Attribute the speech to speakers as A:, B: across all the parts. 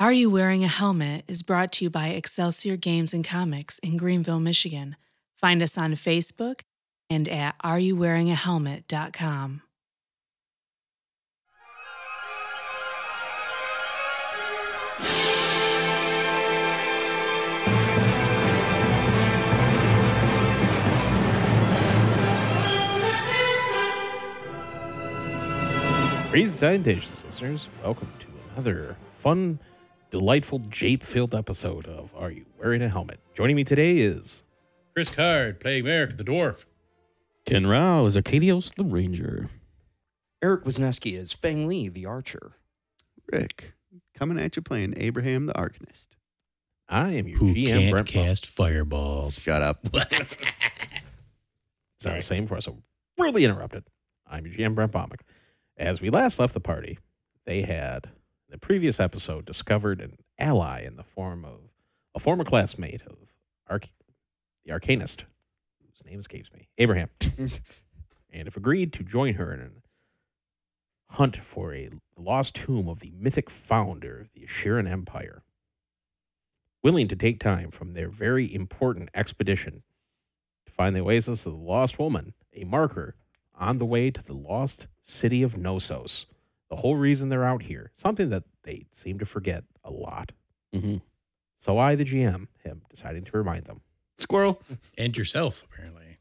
A: Are You Wearing a Helmet is brought to you by Excelsior Games and Comics in Greenville, Michigan. Find us on Facebook and at areyouwearingahelmet.com.
B: Raise the salutations, listeners. Welcome to another fun, delightful, jape-filled episode of Are You Wearing a Helmet? Joining me today is
C: Chris Card playing Merrick the Dwarf.
D: Ken Rao is Arcadios the Ranger.
E: Eric Wisniewski is Fang Lee, the archer.
F: Rick, coming at you playing Abraham the Arcanist.
B: I am your
C: Who
B: GM
C: can't
B: Brent. Bump.
C: cast fireballs.
F: Shut up.
B: It's not the same for us. So really interrupted. I'm your GM Brent Bomick. As we last left the party, they had in the previous episode discovered an ally in the form of a former classmate of Arc- the Arcanist, whose name escapes me, Abraham, and have agreed to join her in a hunt for a lost tomb of the mythic founder of the Asheran Empire. Willing to take time from their very important expedition to find the oasis of the lost woman, a marker on the way to the lost city of Knossos. The whole reason they're out here, something that they seem to forget a lot.
D: Mm-hmm.
B: So I, the GM, am deciding to remind them.
F: Squirrel.
C: And yourself, apparently.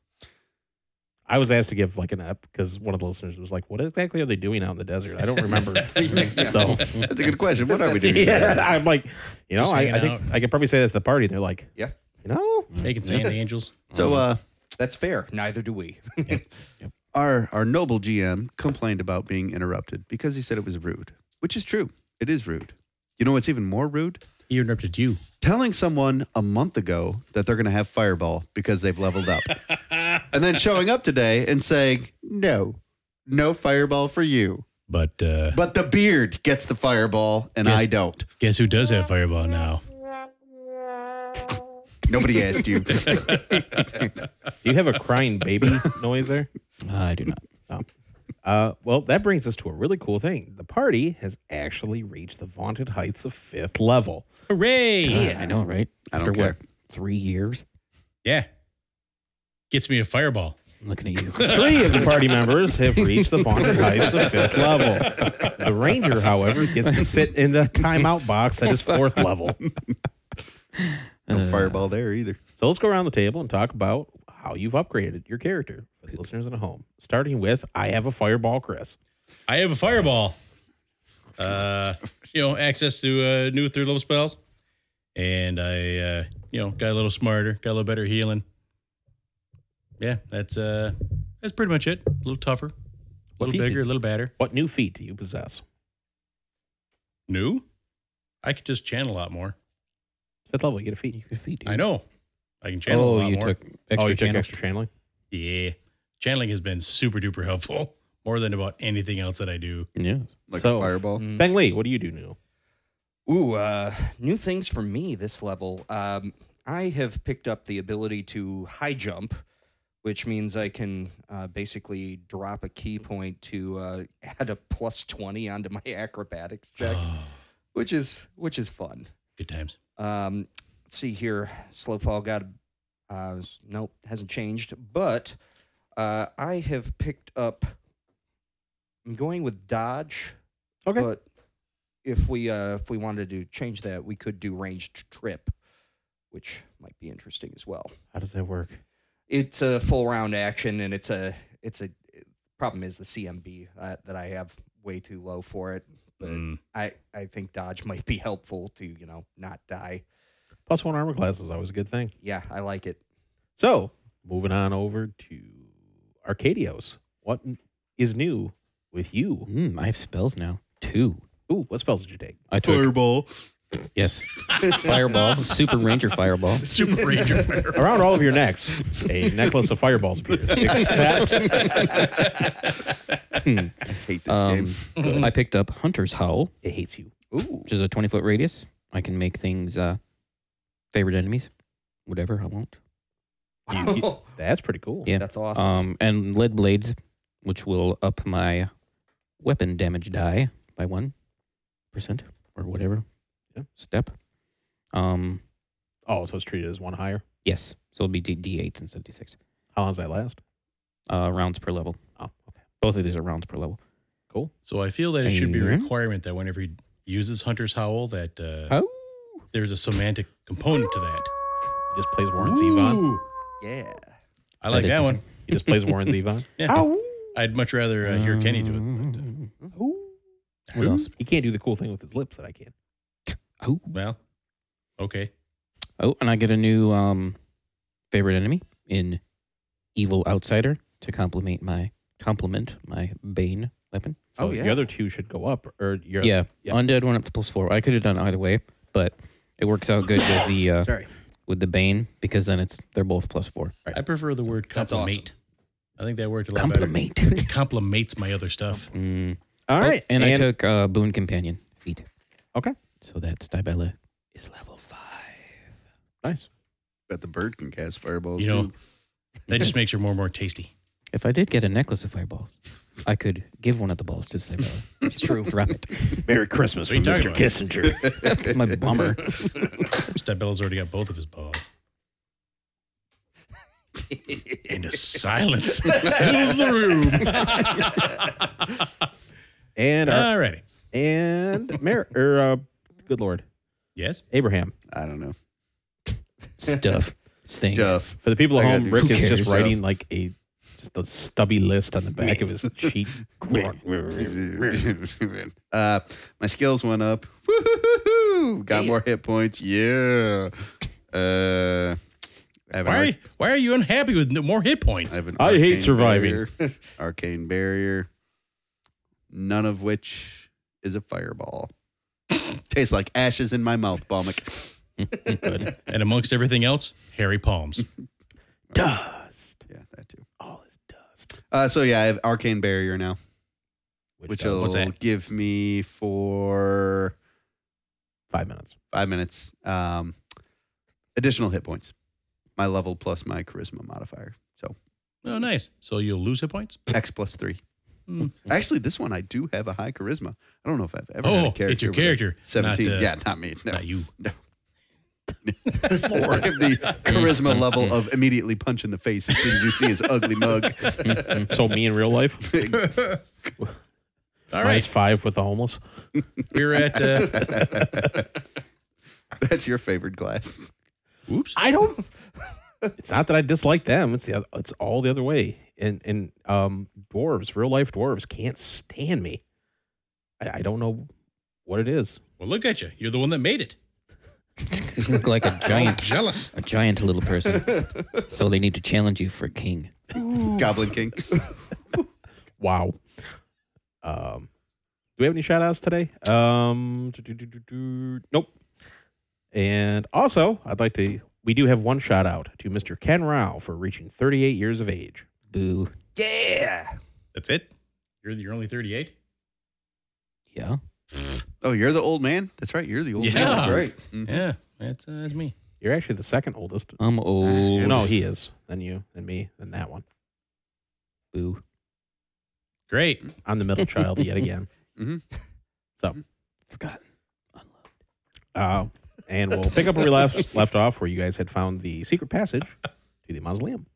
B: I was asked to give like an up because one of the listeners was like, "What exactly are they doing out in the desert? I don't remember." so
F: That's a good question. What are we doing?
B: yeah, I'm like, you know,
C: Just
B: I,
C: hanging
B: I think
C: out.
B: I could probably say that's the party. They're like,
E: Yeah.
B: you know,
C: Making sand angels.
F: So uh,
E: That's fair. Neither do we.
F: our our noble GM complained about being interrupted because he said it was rude, which is true. It is rude. You know what's even more rude?
C: He interrupted you.
F: Telling someone a month ago that they're going to have Fireball because they've leveled up, and then showing up today and saying no, no Fireball for you.
C: But uh,
F: But the beard gets the Fireball, and
C: Yes.
F: I don't.
C: guess who does have fireball now?
F: Nobody asked you.
B: do you have a crying baby noise there?
D: I do not.
B: Uh, well, that brings us to a really cool thing. The party has actually reached the vaunted heights of fifth level.
C: Hooray!
D: Uh, I know, right?
F: I don't care.
D: three years?
C: Yeah. Gets me a fireball.
D: I'm looking at you.
B: Three of the party members have reached the vaunted heights of fifth level. The ranger, however, gets to sit in the timeout box that is fourth level.
F: No Fireball there either.
B: So let's go around the table and talk about how you've upgraded your character for the listeners at home. Starting with, I have a fireball, Chris.
C: I have a fireball. Uh, you know, access to uh, new third level spells. And I, uh, you know, got a little smarter, got a little better healing. Yeah, that's uh, that's pretty much it. A little tougher, a
B: What
C: little
B: feat
C: bigger, a
B: did-
C: little badder.
B: What new feat do you possess?
C: New? I could just channel a lot more.
B: Fifth level, you get a feat.
C: I know. I can channel a
D: Oh,
C: lot
D: you
C: more.
D: took extra
B: oh, you took
D: channel.
B: extra channeling.
C: yeah. Channeling has been super duper helpful, more than about anything else that I do.
D: Yes.
F: Like
B: So-
F: a Fireball.
D: Mm.
B: Feng Li, what do you do new?
E: Ooh, uh, new things for me this level. Um, I have picked up the ability to high jump, which means I can uh, basically drop a key point to uh, add a plus twenty onto my acrobatics check, which is which is fun.
C: Good times.
E: Um, let's see here. Slowfall got uh, s- nope hasn't changed, but uh, I have picked up. I'm going with dodge,
B: Okay.
E: but if we uh, if we wanted to change that, we could do ranged trip, which might be interesting as well.
B: How does that work?
E: It's a full round action, and it's a it's a problem is the CMB uh, that I have way too low for it. But
C: Mm.
E: I I think dodge might be helpful to you know not die.
B: Plus one armor class is always a good thing.
E: Yeah, I like it.
B: So, moving on over to Arcadios. What n- is new with you?
D: Mm, I have spells now. Two.
B: Ooh, what spells did you take?
D: I took
F: Fireball.
D: yes. Fireball, Super Ranger Fireball.
C: Super Ranger.
B: Around all of your necks, a necklace of fireballs appears. Except,
F: I hate this
D: Um,
F: game.
D: Hmm. I picked up Hunter's Howl,
B: it hates you.
E: Ooh.
D: which is a 20 foot radius. I can make things uh, favorite enemies. Whatever, I won't.
B: You- you- that's pretty cool.
D: Yeah.
E: Oh, That's awesome.
D: Um, and lead blades, which will up my weapon damage die by one percent or whatever.
B: Yeah.
D: step. Um,
B: Oh, so it's treated as one higher.
D: yes, so it'll be D- D8s instead of D6.
B: How long does that last?
D: Uh, rounds per level.
B: Oh, okay.
D: Both of these are rounds per level.
C: So I feel that it should be a
D: Amen.
C: requirement that whenever he uses Hunter's Howl, that uh,
D: Oh,
C: there's a semantic component to that.
B: He just plays Warren Zevon.
C: Ooh,
E: Yeah.
C: I like
D: is
C: that,
D: the-
C: one.
B: He just plays Warren Zevon.
C: Yeah. I'd much rather uh, hear Kenny do it.
D: Um,
C: uh,
D: What else?
B: He can't do the cool thing with his lips that I can.
D: Oh,
C: Well, okay.
D: oh, and I get a new um favorite enemy in Evil Outsider to complement my complement my Bane weapon.
B: So
E: Oh, yeah.
B: the other two should go up, or your
D: Yeah,
B: yeah.
D: undead went up to plus four. I could have done either way, but it works out good with the uh,
B: Sorry.
D: with the Bane because then it's they're both plus four.
B: Right.
C: I prefer the word
E: That's awesome.
C: compliment. I think that word a lot better.
D: Compliment.
C: It complements my other stuff.
D: Mm.
B: All
D: Oh,
B: right,
D: and, I took uh, boon companion feat.
B: Okay.
D: So that Stibella is level five.
B: nice.
F: Bet the bird can cast fireballs
C: You know-
F: too.
C: That just makes her more and more tasty.
D: If I did get a necklace of fireballs, I could give one of the balls to Stibella.
E: It's true.
D: Drop it.
B: Merry Christmas
C: What are
B: from
C: you
B: Mr.
C: talking about?
B: Kissinger.
D: My bummer.
C: Stabella's already got both of his balls. Into silence fills the room.
B: and our,
C: Alrighty.
B: and Mer- or, uh, good Lord,
C: Yes.
B: Abraham.
F: I don't know.
D: Stuff. Things.
F: Stuff.
B: For the people at
F: I got
B: home,
F: you.
B: Rick
F: Who
B: is just
F: cares?
B: writing like a just a stubby list on the back of his cheek.
F: uh, my skills went up. Woo-hoo-hoo-hoo. Got more hit points. Yeah. Uh, I have an
C: Why are
F: arc-
C: you, why are you unhappy with more hit
F: I,
C: points?
F: have an
B: I hate
F: arcane
B: surviving.
F: barrier- arcane barrier, none of which is a fireball. Tastes like ashes in my mouth, Balmic.
C: Good. And amongst everything else, hairy palms.
B: dust.
F: Yeah, that too.
B: All is dust.
F: Uh, so yeah, I have arcane barrier now,
B: Which,
F: which
B: does-
F: will
C: What's that?
F: give me for
B: five minutes.
F: five minutes. Um, additional hit points. My level plus my charisma modifier. So
C: Oh, nice. So you'll lose hit points?
F: X plus three.
C: Hmm.
F: Actually, this one I do have a high charisma. I don't know if I've ever had a
C: Oh,
F: character.
C: it's your
F: with a
C: character.
F: Seventeen.
C: Not, uh,
F: yeah, not me. No.
C: Not you.
F: I have the charisma level
C: Mm.
F: of immediately punch in the face as soon as you see his ugly mug.
B: so me in real life,
C: All
B: minus
C: right.
B: five with the homeless.
C: We're at, uh,
F: That's your favorite glass.
C: oops.
B: I don't. it's not that I dislike them. It's the oth- it's all the other way. And and um, dwarves, real life dwarves, can't stand me. I, I don't know what it is.
C: Well, look at you. You're the one that made it.
D: You look like a giant,
C: Jealous.
D: a giant little person. So they need to challenge you for king.
F: Goblin King.
B: Wow. Um, do we have any shout outs today? Um, do, do, do, do, do. nope. And also, I'd like to, we do have one shout out to Mr. Ken Rao for reaching 38 years of age.
D: Boo.
E: Yeah.
C: That's it? You're, you're only 38?
D: Yeah.
F: Oh, you're the old man? That's right. Mm. You're the old
C: Yeah.
F: man.
E: That's right.
C: Yeah. That's, uh, that's me.
B: You're actually the second oldest.
D: I'm
F: Ah,
D: old.
B: No, he is. Then you, then me, then that one.
D: Boo.
C: Great.
B: I'm the middle child yet again.
F: Mhm.
B: So,
D: Forgotten.
B: uh, and we'll pick up where we left, left off, where you guys had found the secret passage to the mausoleum.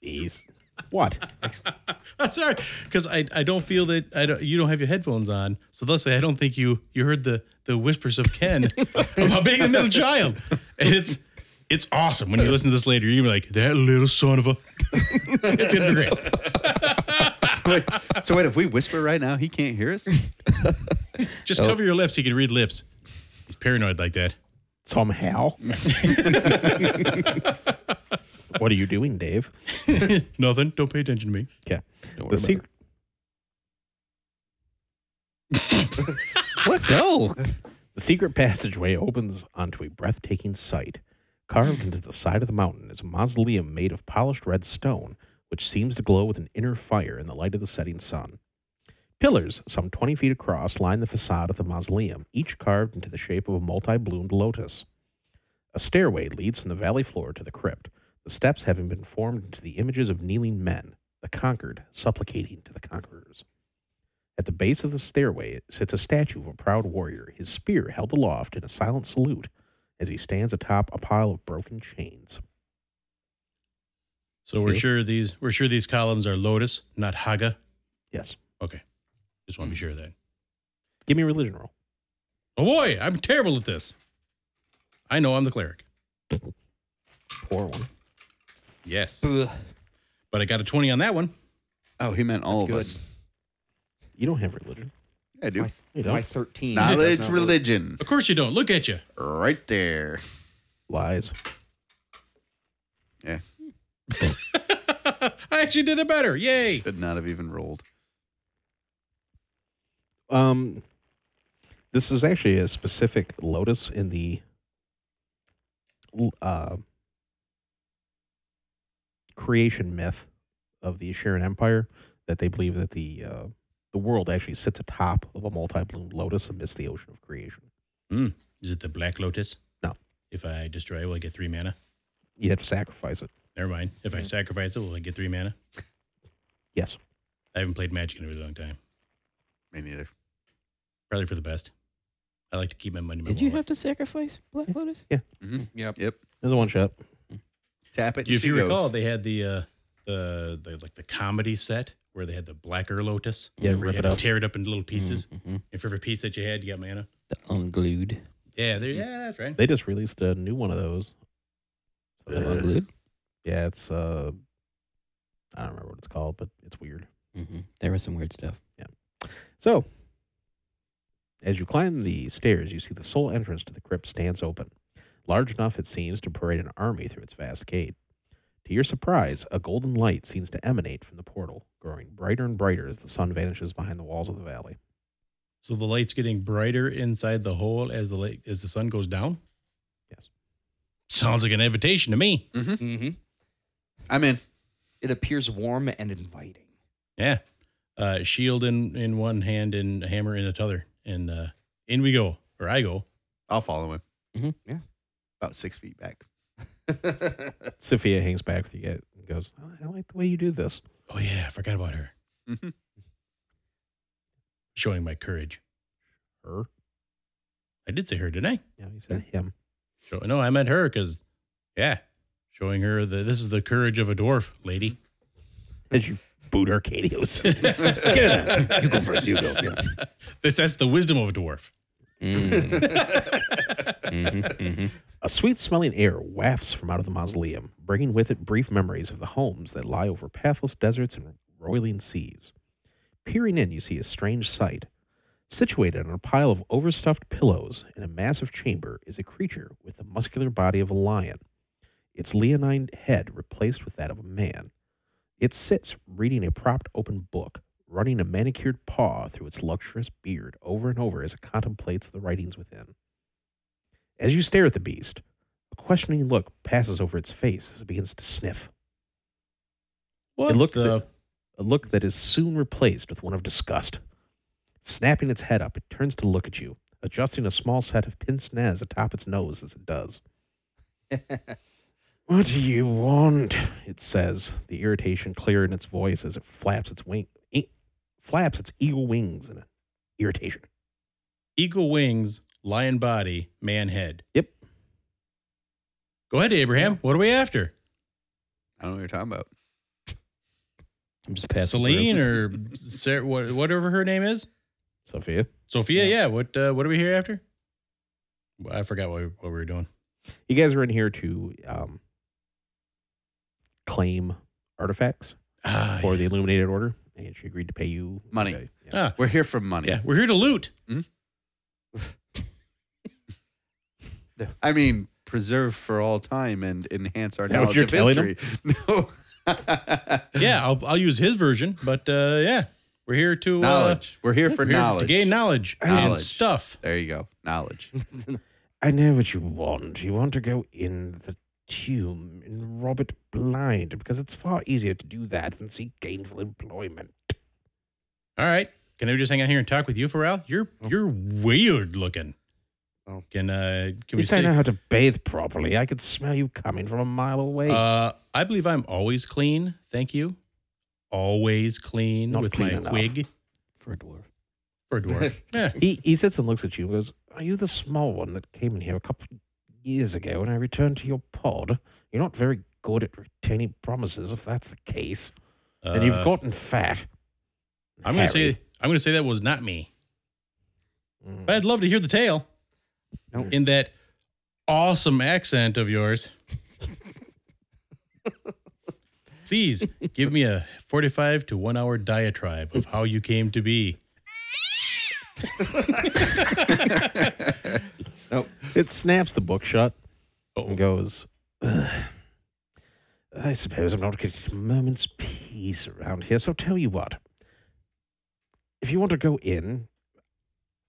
B: These, what?
C: I'm sorry, because I, I don't feel that I don't you don't have your headphones on, so thusly I don't think you you heard the the whispers of Ken about being a middle child, and it's it's awesome when you listen to this later. You're gonna be like that little son of a. it's gonna be great.
F: Wait, so wait, if we whisper right now, he can't hear us?
C: Just cover your lips. He can read lips. He's paranoid like that.
B: somehow. what are you doing, Dave?
C: Nothing. Don't pay attention to me.
B: Okay.
D: Don't worry
B: The secret.
D: Let's go.
B: The secret passageway opens onto a breathtaking sight. Carved into the side of the mountain is a mausoleum made of polished red stone, which seems to glow with an inner fire in the light of the setting sun. Pillars, some 20 feet across, line the facade of the mausoleum, each carved into the shape of a multi bloomed lotus. A stairway leads from the valley floor to the crypt, the steps having been formed into the images of kneeling men, the conquered supplicating to the conquerors. At the base of the stairway sits a statue of a proud warrior, his spear held aloft in a silent salute as he stands atop a pile of broken chains.
C: So we're
D: See?
C: sure these we're sure these columns are lotus, not haga.
B: Yes.
C: Okay, just want to be sure of that.
B: Give me a religion roll.
C: Oh boy, I'm terrible at this. I know I'm the cleric.
B: Poor one.
C: Yes,
E: Ugh.
C: but I got a twenty on that one.
F: Oh, he meant all
E: That's
F: of
E: good.
F: us.
B: You don't have religion.
F: I do.
E: My,
B: You don't.
E: my 13.
F: Knowledge,
E: does not work.
F: religion,
C: Of course you don't. Look at you.
F: right there.
B: Lies.
C: I actually did it better. Yay!
F: Could not have even rolled.
B: Um, this is actually a specific lotus in the l- uh, creation myth of the Assyrian Empire that they believe that the uh, the world actually sits atop of a multi-bloomed lotus amidst the ocean of creation.
C: Is it the black lotus?
B: No.
C: If I destroy, will I get three mana?
B: You have to sacrifice it.
C: Never mind. If I sacrifice it, will I get three mana?
B: Yes.
C: I haven't played Magic in a really long time.
F: Me neither.
C: Probably for the best. I like to keep my money. In my
D: Did you
C: wallet.
D: have to sacrifice Black Lotus?
F: hmm
E: Yep.
F: Yep.
B: There's a one shot.
F: Tap it. and
C: if
F: she
C: you
F: goes.
C: recall, they had the uh, the the like the comedy set where they had the blacker lotus.
B: Yeah,
C: where you
B: rip
C: had
B: it
C: to
B: up. Mm-hmm.
C: tear it up into little pieces.
D: Mhm.
C: And for every piece that you had, you got mana.
D: The unglued.
C: Yeah,
B: Mm.
C: there. Yeah, that's right.
B: They just released a new one of those.
D: The unglued.
B: Yeah, it's uh, I don't remember what it's called, but it's weird.
D: hmm There was some weird stuff.
B: So, as you climb the stairs, you see the sole entrance to the crypt stands open, large enough, it seems, to parade an army through its vast gate. To your surprise, a golden light seems to emanate from the portal, growing brighter and brighter as the sun vanishes behind the walls of the valley.
C: So the light's getting brighter inside the hole as the light, as the sun goes down.
B: Yes.
C: Sounds like an invitation to me.
F: Mm-hmm.
E: Mhm.
F: I'm in.
E: It appears warm and inviting.
C: Yeah. Uh, shield in, in one hand and hammer in the other. And uh, in we go, or I go.
F: I'll follow him.
D: Mhm.
E: Yeah.
F: About six feet back.
B: Sophia hangs back with you guys and goes, I like the way you do this.
C: Oh, yeah. I forgot about her.
B: Mm-hmm.
F: Mhm.
C: Showing my courage.
B: Her?
C: I did say her, didn't I?
B: Yeah, he said him.
C: Show, no, I meant her because, yeah, showing her the this is the courage of a dwarf lady.
B: As you boot Arcadios.
D: You go first. You go. Yeah.
C: That's, that's the wisdom of a dwarf.
D: Mm-hmm. hmm
B: A sweet smelling air wafts from out of the mausoleum, bringing with it brief memories of the homes that lie over pathless deserts and roiling seas. Peering in, you see a strange sight. Situated on a pile of overstuffed pillows in a massive chamber is a creature with the muscular body of a lion, its leonine head replaced with that of a man. It sits reading a propped open book, running a manicured paw through its luxurious beard over and over as it contemplates the writings within. As you stare at the beast, a questioning look passes over its face as it begins to sniff.
C: What
B: it looked
C: the?
B: that- a look that is soon replaced with one of disgust. Snapping its head up, it turns to look at you, adjusting a small set of pince nez atop its nose as it does. what do you want? It says, the irritation clear in its voice as it flaps its wing, e- flaps its eagle wings in irritation.
C: eagle wings, lion body, man head.
B: Yep.
C: Go ahead, Abraham. What are we after?
F: I don't know what you're talking about.
D: I'm just passing.
C: Celine or Sarah, wha- whatever her name is?
B: Sophia,
C: Sophia, yeah. What uh, what are we here after? Well, I forgot what, what we were doing.
B: you guys are in here to um, claim artifacts.
C: Ah,
B: for the Illuminated Order, and she agreed to pay you
F: Money.
B: Okay, yeah.
C: ah,
F: We're here for money.
C: yeah. We're here to loot.
F: I mean, preserve for all time and enhance our
B: Is that what
F: knowledge
B: you're
F: of
B: telling
F: history. No.
C: Yeah, I'll, I'll use his version, but uh, yeah, we're here to uh,
F: knowledge. We're here for
C: we're here
F: knowledge.
C: to gain knowledge, and
F: Knowledge.
C: stuff.
F: There you go. Knowledge.
B: I know what you want. You want to go in the tomb and rob it blind because it's far easier to do that than seek gainful employment.
C: All right. Can I just hang out here and talk with you for a while? You're
B: Oh.
C: you're weird looking.
E: Oh.
C: Can uh
B: At
C: can we
B: least I
C: say
B: know how to bathe properly. I could smell you coming from a mile away.
C: Uh, I believe I'm always clean. Thank you. Always clean
B: Not
C: with
B: clean
C: my
B: enough.
C: wig
D: for a dwarf.
C: For a dwarf. yeah.
B: He he sits and looks at you and goes, "Are you the small one that came in here a couple years ago when I returned to your pod? You're not very good at retaining promises, if that's the case, and
C: Uh,
B: you've gotten fat."
C: I'm
B: Harry.
C: gonna say I'm gonna say that was not me.
B: Mm.
C: But I'd love to hear the tale.
E: No.
C: In that awesome accent of yours. Please give me a 45 to one hour diatribe of how you came to be.
B: It snaps the book shut and goes, "Ugh. I suppose I'm not getting a moment's peace around here, so tell you what. If you want to go in,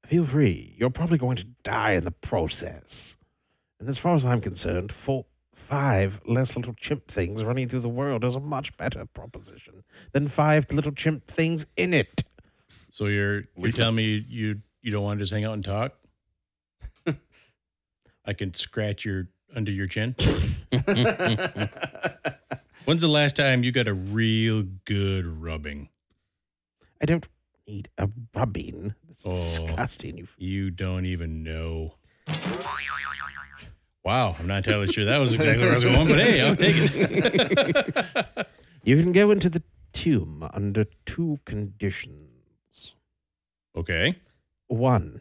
B: feel free. You're probably going to die in the process. And as far as I'm concerned, four, five less little chimp things running through the world is a much better proposition than five little chimp things in it.
C: So you're you tell me you you don't want to just hang out and talk? I can scratch your under your chin. When's the last time you got a real good rubbing?
B: I don't need a rubbing. That's
C: Oh.
B: disgusting. You
C: You don't even know. Wow, I'm not entirely sure that was exactly where I was going, but hey, I'll take it.
B: You can go into the tomb under two conditions.
C: okay.
B: One,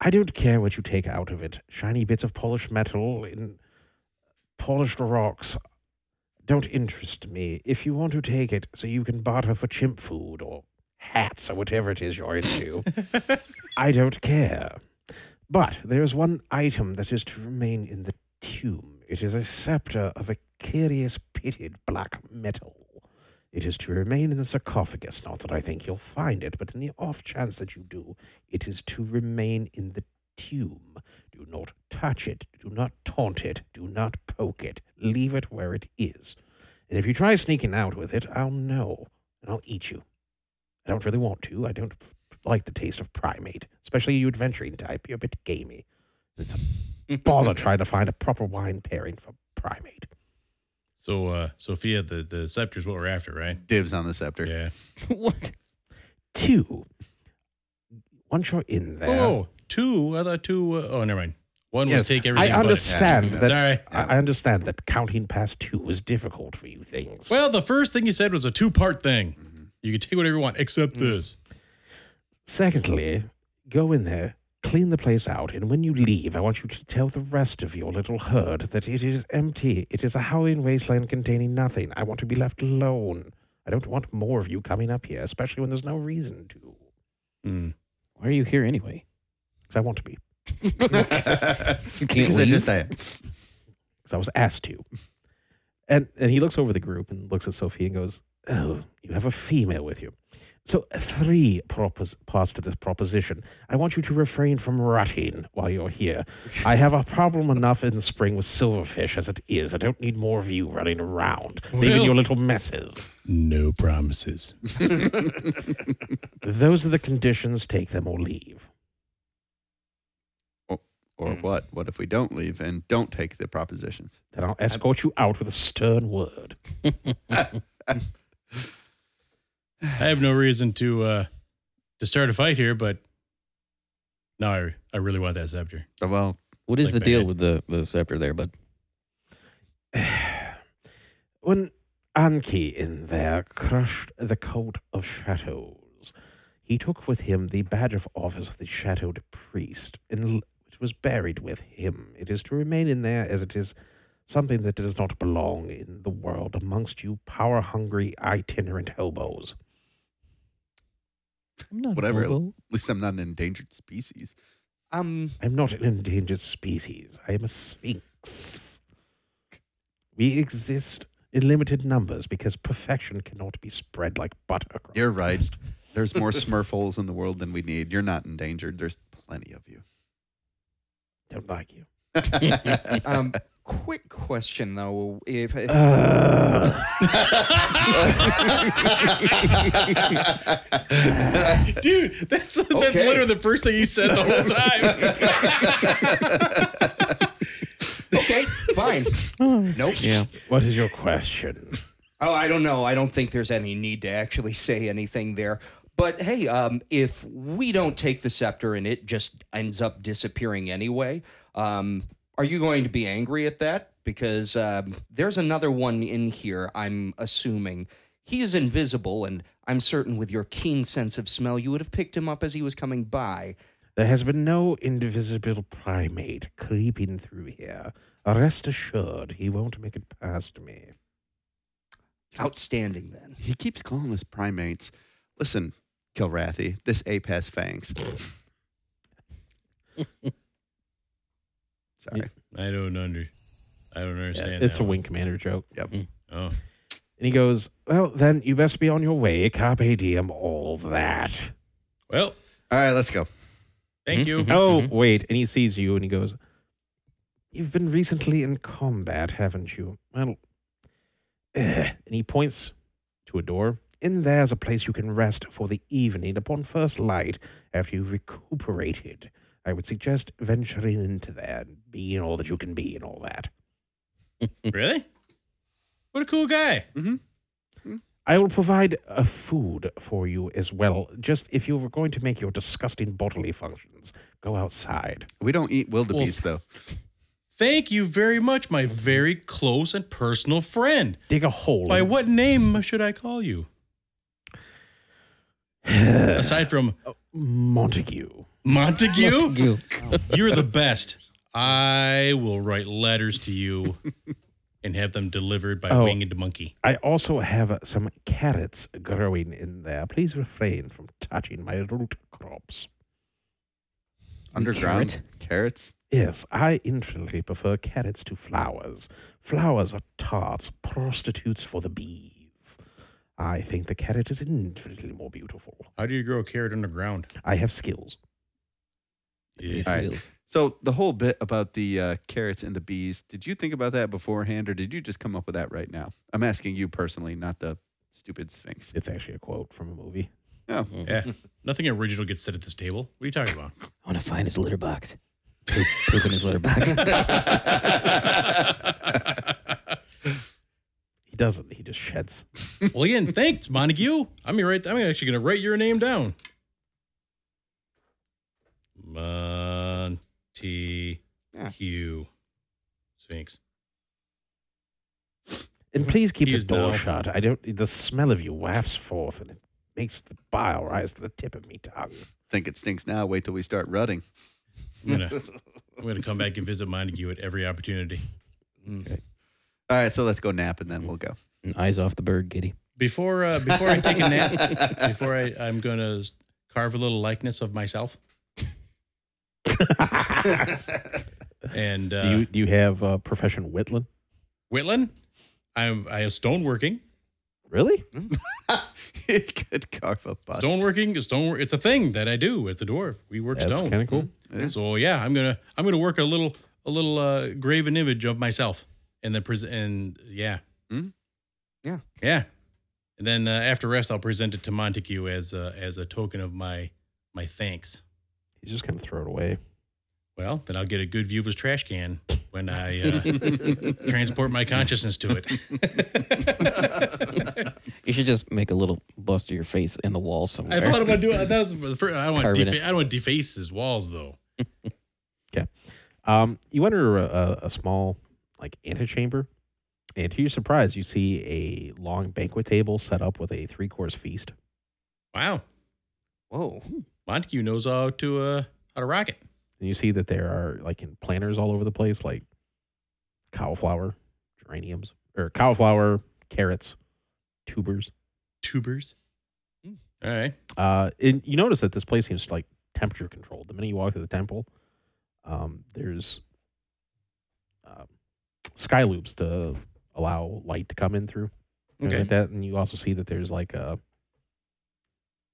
B: I don't care what you take out of it. Shiny bits of polished metal in polished rocks don't interest me. If you want to take it so you can barter for chimp food or hats or whatever it is you're into, I don't care. But there is one item that is to remain in the tomb. It is a scepter of a curious pitted black metal. It is to remain in the sarcophagus. Not that I think you'll find it, but in the off chance that you do, it is to remain in the tomb. Do not touch it. Do not taunt it. Do not poke it. Leave it where it is. And if you try sneaking out with it, I'll know, and I'll eat you. I don't really want to. I don't f- like the taste of primate, especially you adventuring type. You're a bit gamey. It's a bother trying to find a proper wine pairing for primate.
C: So uh Sophia, the, the scepter's what we're after, right?
F: Dibs on the scepter.
C: Yeah.
D: what?
B: Two, once you're in there.
C: Oh, two. I thought two uh, oh never mind. One
B: Yes,
C: was take everything.
B: I
C: but-
B: understand
C: Yeah.
B: that.
C: Sorry.
B: I I understand that counting past two is difficult for you things.
C: Well, the first thing you said was a two part thing.
B: Mm-hmm.
C: You can take whatever you want,
B: Mm.
C: except this.
B: Secondly, go in there, clean the place out, and when you leave, I want you to tell the rest of your little herd that it is empty. It is a howling wasteland containing nothing. I want to be left alone. I don't want more of you coming up here, especially when there's no reason to.
C: Mm.
D: Why are you here anyway?
B: Because I want to be.
D: You can't
F: Because I
D: leave?
F: just I,
B: because I was asked to. And and he looks over the group and looks at Sophie and goes, "Oh, you have a female with you." So three propos- parts to this proposition. I want you to refrain from rotting while you're here. I have a problem enough in the spring with silverfish as it is. I don't need more of you running around, leaving
C: Well-
B: your little messes.
C: No promises.
B: Those are the conditions. Take them or leave.
F: or what? What if we don't leave and don't take the propositions?
B: Then I'll escort you out with a stern word.
C: I have no reason to uh to start a fight here, but no, I, I really want that scepter.
F: So, well,
D: What is
C: Like
D: the deal
C: bad.
D: with the, the scepter there, bud?
B: When Anki in there crushed the cult of shadows, he took with him the badge of office of the shadowed priest, and l- which was buried with him. It is to remain in there as it is something that does not belong in the world amongst you power hungry itinerant hobos.
D: I'm not
F: whatever. At
D: hobo.
F: least I'm not an endangered species.
E: Um,
B: I'm not an endangered species. I am a sphinx. We exist in limited numbers because perfection cannot be spread like butter. across
F: You're
B: a
F: right.
B: toast.
F: There's more smurfholes in the world than we need. You're not endangered. There's plenty of you.
B: Don't like you.
E: um, quick question though. If, if
B: Uh.
C: Dude, that's that's
E: Okay.
C: literally the first thing he said the whole time.
E: okay, fine. nope.
D: Yeah.
B: What is your question?
E: Oh, I don't know. I don't think there's any need to actually say anything there. But hey, um, if we don't take the scepter and it just ends up disappearing anyway, um, are you going to be angry at that? Because um, there's another one in here, I'm assuming. He is invisible, and I'm certain with your keen sense of smell, you would have picked him up as he was coming by.
B: There has been no indivisible primate creeping through here. Rest assured, he won't make it past me.
E: Outstanding, then.
F: He keeps calling us primates. Listen, Kilrathi, this ape has fangs. Sorry.
C: I don't under. I don't
B: Yeah,
C: understand.
B: it's
C: that
B: a
C: one.
B: Wing Commander joke.
C: Oh,
B: And he goes, Well, then you best be on your way. Carpe diem, all that.
C: well,
F: All right, let's go.
C: thank you.
B: Oh, wait. And he sees you and he goes, You've been recently in combat, haven't you? Well, eh." and he points to a door. In there's a place you can rest for the evening upon first light after you've recuperated. I would suggest venturing into there and being all that you can be and all that.
C: Really? What a cool guy.
B: I will provide a food for you as well. Just if you were going to make your disgusting bodily functions, go outside.
F: We don't eat wildebeest, though.
C: Thank you very much, my very close and personal friend.
B: Dig a hole.
C: By
B: in-
C: what name should I call you? Aside from
B: Montague.
C: Montague,
D: You.
C: you're the best. I will write letters to you and have them delivered by
B: Oh.
C: winged monkey.
B: I also have uh, some carrots growing in there. Please refrain from touching my root crops.
F: Underground. Carrots.
B: Yes, I infinitely prefer carrots to flowers. Flowers are tarts, prostitutes for the bees. I think the carrot is infinitely more beautiful.
C: How do you grow a carrot underground?
B: I have skills.
C: Yeah.
F: All right. So the whole bit about the uh, carrots and the bees, did you think about that beforehand or did you just come up with that right now? I'm asking you personally, not the stupid Sphinx.
B: It's actually a quote from a movie.
F: Oh,
C: Yeah. Nothing original gets said at this table. What are you talking about?
D: I want to find his litter box. Poop, poop in his litter box.
B: He doesn't, he just sheds.
C: well, again, thanks, Montague. I'm gonna write. I'm actually gonna write your name down. Montague Sphinx.
B: And please keep
C: He
B: the
C: is
B: door
C: now-
B: shut. I don't the smell of you wafts forth and it makes the bile rise to the tip of me tongue.
F: think it stinks now. Wait till we start rutting.
C: I'm gonna, I'm gonna come back and visit Montague at every opportunity.
F: All right, so let's go nap and then we'll go.
D: And eyes off the bird, Giddy.
C: Before uh, before I take a nap, before I, I'm gonna s- carve a little likeness of myself. and uh,
B: do you do you have uh, profession Whitland?
C: Whitland, I'm I am stoneworking.
B: Really?
F: He could carve a bust.
C: Stoneworking is stone. It's a thing that I do as a dwarf. We work
B: That's
C: stone.
B: kind of cool.
F: It is.
C: So yeah, I'm gonna I'm gonna work a little a little uh, graven image of myself, and then present and yeah,
F: Hmm?
E: Yeah.
C: yeah, and then uh, after rest, I'll present it to Montague as a, as a token of my my thanks.
B: He's just gonna throw it away.
C: Well, then I'll get a good view of his trash can when I uh, transport my consciousness to it.
D: You should just make a little bust of your face in the wall
C: I
D: somewhere.
C: thought about doing that. Was the first, I don't want
D: Carbon
C: defa-
D: it.
C: I don't want to deface his walls though.
B: Um, you enter a, a, a small like antechamber, and to your surprise, you see a long banquet table set up with a three course feast.
C: Wow,
E: Whoa.
C: Montague knows how to uh, how to rock it.
B: And you see that there are like in planters all over the place, like cauliflower, geraniums, or cauliflower, carrots, tubers.
C: Tubers. Hmm. All right.
B: Uh, and you notice that this place seems like temperature controlled. The minute you walk through the temple, um, there's uh, sky loops to allow light to come in through. and
C: Okay.
B: Like that, and you also see that there's like a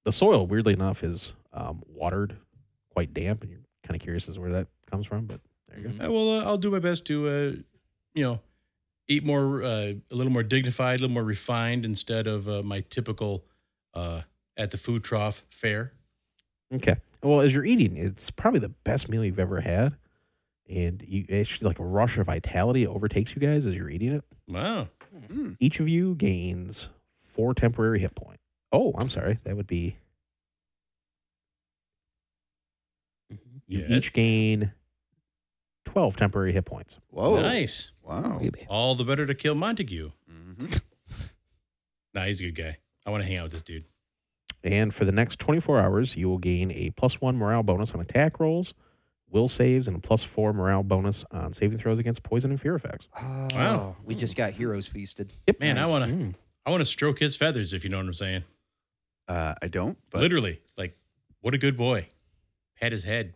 B: the soil. Weirdly enough, is um, watered, quite damp, and you're kind of curious as to where that comes from. But there you go.
C: I will. Uh, I'll do my best to, uh, you know, eat more, uh, a little more dignified, a little more refined instead of uh, my typical uh, at the food trough fare.
B: Okay. Well, as you're eating, it's probably the best meal you've ever had, and you actually like a rush of vitality overtakes you guys as you're eating it.
C: Wow.
F: Hmm.
B: Each of you gains four temporary hit points. Oh, I'm sorry. That would be You
C: Yeah.
B: each gain 12 temporary hit points.
F: Whoa.
C: Nice.
F: Wow.
C: All the better to kill Montague.
F: Mhm.
C: Nah, he's a good guy. I want to hang out with this dude.
B: And for the next 24 hours, you will gain a plus one morale bonus on attack rolls, will saves, and a plus four morale bonus on saving throws against poison and fear effects.
E: Oh,
C: Wow.
E: We just got heroes feasted.
C: Man,
E: Nice.
C: I want to
D: Mm.
C: I want to stroke his feathers if you know what I'm saying.
F: Uh, I don't, but
C: Literally, like what a good boy. Pat his head.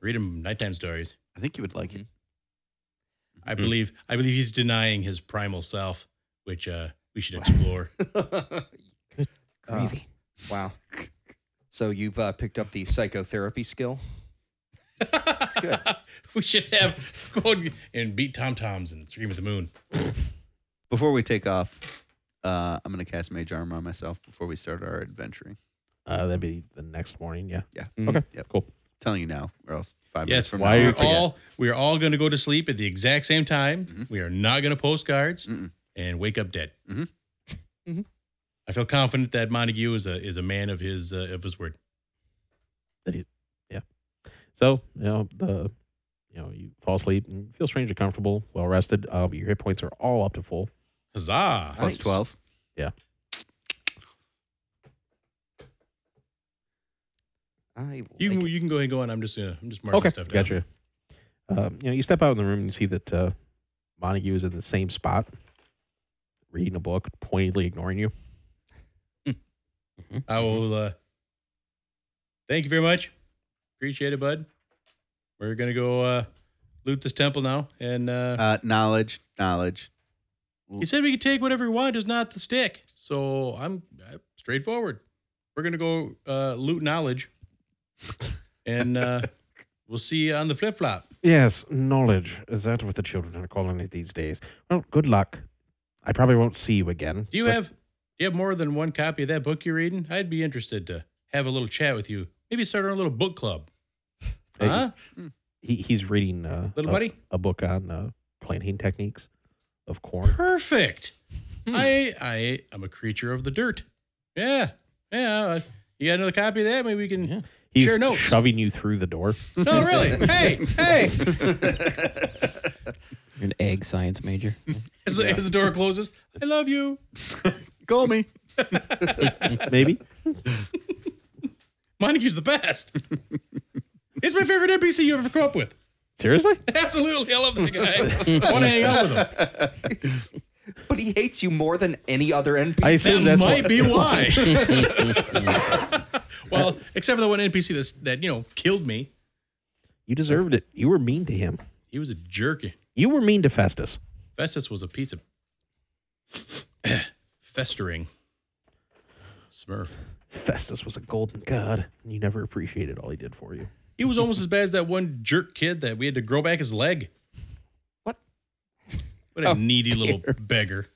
C: Read him nighttime stories.
F: I think you would like it.
C: I
F: Mm-hmm.
C: believe I believe he's denying his primal self, which uh we should explore.
E: Oh,
D: Gravy.
E: Uh, wow. So you've uh, picked up the psychotherapy skill.
C: That's
E: good.
C: we should have go and- and beat Tom Toms and scream at the moon.
F: Before we take off, uh, I'm going to cast Mage Armor on myself before we start our adventuring.
B: Uh, that'd be the next morning. Yeah.
F: Yeah.
B: Okay.
F: Yep.
B: Cool.
F: telling you now, or else five minutes
C: Yes,
F: from
B: why are
F: now.
C: we're
F: I'll forget.
C: all we are all going to go to sleep at the exact same time. We are not going to post cards
F: Mm-hmm. Mm-mm.
C: and wake up dead.
F: Mhm.
E: Mhm.
C: I feel confident that Montague is a is a man of his uh, of his word.
B: So, you know, the you know, you fall asleep and feel strangely comfortable, well rested. Um, your hit points are all up to full.
C: Huzzah!
F: Plus
E: Nice.
F: 12.
E: I
C: You
E: like
C: can
E: it.
C: you can go ahead and go on. I'm just gonna I'm just marking stuff down.
B: Gotcha. Um, you know, you step out in the room and you see that uh, Montague is in the same spot, reading a book, pointedly ignoring you.
C: I will. Uh, thank you very much. Appreciate it, bud. We're gonna go uh, loot this temple now, and uh,
F: Uh, knowledge, knowledge.
C: he said we could take whatever we want, just not the stick. So I'm uh, straightforward. We're gonna go uh, loot knowledge, and uh, we'll see you on the flip flop.
B: Yes, knowledge. Is that what the children are calling it these days? Well, good luck. I probably won't see you again.
C: Do you
B: but-
C: have do you have more than one copy of that book you're reading? I'd be interested to have a little chat with you. Maybe start our little book club.
B: Hey,
C: Huh?
B: He, he's reading uh,
C: Little
B: a,
C: buddy?
B: a book on uh, planting techniques of corn.
C: Perfect. I I am a creature of the dirt. Yeah. Yeah. uh, You got another copy of that? Maybe we can.
B: He's
C: Sure knows.
B: shoving you through the door.
C: No, really. hey, hey.
D: You're an egg science major.
C: As, the as the door closes, I love you.
F: Call me.
B: Maybe.
C: Montague's the best. He's my favorite NPC you ever come up with.
B: Seriously?
C: Absolutely. I love the guy. Want to hang out with him.
E: but he hates you more than any other NPC.
B: I assume
C: That
B: that's
C: might
B: what-
C: be why. well, except for the one NPC that's, that, you know, killed me.
B: You deserved it. You were mean to him.
C: He was a jerky.
B: You were mean to Festus.
C: Festus was a piece of festering Smurf.
B: Festus was a golden god, and you never appreciated all he did for you.
C: He was almost as bad as that one jerk kid that we had to grow back his leg.
E: What?
C: What a needy little beggar.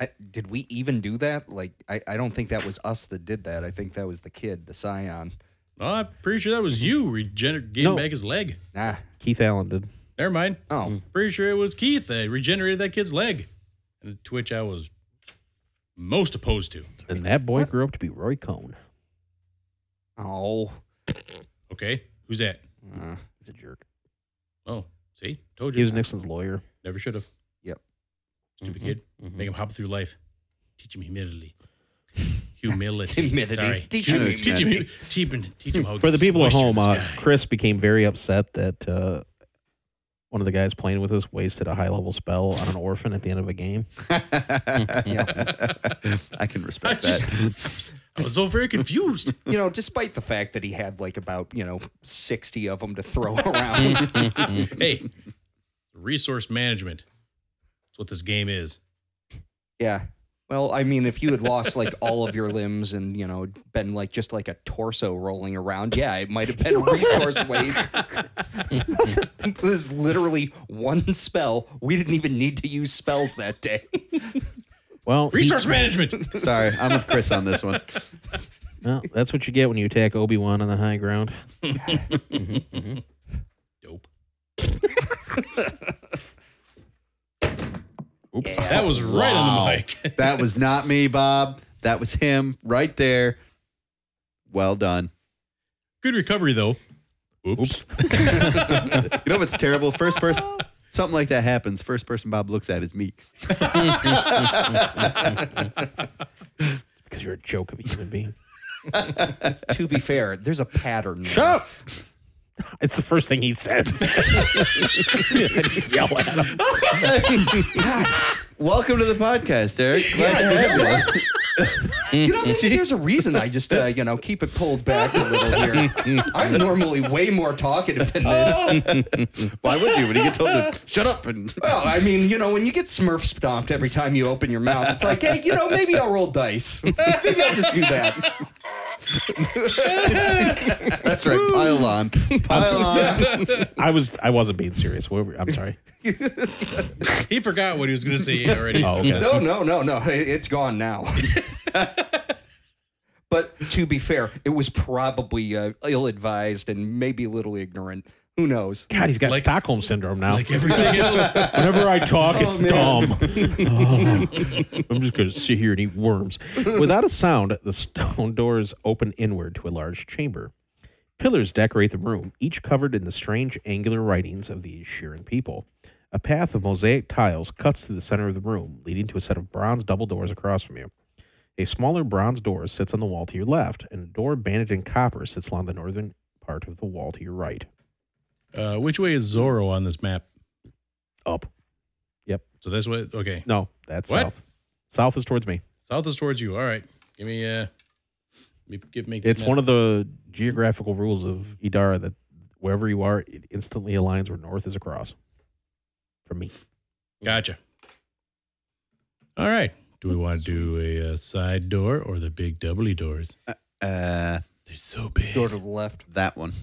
E: I, did we even do that? Like, I, I don't think that was us that did that. I think that was the kid, the scion.
C: Oh, I'm pretty sure that was you regener- getting
B: No.
C: back his leg.
E: Nah.
B: Keith Allen did.
C: Never mind.
E: Oh,
C: Pretty sure it was Keith that regenerated that kid's leg. And to which I was most opposed to.
B: And that boy grew up to be Roy Cohn.
E: oh.
C: Okay? Who's that?
E: Uh,
B: He's a jerk.
C: Oh, see? Told
B: He
C: you.
B: was Nixon's lawyer.
C: Never should have.
E: Yep.
C: Stupid
B: Mm-hmm.
C: kid. Make him hop through life. Teach him humility. Humility.
E: timidity.
C: Sorry.
E: Teach
F: Sure.
E: him
C: teach him, teach him, teach him how to
B: For the people at
C: moisture in
B: home,
C: the
B: uh,
C: sky.
B: Chris became very upset that uh, one of the guys playing with us wasted a high level spell on an orphan at the end of a game.
F: I can respect that.
C: I was so very confused.
E: you know, despite the fact that he had like about, you know, 60 of them to throw around.
C: Ah,
B: Mm-hmm.
C: hey, resource management. That's what this game is.
E: yeah. Well, I mean, if you had lost like all of your limbs and, you know, been like just like a torso rolling around, yeah, it might have been a resource waste. There's literally one spell. We didn't even need to use spells that day.
B: Well, he-
C: Resource management.
F: Sorry, I'm with Chris on this one.
B: well, that's what you get when you attack Obi Wan on the high ground.
C: Dope. Oops. That was right on the mic.
F: That was not me, Bob. That was him right there. Well done.
C: Good recovery though. Oops.
F: You know what's terrible? First person, something like that happens. First person Bob looks at is me.
B: because you're a joke of a human being.
E: to be fair, there's a pattern. there.
B: Shut up. It's the first thing he says. I just yell at him.
F: Welcome to the podcast, Eric. Glad to have you.
E: You know, maybe there's a reason I just, uh, you know, keep it pulled back a little here. I'm normally way more talkative than
B: Oh,
E: this.
F: Why would you when you get told to shut up and
E: Well, I mean, you know, when you get Smurf stomped every time you open your mouth, it's like, hey, you know, maybe I'll roll dice. maybe I'll just do that.
F: that's right, pile on, pile on.
B: I was I wasn't being serious. What were- I'm sorry.
C: He forgot what he was gonna say already.
B: Oh, okay.
E: No, no, no, no. It- It's gone now. but to be fair, it was probably uh, ill advised and maybe a little ignorant. Who knows?
B: God, he's got
C: Like-
B: Stockholm syndrome now.
C: Like everything else.
B: Whenever I talk, it's
E: man.
B: dumb. Oh. I'm just going to sit here and eat worms. Without a sound, the stone doors open inward to a large chamber. Pillars decorate the room, each covered in the strange angular writings of the Sheeran people. A path of mosaic tiles cuts through the center of the room, leading to a set of bronze double doors across from you. A smaller bronze door sits on the wall to your left, and a door banded in copper sits along the northern part of the wall to your right.
C: Uh, which way is Zorro on this map?
B: Up.
C: So that's what. Okay,
B: No, that's
C: What?
B: south. South is towards me.
C: south is towards you. All right, give me. Uh, give me- give me.
B: It's one of the geographical rules of Idara that wherever you are, it instantly aligns where north is across. For me,
C: Gotcha. All right. Do we want to do a uh, side door or the big doubly doors?
F: Uh,
C: They're so big.
E: Door to the left.
F: that one.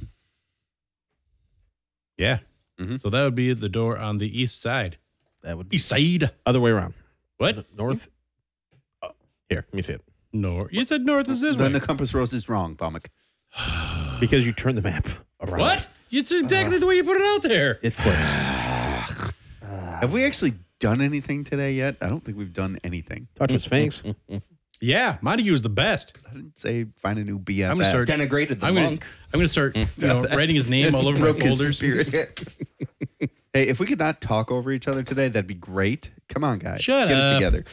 C: Yeah.
F: Mhm.
C: So that would be the door on the east side.
B: that would be
C: East side.
B: other way around.
C: What?
B: North. Oh, here, let me see it.
C: North. You said north is this
F: Then
C: way.
F: the compass rose is wrong, Bomic.
B: Because you turn the map around.
C: what? It's exactly the way you put it out there.
B: It flips.
F: Have we actually done anything today yet? I don't think we've done anything.
B: Talk to his Sphinx.
C: Yeah, Montague is the best.
F: I didn't say find a new BFF.
C: I'm gonna start.
E: Denigrated the
C: I'm gonna.
E: monk.
C: I'm gonna start. You know, writing his name all over my
F: Broke his
C: folders.
F: spirit. Hey, if we could not talk over each other today, that'd be great. Come on, guys.
C: Shut
F: Get
C: up.
F: it together.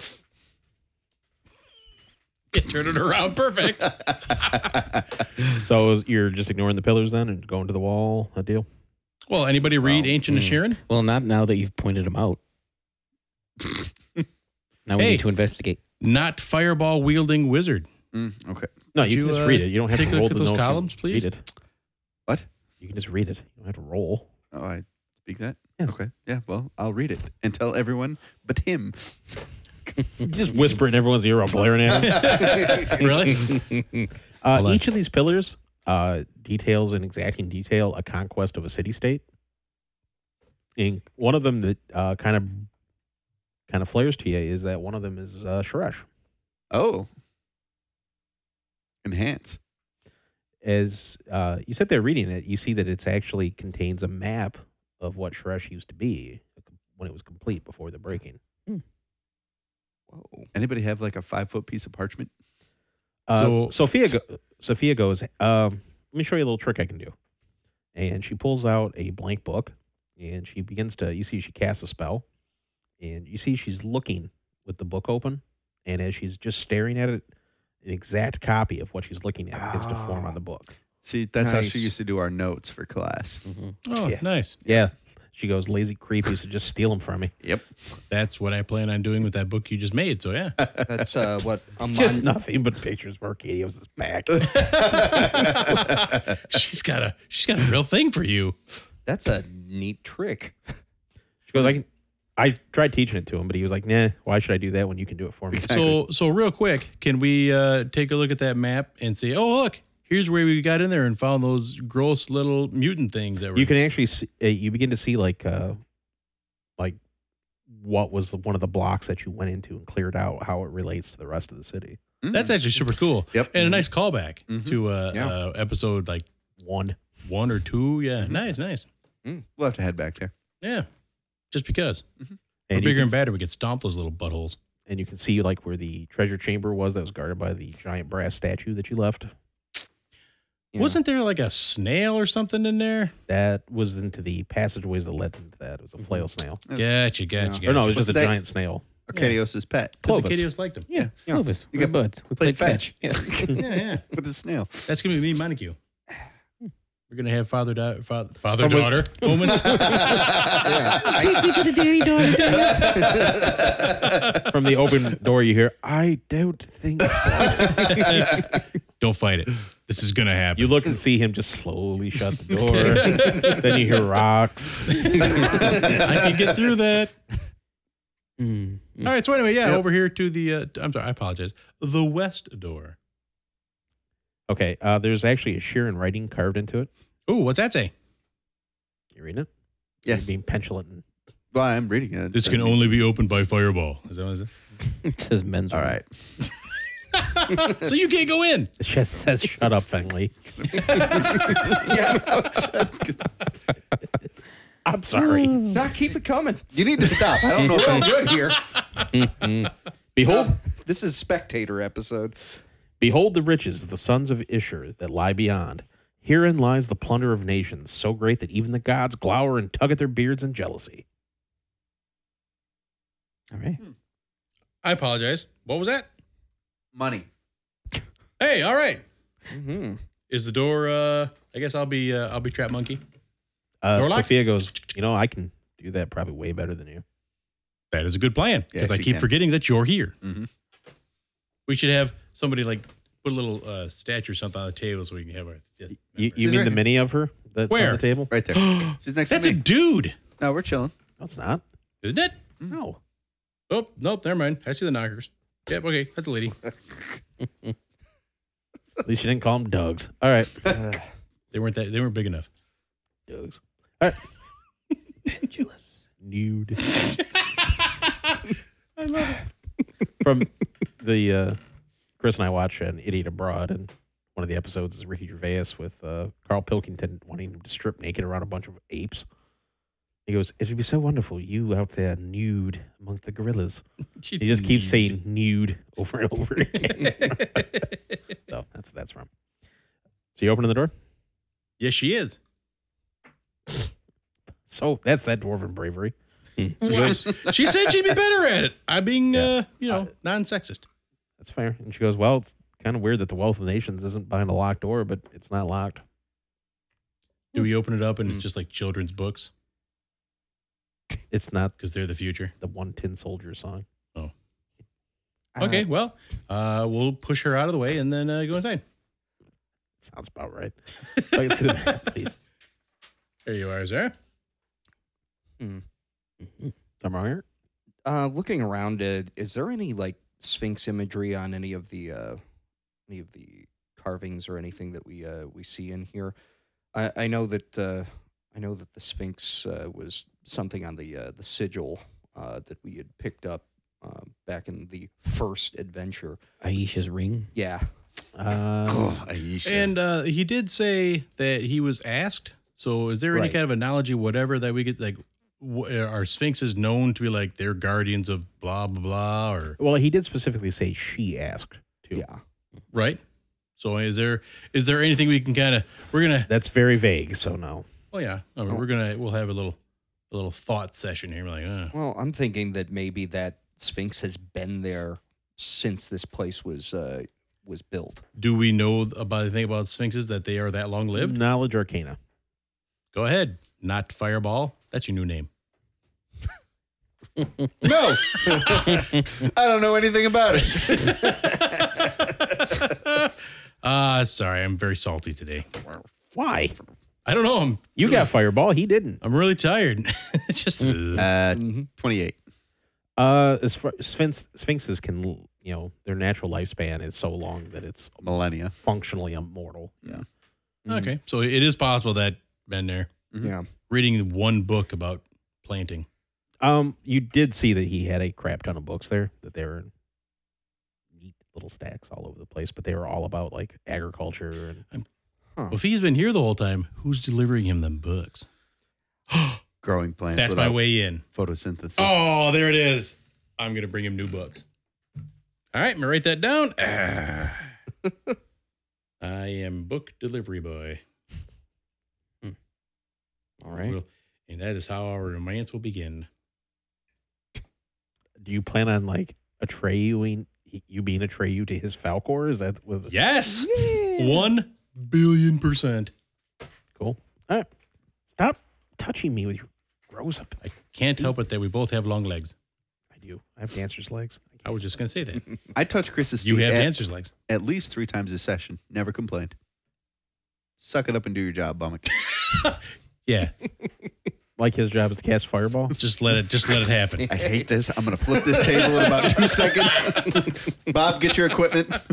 C: Turn it around. Perfect.
B: So is- you're just ignoring the pillars then and going to the wall. That deal.
C: well, anybody read Ancient Assyrian?
D: Well, not now that you've pointed them out. now we
C: Hey.
D: need to investigate.
C: Not fireball wielding wizard.
F: Mm, okay.
B: No, you,
C: you,
B: can just
C: uh,
B: read it. You don't have
C: take a
B: to roll
C: look
B: to
C: at
B: know
C: those
B: if you
C: columns, please?
B: Read it.
F: What?
B: You can just read it. You don't have to roll.
F: Oh, I speak that?
B: Yes.
F: Okay. Yeah, well, I'll read it and tell everyone but him.
B: You just whisper in everyone's ear. I'm blaring at him.
C: Really?
B: Uh, each of these pillars uh, details in exacting detail a conquest of a city state. And one of them that uh, kind of kind of flares to you is that one of them is uh, Shresh.
F: Oh. Enhance.
B: As uh, you sit there reading it, you see that it's actually contains a map of what Shresh used to be when it was complete before the breaking.
E: Whoa.
F: Anybody have like a five foot piece of parchment?
B: Uh,
C: So-
B: Sophia, go- Sophia goes. Um, let me show you a little trick I can do. And she pulls out a blank book, and she begins to. You see, she casts a spell, and you see she's looking with the book open, and as she's just staring at it, an exact copy of what she's looking at begins to form on the book.
F: See, that's how she
E: Nice.
F: used to do our notes for class.
C: Oh,
B: Yeah.
C: nice.
B: Yeah, she goes, "Lazy creep used to just steal them from me."
F: Yep.
C: That's what I plan on doing with that book you just made. So yeah.
E: That's uh, what Amon,
B: Just nothing but pictures of Arcadios' back.
C: she's got a she's got a real thing for you.
E: That's a neat trick.
B: She goes, "I, can, I tried teaching it to him, but he was like, nah, why should I do that when you can do it for me?'"
C: So so real quick, can we uh, take a look at that map and say, oh look, here's where we got in there and found those gross little mutant things that were.
B: you can actually see, uh, you begin to see like uh like what was the, one of the blocks that you went into and cleared out how it relates to the rest of the city
F: Mm.
C: That's actually super cool.
F: Yep.
B: Mm-hmm.
C: And a nice callback
F: Mhm.
C: to uh,
E: Yeah.
C: uh, episode like
B: one
C: one or two. Yeah.
B: Mm-hmm.
C: Nice, nice.
F: We'll have to head back there.
C: Yeah. Just because
B: and
C: we're
B: you
C: bigger
B: can
C: and
B: s-
C: badder, we could stomp those little buttholes.
B: and you can see like where the treasure chamber was that was guarded by the giant brass statue that you left
E: Yeah.
C: Wasn't there like a snail or something in there?
B: That was into the passageways that led into that. It was a flail snail.
C: Gotcha, Mm-hmm. gotcha,
B: Or no, it
C: gotcha.
B: was just a
F: Was that-
B: giant snail.
F: Arcadios' pet
C: Because the
B: Clovis.
C: kiddos liked him.
D: Yeah,
E: Yeah.
D: Clovis.
F: You
D: we're
F: got-
D: buds. We
F: played
D: played fetch. Yeah.
C: Yeah, yeah.
F: with the snail.
C: That's gonna be me, and Montague. We're gonna have father, da- father, father
B: Probably-
C: daughter moments.
D: Take me to the daddy daughter dance.
B: From the open door, you hear, I don't think so.
C: Don't fight it. This is gonna happen.
B: you look and see him just slowly shut the door. then you hear rocks.
C: I can get through that.
D: Mm.
C: All right. So anyway, yeah,
F: Yep.
C: over here to the. Uh, I'm sorry. I apologize. The west door.
B: Okay, uh, there's actually a Sheeran writing carved into it.
C: Ooh, what's that say?
B: You reading it?
F: Yes.
B: You're being petulant. and-
F: Well, I'm reading it.
C: This can only be opened by fireball. Is that what it
D: It says men's.
F: All right.
C: says? so you can't go in.
B: It just says, shut up, Fengley. I'm sorry.
E: Nah, keep it coming.
F: You need to stop. I don't know if
E: I'm
F: I.
E: good here.
B: Behold,
E: This is spectator episode.
B: Behold the riches of the sons of Isher that lie beyond. Herein lies the plunder of nations, so great that even the gods glower and tug at their beards in jealousy.
D: All right.
C: I apologize. What was that?
F: Money.
C: Hey, all right.
B: Mm-hmm.
E: hmm
C: Is the door? uh I guess I'll be. Uh, I'll be trap monkey.
B: Uh,
C: Door lock?
B: Sophia goes, You know, I can do that probably way better than you.
C: That is a good plan because
F: Yes,
C: I
F: you
C: keep
F: can.
C: forgetting that you're here.
F: Mhm.
C: We should have somebody like put a little uh, statue or something on the table so we can have our.
B: You,
C: fifth member.
B: you
F: She's
B: mean
F: right
B: the
F: here.
B: mini of her that's on
C: Where?
B: the table?
F: Right there. She's next
C: That's
F: to
C: a
F: me.
C: dude,
F: no, we're chilling.
B: No, it's not.
C: isn't it?
F: Mm.
B: No.
C: Oh nope, never mind. I see the knockers. Yep, okay, that's a lady.
B: At least you didn't call them Dougs. All right.
C: They weren't that. They weren't big enough.
B: Dougs. All right. Nude.
C: I love it.
B: From the uh, Chris and I watch An Idiot Abroad, and one of the episodes is Ricky Gervais with uh, Carl Pilkington wanting him to strip naked around a bunch of apes. He goes, It would be so wonderful, you out there nude among the gorillas. He just keeps saying nude over and over again. so that's that's from. So you opening the door?
C: Yes, she is.
B: So that's that dwarven bravery.
C: she said she'd be better at it. I'm being,
B: Yeah.
C: uh, you know, non-sexist.
B: That's fair. And she goes, Well, it's kind of weird that the wealth of nations isn't behind a locked door, but it's not locked.
C: Do we open it up and
E: Mm.
C: it's just like children's books
B: It's not
C: because they're the future?
B: the one tin soldier song.
F: Uh-huh.
C: Okay, well, uh, we'll push her out of the way and then uh, go inside.
B: Sounds about right. I can see the map, please.
C: There you are, Zara.
B: I'm wrong here.
E: Uh, looking around, uh, is there any like Sphinx imagery on any of the uh, any of the carvings or anything that we uh, we see in here? I, I know that uh, I know that the Sphinx uh, was something on the uh, the sigil uh, that we had picked up uh, back in the first adventure.
D: Aisha's ring.
E: Yeah,
B: Uh,
F: Oh, Aisha.
C: And uh, he did say that he was asked. So, is there any
B: Right.
C: kind of analogy, whatever, that we get like? wh- Are sphinxes known to be like they're guardians of blah blah blah, or
B: well, he did specifically say she asked too.
E: yeah.
C: right? So is there is there anything we can kind of we're gonna
B: That's very vague, so no.
C: oh yeah I mean, we're gonna we'll have a little a little thought session here. We're like uh,
E: Well, I'm thinking that maybe that Sphinx has been there since this place was uh, was built.
C: do we know about the thing about sphinxes that they are that long lived?
B: Knowledge arcana.
C: Go ahead, not fireball. That's your new name.
F: no, I don't know anything about it.
C: Uh sorry, I'm very salty today.
B: Why?
C: I don't know. I'm
B: You got Mm. fireball. He didn't.
C: I'm really tired. it's just ugh.
F: Uh,
E: Mhm.
F: 28.
B: Uh, as far, sphinx, sphinxes can, you know, their natural lifespan is so long that it's
F: Millennia.
B: functionally immortal. Yeah.
C: uh, okay. So it is possible that been there
B: Mm-hmm.
F: Mhm.
E: Yeah.
C: reading one book about planting.
B: Um, you did see that he had a crap ton of books there that they were in neat little stacks all over the place, but they were all about like agriculture and
C: Well, if he's been here the whole time, who's delivering him them books?
F: Growing plants
C: That's my
F: without
C: way in.
F: photosynthesis.
C: Oh, there it is. I'm gonna bring him new books. All right, I'm gonna write that down. Ah. I am book delivery boy.
D: Hmm. All right.
C: We'll- and that is how our romance will begin.
B: Do you plan on like Atreyu you being Atreyu to his Falcor? Is that with
C: Yes. One billion percent.
B: cool? All right. Stop touching me with your gross up.
C: I can't help it that we both have long legs.
B: I do. I have dancer's legs.
C: I was just gonna say that.
F: I touched Chris's feet
C: You have
F: at,
C: dancer's legs.
F: at least three times a session. Never complained. Suck it up and do your job, Bummick.
C: Yeah.
B: Like his job is to cast fireball.
C: Just let it just let it happen.
F: I hate this. I'm going to flip this table in about two seconds. Bob, get your equipment.
B: Hmm.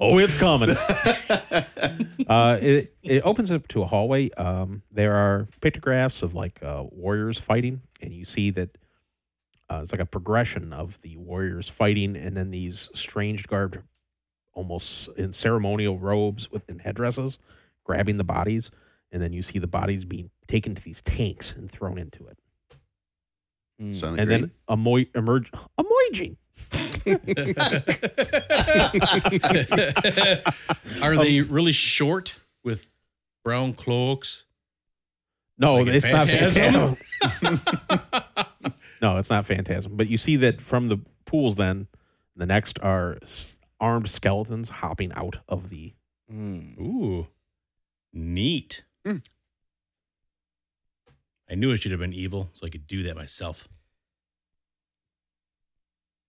B: Oh, it's coming. uh, it, it opens up to a hallway. Um, there are pictographs of like uh, warriors fighting, and you see that uh, it's like a progression of the warriors fighting, and then these strange garbed, almost in ceremonial robes with and headdresses, grabbing the bodies, and then you see the bodies being taken to these tanks and thrown into it,
E: Mm.
F: Sound
B: and then
F: great?
B: emo- emerge emerging.
C: Are they really short with brown cloaks?
B: No,
C: Like in
B: it's not
C: Phantasm?
B: phantasm. no, it's not phantasm. But you see that from the pools. Then the next are s- armed skeletons hopping out of the.
E: Mm.
C: Ooh. Neat.
F: Mm.
C: I knew it should have been evil, so I could do that myself.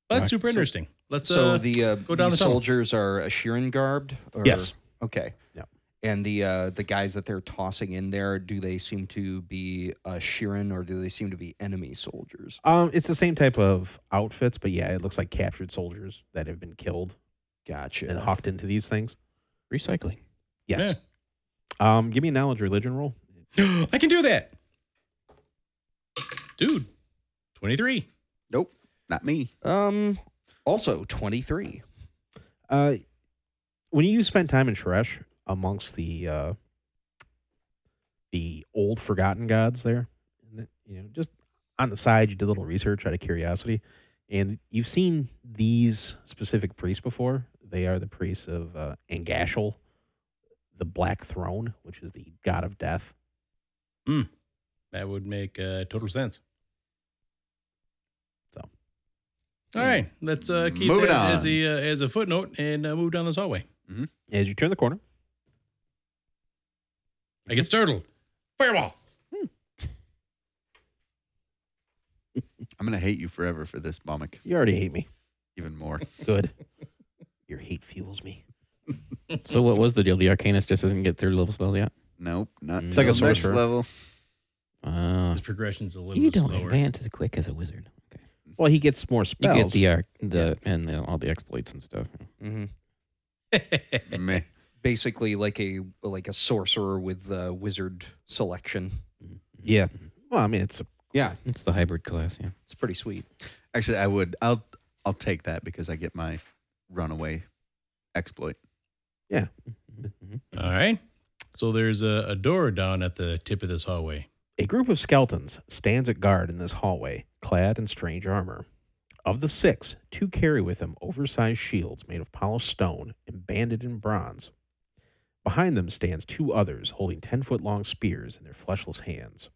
C: Well,
F: Right,
C: that's super
F: so-
C: interesting. Let's
E: So
C: uh,
E: the uh,
C: go down
E: these
C: the tunnel.
E: soldiers are Asheran garbed. Or?
B: Yes.
E: Okay.
B: Yeah.
E: And the uh, the guys that they're tossing in there, do they seem to be Asheran or do they seem to be enemy soldiers?
B: Um, it's the same type of outfits, but yeah, it looks like captured soldiers that have been killed
E: Gotcha.
B: and hopped into these things.
D: Recycling.
B: Yes. Um, give me a knowledge religion roll.
C: Yeah. I can do that. Dude, 23.
F: Nope, not me.
E: Um. Also, twenty three.
B: Uh, when you spend time in Shresh amongst the uh, the old forgotten gods there, and the, you know, just on the side, you did a little research out of curiosity, and you've seen these specific priests before. They are the priests of uh, Angashel, the Black Throne, which is the god of death.
C: That would make uh, total sense.
B: So.
C: all right, let's uh, keep
F: Moving
C: that as
F: on.
C: a uh, as a footnote and uh, move down this hallway.
B: As you turn the corner,
C: I get startled. Fireball.
F: I'm going to hate you forever for this, Bummick.
B: you already hate me.
F: Even more.
B: Good. Your hate fuels me.
D: So what was the deal? The Arcanist just doesn't get third level spells yet.
F: Nope, not
D: It's
F: till
B: Mm. like a
F: next
B: sorcerer.
F: level.
D: Uh,
C: This progression's a little
D: you
C: bit
D: don't
C: slower.
D: advance as quick as a wizard. Okay.
B: Well, he gets more
D: You
B: spells.
D: get the arc, the and the, all the exploits and stuff.
E: Mm-hmm.
F: Meh.
E: Basically, like a like a sorcerer with the wizard selection.
B: yeah. Well, I mean, it's
E: Yeah,
D: It's the hybrid class. Yeah.
E: it's pretty sweet.
F: Actually, I would. I'll I'll take that because I get my runaway exploit.
C: All right. So there's a, a door down at the tip of this hallway.
B: A group of skeletons stands at guard in this hallway, clad in strange armor. Of the six, two carry with them oversized shields made of polished stone and banded in bronze. Behind them stands two others holding 10 foot long spears in their fleshless hands.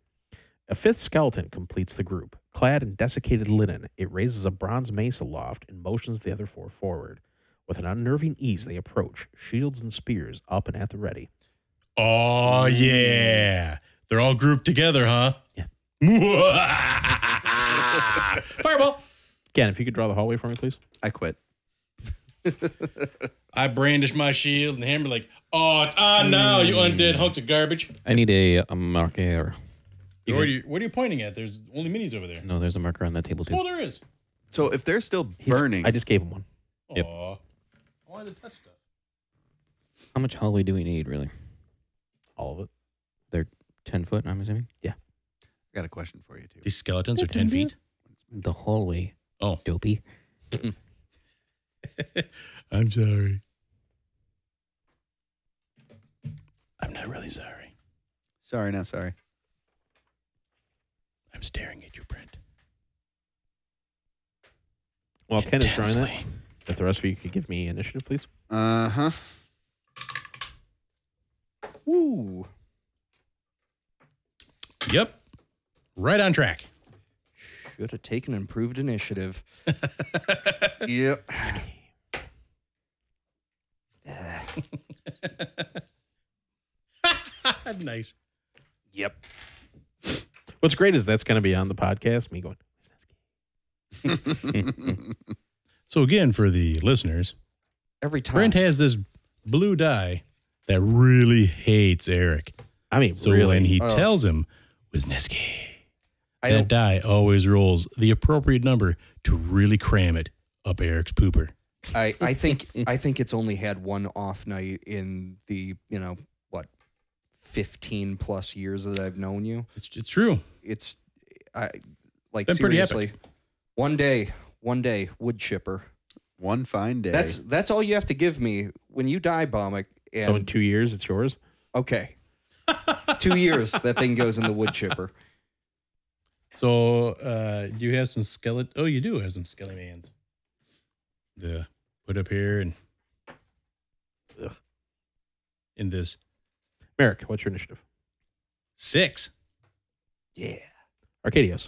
B: A fifth skeleton completes the group. Clad in desiccated linen, it raises a bronze mace aloft and motions the other four forward. With an unnerving ease, they approach, shields and spears up and at the ready.
C: Oh yeah, they're all grouped together, huh? Yeah. Fireball.
B: Again, if you could draw the hallway for me, please.
F: I quit.
C: I brandish my shield and hammer like, oh, it's on now, you undead hunks of garbage.
D: I need a, a marker.
C: What are, you, what are you pointing at? There's only minis over there.
D: No, there's a marker on that table too.
C: Oh, there is.
F: So if they're still
B: He's-
F: burning,
B: I just gave him one.
D: Yep.
C: Aw. I wanted to touch stuff.
D: How much hallway do we need, really?
B: All of it.
D: Ten foot, I'm assuming.
F: got a question for you too.
C: These skeletons are 10 feet.
D: The hallway,
C: Oh.
D: dopey.
C: I'm sorry. I'm not really sorry.
F: Sorry, not sorry.
C: I'm staring at you, Brent.
B: While Ken is drawing that,
C: Intensely.
B: If the rest of you could give me initiative, please.
F: Uh huh.
E: Woo!
C: Yep. Right on track.
E: Should have taken improved initiative. yep.
B: Ah,
C: nice.
E: Yep.
B: What's great is that's going to be on the podcast. Me going, "What's that game?"
C: So again, for the listeners,
E: Every time.
C: Brent has this blue dye that really hates Eric.
B: I mean,
C: So
B: really,
C: when he
E: Oh.
C: tells him Wisniewski,
E: I
C: that
E: don't,
C: die always rolls the appropriate number to really cram it up Eric's pooper.
E: I, I think I think it's only had one off night in the you know what, fifteen plus years that I've known you.
C: It's, it's true.
E: It's I like
C: Been pretty epic.
E: seriously. One day, one day, wood chipper.
F: One fine day.
E: That's that's all you have to give me when you die, Bombic. And
B: so in two years, it's yours.
E: okay, two years that thing goes in the wood chipper.
C: So uh do you have some skeleton? Oh, you do have some skelly mans. The put up here and
B: Ugh.
C: in this
B: Merrick, what's your initiative?
C: six.
E: Yeah,
B: Arcadios,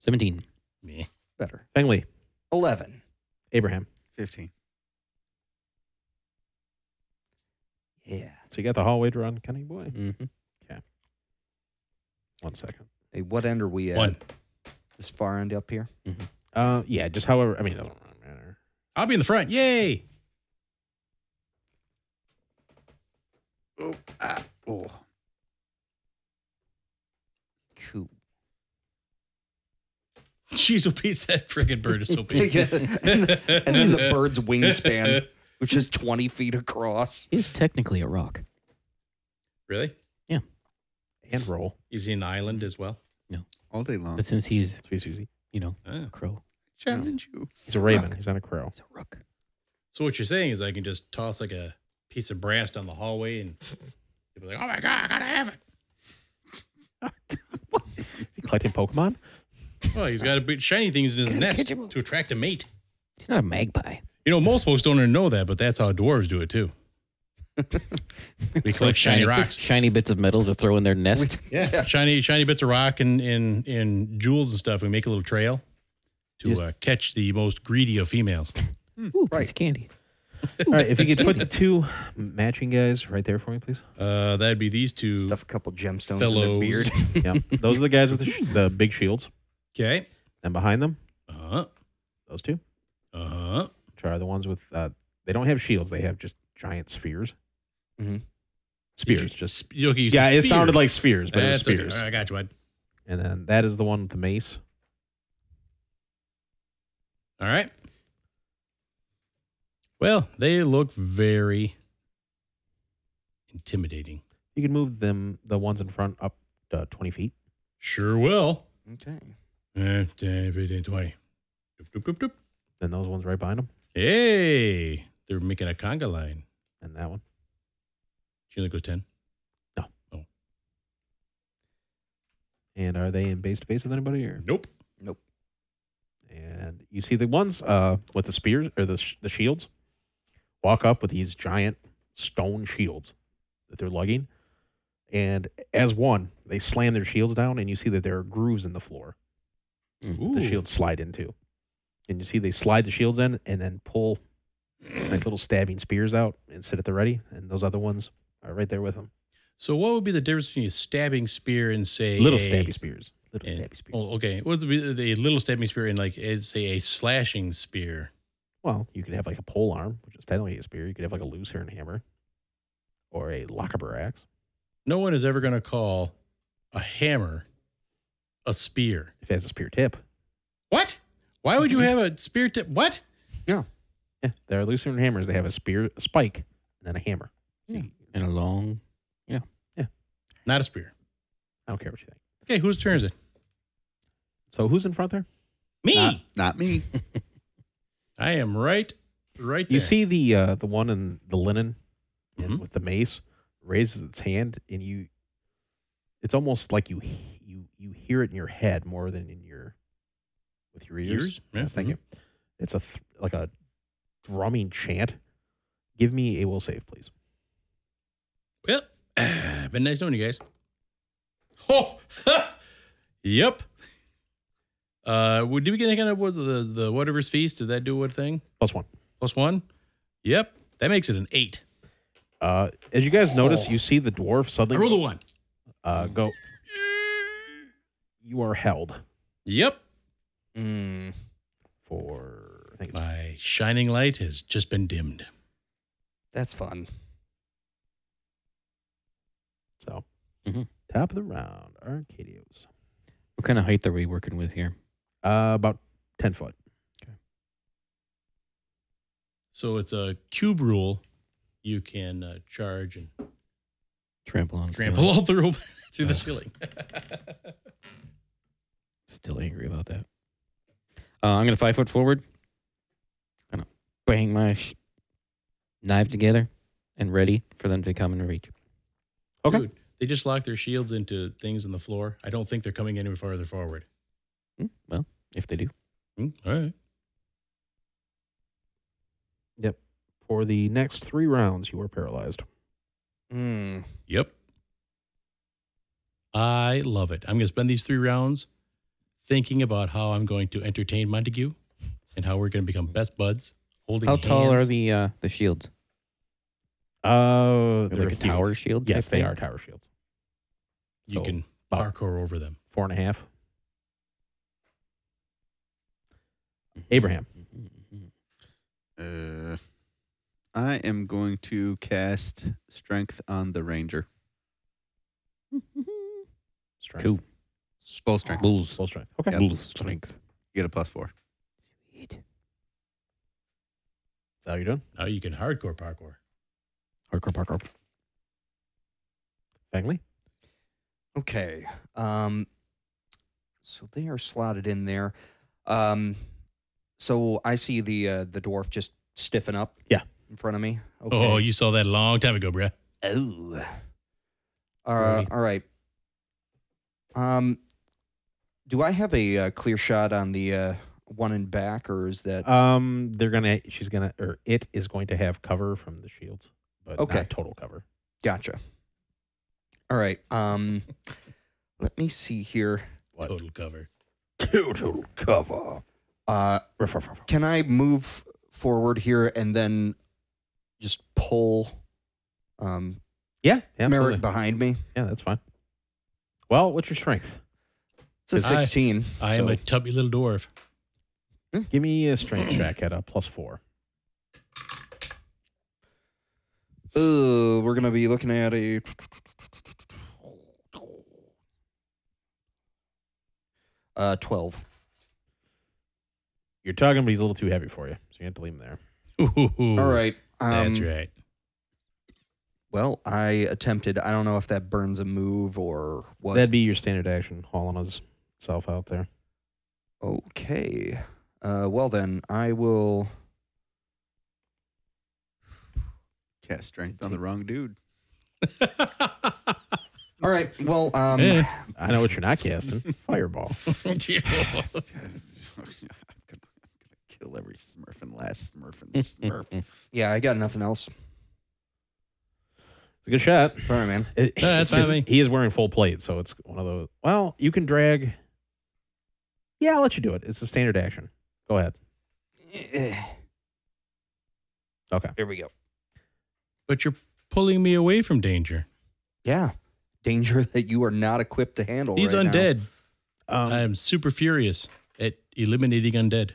D: 17.
C: Meh.
E: better.
B: Feng Li,
E: Eleven.
B: Abraham.
F: 15.
E: Yeah.
B: So you got the hallway to run, Kenny boy.
D: Mm-hmm.
B: One second.
E: Hey, what end are we at?
C: One.
E: This far end up here.
B: Uh, yeah, just however. I mean, it doesn't really matter.
C: I'll be in the front. Yay.
F: Oh, ah, oh.
E: Cool.
C: Jeez, will beat that friggin' bird is so big.
E: Yeah. and, the- and then the bird's wingspan, which is 20 feet across.
D: Is technically a rock.
C: Really?
B: And roll.
C: Is he an island as well?
F: All day long.
D: But since he's,
B: Sweet Susie.
D: you know,
C: Ah.
D: a crow,
F: Challenge you.
B: He's a raven. He's not a crow.
D: he's a rook.
C: So what you're saying is I can just toss like a piece of brass down the hallway and you'll be like, oh my god, I gotta have it.
B: Is he collecting Pokemon?
C: Well, he's got to put shiny things in his nest to attract a mate.
D: He's not a magpie.
C: You know, most folks don't even know that, but that's how dwarves do it too. we collect shiny rocks,
D: Shiny bits of metal to throw in their nest.
E: Yeah.
C: shiny shiny bits of rock and and and jewels and stuff. We make a little trail to
E: Yes.
C: uh, catch the most greedy of females.
D: Ooh, piece of candy.
B: All right, if you could put the two matching guys right there for me, please.
C: Uh, that'd be these two.
E: Stuff a couple gemstones in
C: Fellows.
E: the beard.
B: Yeah, those are the guys with the, sh- the big shields.
C: Okay.
B: And behind them,
C: Uh huh.
B: those two,
C: Uh huh.
B: which are the ones with uh, they don't have shields; they have just giant spheres.
E: Mhm.
B: Spears, just
C: Mm-hmm. You, you
B: yeah.
C: said
B: It sounded
C: spears.
B: like spheres, but it was
C: That's okay.
B: spears.
C: All right, I got you, bud.
B: And then that is the one with the mace.
C: All right. Well, they look very intimidating.
B: You can move them, the ones in front, up to twenty feet.
C: Sure will.
E: Okay.
C: Uh, 10, 15, 20. Doop, doop, doop, doop.
B: Then those ones right behind them,
C: Hey, they're making a conga line.
B: and that one.
C: She only goes 10.
B: And are they in base to base with anybody? Or
C: Nope.
B: and you see the ones uh, with the spears or the, sh- the shields walk up with these giant stone shields that they're lugging and as one they slam their shields down and you see that there are grooves in the floor that the shields slide into and you see they slide the shields in and then pull like little stabbing spears out and sit at the ready and those other ones are right there with them
C: So, what would be the difference between a stabbing spear and, say,
B: little
C: a-
B: stabby spears little
C: and-
B: stabby spears
C: Oh, okay. What would be the little stabbing spear and, like, eh, say, a slashing spear?
B: Well, you could have like a pole arm, which is technically a spear. You could have like a lucerne hammer or a lockerbur axe.
C: No one is ever going to call a hammer a spear.
B: If it has a spear tip,
C: What? Why would you have a spear tip? What?
B: yeah, there are lucerne hammers. They have a spear, a spike, and then a hammer. So
D: Yeah.
B: you-
D: And a long.
C: Not a spear.
B: I don't care what you think.
C: Okay, whose turn is it?
B: So who's in front there?
C: Me.
F: Not, not me.
C: Ah, I am right, right there.
B: You see the uh, the one in the linen and
C: Mhm.
B: with the mace raises its hand, and you. It's almost like you he- you you hear it in your head more than in your with your ears.
C: Ears? Yeah, mm-hmm.
B: Yes, thank you. It's a th- like a drumming chant. Give me a will save, please.
C: Well, been nice knowing you guys. Oh, yep. Uh, well, did we get any kind of was the the whatever's feast? Did that do what thing?
B: Plus one.
C: Plus one. Yep, that makes it an eight.
B: Uh, as you guys notice, you see the dwarf
C: Oh. I
B: suddenly
C: rolled a one.
B: uh, go. You are held
C: Yep.
E: Mm.
B: for I think it's
C: My shining light has just been dimmed.
E: That's fun.
B: so.
C: Mm-hmm.
D: Mhm.
B: Top of the round, Arcadios.
D: What kind of height are we working with here?
B: Uh, about ten foot.
C: So it's a cube rule. You can uh, charge and
D: Trample on.
C: trample
D: ceiling.
C: all through through
D: Uh.
C: the ceiling.
D: Still angry about that. Uh, I'm gonna five foot forward. Gonna bang my sh- knife together and ready for them to come and reach.
B: Okay.
C: Dude, they just lock their shields into things on the floor. I don't think they're coming any farther forward.
D: Hmm, Well, if they do,
C: Hmm, all right.
B: For the next three rounds, you are paralyzed.
E: Mm.
C: Yep. I love it. I'm going to spend these three rounds thinking about how I'm going to entertain Montague and how we're going to become best buds. Holding
D: how tall are
C: hands.
D: the uh, the shields?
B: Uh,
D: They're
B: they're
D: like a
B: huge.
D: tower shield.
B: Yes,
D: type
B: they
D: thing?
B: are tower shields.
C: You
B: So,
C: can
E: Oh,
B: about
C: parkour over them.
B: four and a half.
D: Mm-hmm.
B: Abraham.
F: Uh, I am going to cast strength on the ranger.
B: Strength.
D: Cool.
F: Full strength.
D: Bulls.
B: Full strength. Okay.
F: Yep.
D: Bull strength.
F: You get a plus four.
B: That's how you're doing.
C: Now you can hardcore parkour.
D: Parker, Parker.
B: Fangley.
E: Okay. Um, so they are slotted in there. Um, so I see the uh, the dwarf just stiffen up.
B: Yeah.
E: In front of me. Okay.
C: Oh, you saw that a long time ago, bruh.
E: Oh. Uh,
C: Right.
E: All right. Um, do I have a uh, clear shot on the uh, one in back, or is that
B: Um, they're gonna. She's gonna, or it is going to have cover from the shields, but
E: Okay.
B: not total cover.
E: gotcha? All right. Um, let me see here.
B: What?
C: Total cover.
B: Total cover.
E: Uh,
B: Ruff, ruff, ruff, ruff.
E: can I move forward here and then just pull um,
B: Yeah. yeah, Absolutely.
E: Merrick behind me?
B: Yeah, that's fine. Well, what's your strength?
E: It's a
C: I-
E: sixteen.
C: I
E: so-
C: am a tubby little dwarf.
B: Give me a strength check at a plus four.
E: Uh, we're gonna be looking at a. Uh, twelve.
B: You're tugging, but he's a little too heavy for you, so you have to leave him there.
E: All right. Um,
C: That's right.
E: Well, I attempted. I don't know if that burns a move or what.
B: That'd be your standard action, hauling his self out there.
E: okay. Uh, well then, I will.
F: Cast strength on the wrong dude.
E: All right. Well, um,
C: Eh.
B: I know what you're not casting. Fireball.
F: God, I'm gonna, I'm gonna kill every Smurf and last Smurf and Smurf.
E: yeah, I got nothing else.
B: It's a good shot.
E: Sorry, man.
B: It-
C: No, that's
B: it's just-
C: fine with
B: he is wearing full plate, so it's one of those. Well, you can drag. Yeah, I'll let you do it. It's a standard action. Go ahead. Okay.
E: There we go.
C: but you're pulling me away from danger.
E: Yeah, danger that you are not equipped to handle.
C: He's
E: right now.
C: undead.
B: Um,
C: I am super furious at eliminating undead.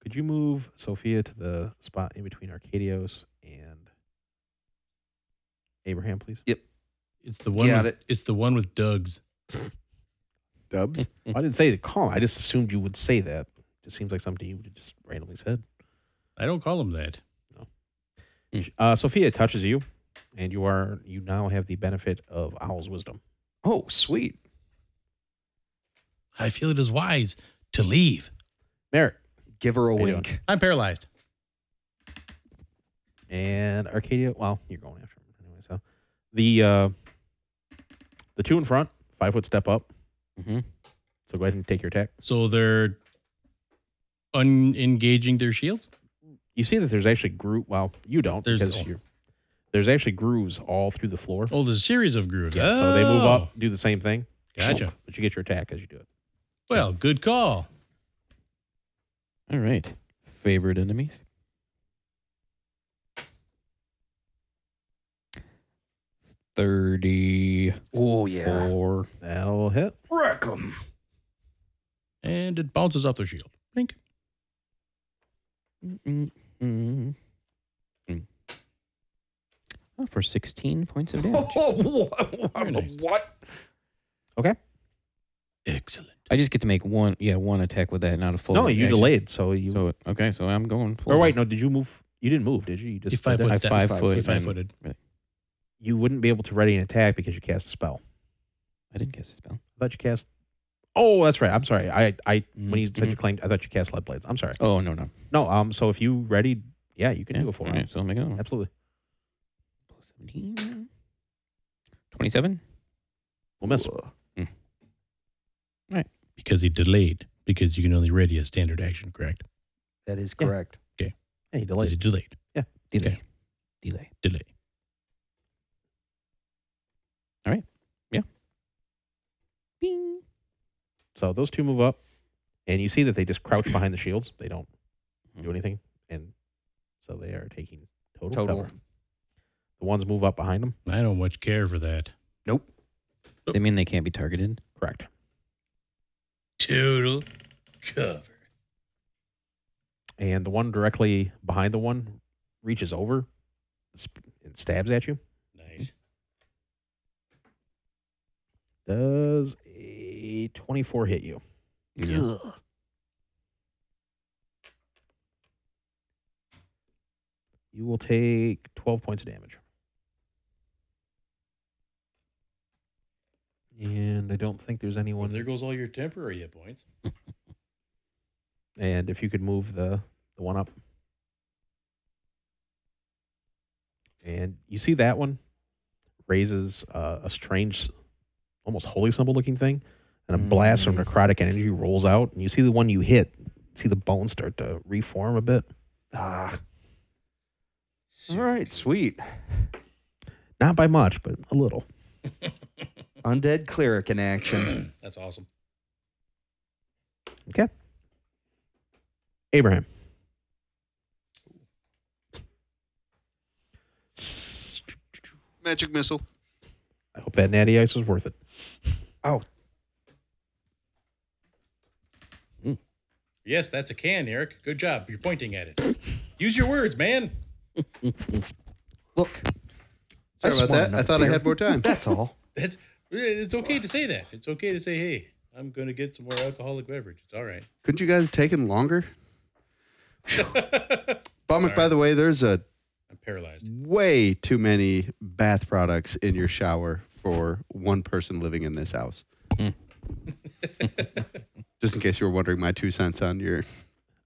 B: could you move Sophia to the spot in between Arcadios and Abraham, please?
C: It's the one.
E: Got
C: with,
E: it.
C: It's the one with Doug's.
F: Dubs.
B: I didn't say to call. him. I just assumed you would say that. just seems like something you would have just randomly said.
C: I don't call him that.
B: Uh, Sophia touches you, and you are you now have the benefit of Owl's wisdom.
E: Oh, sweet.
C: I feel it is wise to leave.
B: Merrick
E: Give her a
B: How you
E: wink.
C: I'm paralyzed.
B: and Arcadia. Well, you're going after him anyway. So the uh, the two in front, five foot step up.
D: Mm-hmm.
B: So go ahead and take your attack.
C: So they're unengaging their shields.
B: You see that there's actually groove. Well, you don't
C: There's-
B: because
C: oh.
B: you're. There's actually grooves all through the floor.
C: Oh, there's a series of grooves.
B: Yeah, so they move
C: Oh,
B: up, do the same thing.
C: Gotcha.
B: But you get your attack as you do it.
C: Well, good call.
D: All right. Favorite enemies. Thirty-four.
E: Oh yeah.
B: That'll hit.
E: Wreck 'em.
C: And it bounces off the shield. Think.
D: Mm, mm, mm. Oh, for sixteen points of damage.
E: Oh, what?
C: Very nice.
E: what?
C: Excellent.
D: I just get to make one, yeah, one attack with that, not a full.
B: no, you
D: action.
B: delayed, so you.
D: So okay, so I'm going full.
B: or wait, no, did you move? You didn't move, did you? You just
C: You
B: stood there?
D: I
C: What's that?
D: five,
E: Five
D: foot.
C: foot, five
D: and-
C: footed.
B: You wouldn't be able to ready an attack because you cast a spell.
D: I didn't cast a spell.
B: I thought you cast. Oh, that's right. I'm sorry. I I when you said
D: Mhm.
B: you claimed, I thought you cast lead blades. I'm sorry.
D: Oh no no.
B: No. Um. So if you ready, yeah, you can
D: Yeah,
B: do it for
D: all
B: him.
D: right, so I'll make another one.
B: Absolutely.
D: Plus 17. 27.
B: We'll miss.
C: Because he delayed. Because you can only ready a standard action, correct?
E: That is
B: Yeah.
E: correct.
B: Hey,
C: Because he
B: delayed.
C: delayed.
D: Delay. Delay.
C: Delay.
D: Bing.
B: So those two move up, and you see that they just crouch behind the shields. They don't
D: Mm-hmm.
B: do anything, and so they are taking total,
E: Total.
B: cover. The ones move up behind them.
C: I don't much care for that.
D: They mean they can't be targeted.
B: Correct.
C: Total cover.
B: and the one directly behind the one reaches over sp- and stabs at you.
C: Nice.
B: Does a 24 hit you?
E: Ugh.
B: You will take 12 points of damage. And I don't think there's
C: Well,
B: anyone.
C: there goes all your temporary hit points.
B: And if you could move the, the one up. And you see that one raises uh, a strange, almost holy symbol looking thing. And a blast
C: Mm.
B: from necrotic energy rolls out. And you see the one you hit, see the bones start to reform a bit.
E: Ah. All right, sweet.
B: Not by much, but a little.
E: Undead cleric in action.
C: That's awesome.
B: Abraham. S-
F: Magic missile.
B: I hope that natty ice was worth it.
E: Oh,
C: Yes, that's a can, Eric. Good job. You're pointing at it. Use your words, man.
E: Look. I
F: Sorry
E: just want
F: about that. I
E: another
F: thought I
E: beer.
F: had more time.
E: That's all.
C: That's it's okay to say that. It's okay to say, hey, I'm gonna get some more alcoholic beverage. It's all right.
F: Couldn't you guys have taken longer? Bombic, by the way, there's a
C: I'm paralyzed.
F: way too many bath products in your shower for one person living in this house. Just in case you were wondering my two cents on your.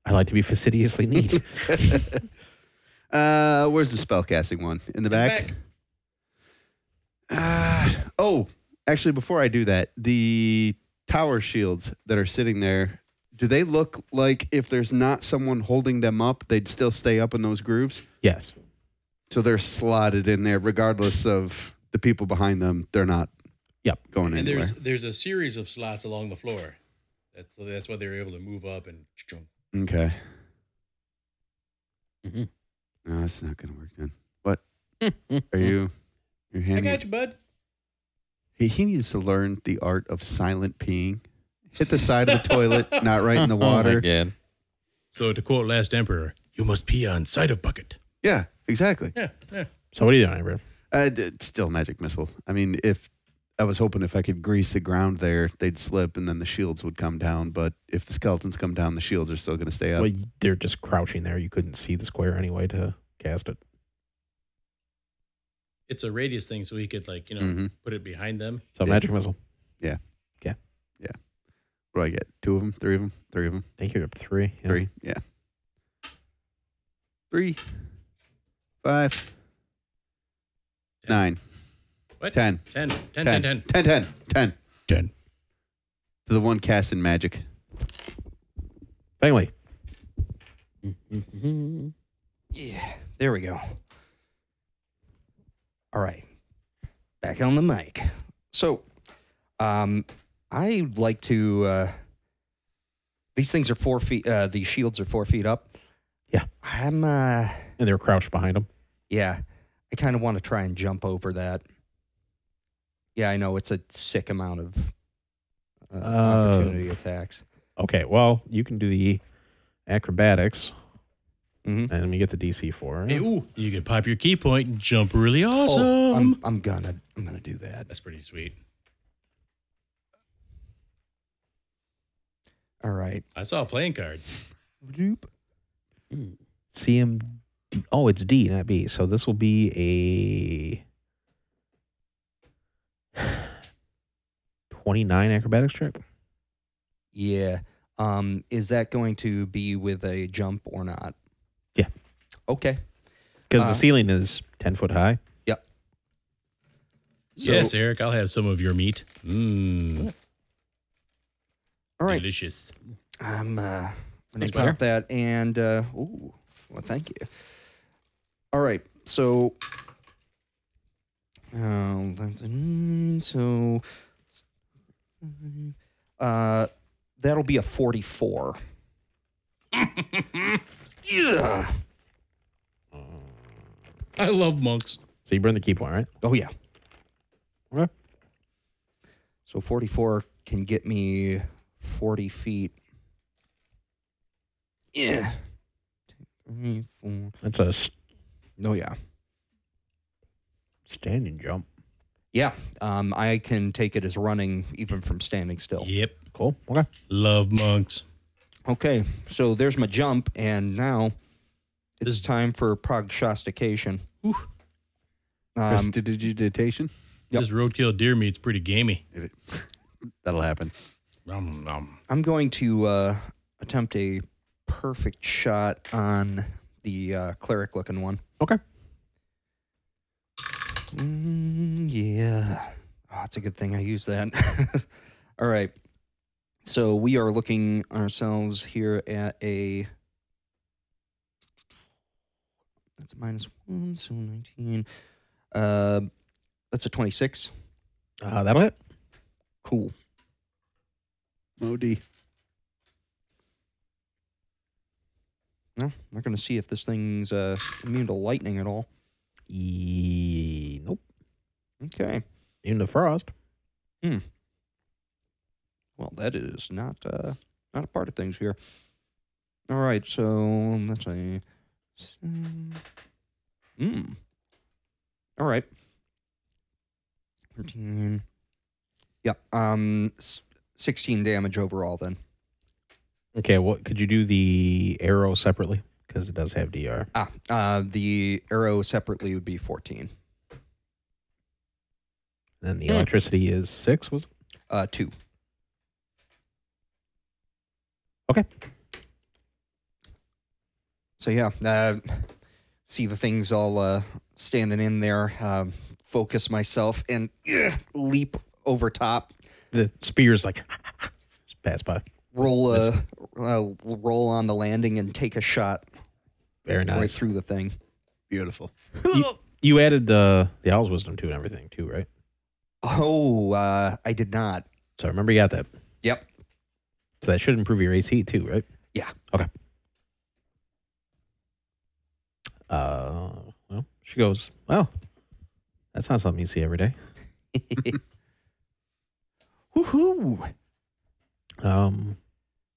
B: I like to be fastidiously neat.
F: Uh, where's the spellcasting one? In the back? Ah, oh, actually, before I do that, the tower shields that are sitting there, do they look like if there's not someone holding them up, they'd still stay up in those grooves?
B: yes.
F: So they're slotted in there, regardless of the people behind them. They're not.
B: Yep.
F: Going
C: And
F: anywhere.
C: there's there's a series of slots along the floor. That's that's why they were able to move up and
F: Okay.
C: Mm-hmm.
D: Mhm.
F: No, that's not gonna work then. What are you? You're
C: I
F: handing.
C: got you, bud.
F: He, he needs to learn the art of silent peeing. Hit the side of the toilet, not right in the
D: Oh my
F: water.
D: God.
C: So to quote last emperor, you must pee on side of bucket.
F: yeah, exactly.
C: Yeah, yeah.
B: So what are you doing, Abraham?
F: Uh, d- it's still magic missile. I mean, if I was hoping if I could grease the ground there, they'd slip and then the shields would come down. But if the skeletons come down, the shields are still gonna stay up.
B: Well, y- they're just crouching there. You couldn't see the square anyway to cast it.
C: It's a radius thing, so he could like you know
F: Mhm.
C: put it behind them.
B: So
F: Yeah.
B: magic missile.
F: What do I get? Two of them, three of them, three of them,
B: I think you're up three. Yeah.
F: three. Yeah. Three, five, nine,
C: What?
F: ten,
C: Ten. Ten.
F: ten,
C: Ten. Ten.
F: ten, ten, ten.
C: Ten.
F: To the one casting magic.
B: Finally,
F: Mm-hmm.
D: Mhm.
E: Yeah, there we go. All right, back on the mic. So, um, I'd like to. Uh, these things are four feet. Uh, the shields are four feet up.
B: Yeah.
E: I'm. Uh,
B: And they were crouched behind him.
E: yeah, I kind of want to try and jump over that. Yeah, I know it's a sick amount of uh,
B: Uh,
E: opportunity attacks.
B: Okay, well, you can do the acrobatics
E: Mm-hmm.
B: and you get the DC four.
C: Hey, ooh, you can pop your key point and jump really awesome.
E: Oh, I'm, I'm gonna I'm gonna do that.
C: That's pretty sweet.
E: All right.
C: I saw a playing card.
B: CM oh, it's D, not B. So this will be a twenty nine acrobatics check.
E: Yeah. Um, is that going to be with a jump or not?
B: Yeah.
E: Okay.
B: Because
E: Uh,
B: the ceiling is ten foot high.
E: So,
C: yes, Eric, I'll have some of your meat. Mmm,
E: All right.
C: delicious.
E: I'm uh, gonna
D: Thanks,
E: pop that and uh, ooh, well, thank you. All right. So, um, that's- mm, so uh, that'll be a forty-four. yeah.
C: I love monks.
B: So you burn the key point, right?
E: Oh yeah.
B: Okay.
E: So 44 can get me 40 feet. Yeah. Two, three, four.
B: That's a s-
E: No, Oh, yeah.
B: standing jump.
E: Yeah. Um, I can take it as running even from standing still.
C: Yep,
B: Cool. Okay.
C: love monks.
E: Okay. So there's my jump. And now
C: This-
E: it's time for prognostication.
C: Ooh.
E: Um,
F: Prestidigitation.
E: Yep.
C: This roadkill deer meat's pretty gamey.
F: That'll happen.
C: Nom, nom.
E: I'm going to uh, attempt a perfect shot on the uh, cleric looking one.
B: Okay.
E: Mm, yeah. Oh, it's a good thing I used that. All right. So we are looking ourselves here at a. That's a minus one, so 19. Uh, that's a 26.
B: Uh, that'll hit.
E: Cool.
F: Modi.
E: No, we're going to see if this thing's uh, immune to lightning at all.
B: E- nope.
E: Okay.
B: Even the frost.
E: Well, that is not uh, not a part of things here. All right, so that's a. Mm. All right. Thirteen. Yeah. Um. s- Sixteen damage overall. Then.
B: Okay. What could you do the arrow separately? Because it does have DR.
E: Ah. Uh. The arrow separately would be fourteen.
B: And then the
D: Hmm.
B: electricity is six. Was it?
E: Uh. Two.
B: okay.
E: So yeah, uh, see the things all uh, standing in there. Um, focus myself and leap over top.
B: The spear's like just pass by.
E: roll
B: Miss.
E: a, uh roll on the landing and take a shot
B: Very
E: right
B: nice.
E: through the thing.
F: Beautiful.
B: You added the the owl's wisdom too and everything too, right?
E: Oh, uh, I did not.
B: So remember you got that.
E: Yep.
B: So that should improve your AC too, right?
E: Yeah.
B: Okay. Uh, well, she goes, well, that's not something you see every day.
E: Woohoo!
B: Um,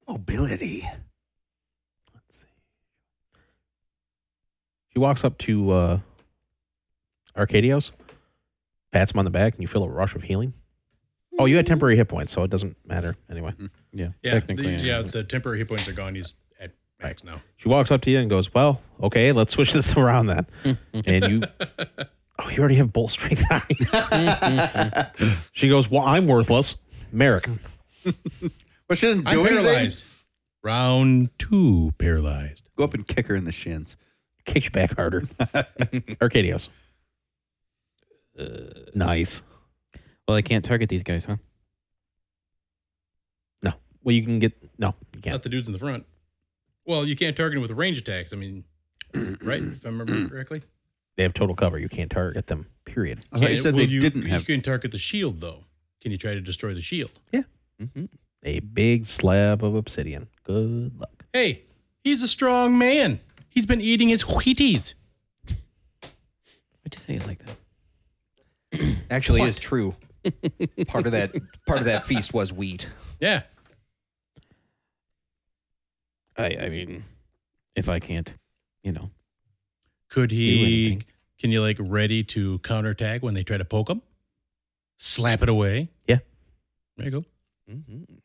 E: Mobility.
B: let's see. She walks up to uh, Arcadios, pats him on the back, and you feel a rush of healing. Oh, you had temporary hit points, so it doesn't matter anyway.
D: Yeah,
C: Yeah,
D: technically.
C: the, yeah. The temporary hit points are gone. He's at max now.
B: She walks up to you and goes, well, okay, let's switch this around then. and you, oh, you already have bolt strength. she goes, well, I'm worthless. Merrick.
F: But she doesn't
C: I'm
F: do anything.
C: paralyzed. Round two, paralyzed.
F: Go up and kick her in the shins.
B: kicks you back harder. Arcadios. nice.
D: Well, I can't target these guys, huh?
B: No. Well, you can get no. You can't.
C: Not the dudes in the front. Well, you can't target him with range attacks. I mean, right? If I
F: Mm-hmm.
C: remember correctly.
B: They have total cover. You can't target them. Period.
F: I thought you
C: Yeah,
F: said
C: well,
F: they didn't have.
C: You can target the shield though. Can you try to destroy the shield?
D: Mhm.
B: A big slab of obsidian. Good luck.
C: Hey, he's a strong man. He's been eating his Wheaties.
D: Why'd you say it like that?
E: Actually, is true. part of that part of that feast was wheat.
C: Yeah.
D: I, I mean, if I can't, you know,
C: Could
D: do
C: he?
D: anything.
C: Can you like ready to counterattack when they try to poke him? Slap it away.
B: Yeah.
C: There you go.
D: Mm-hmm.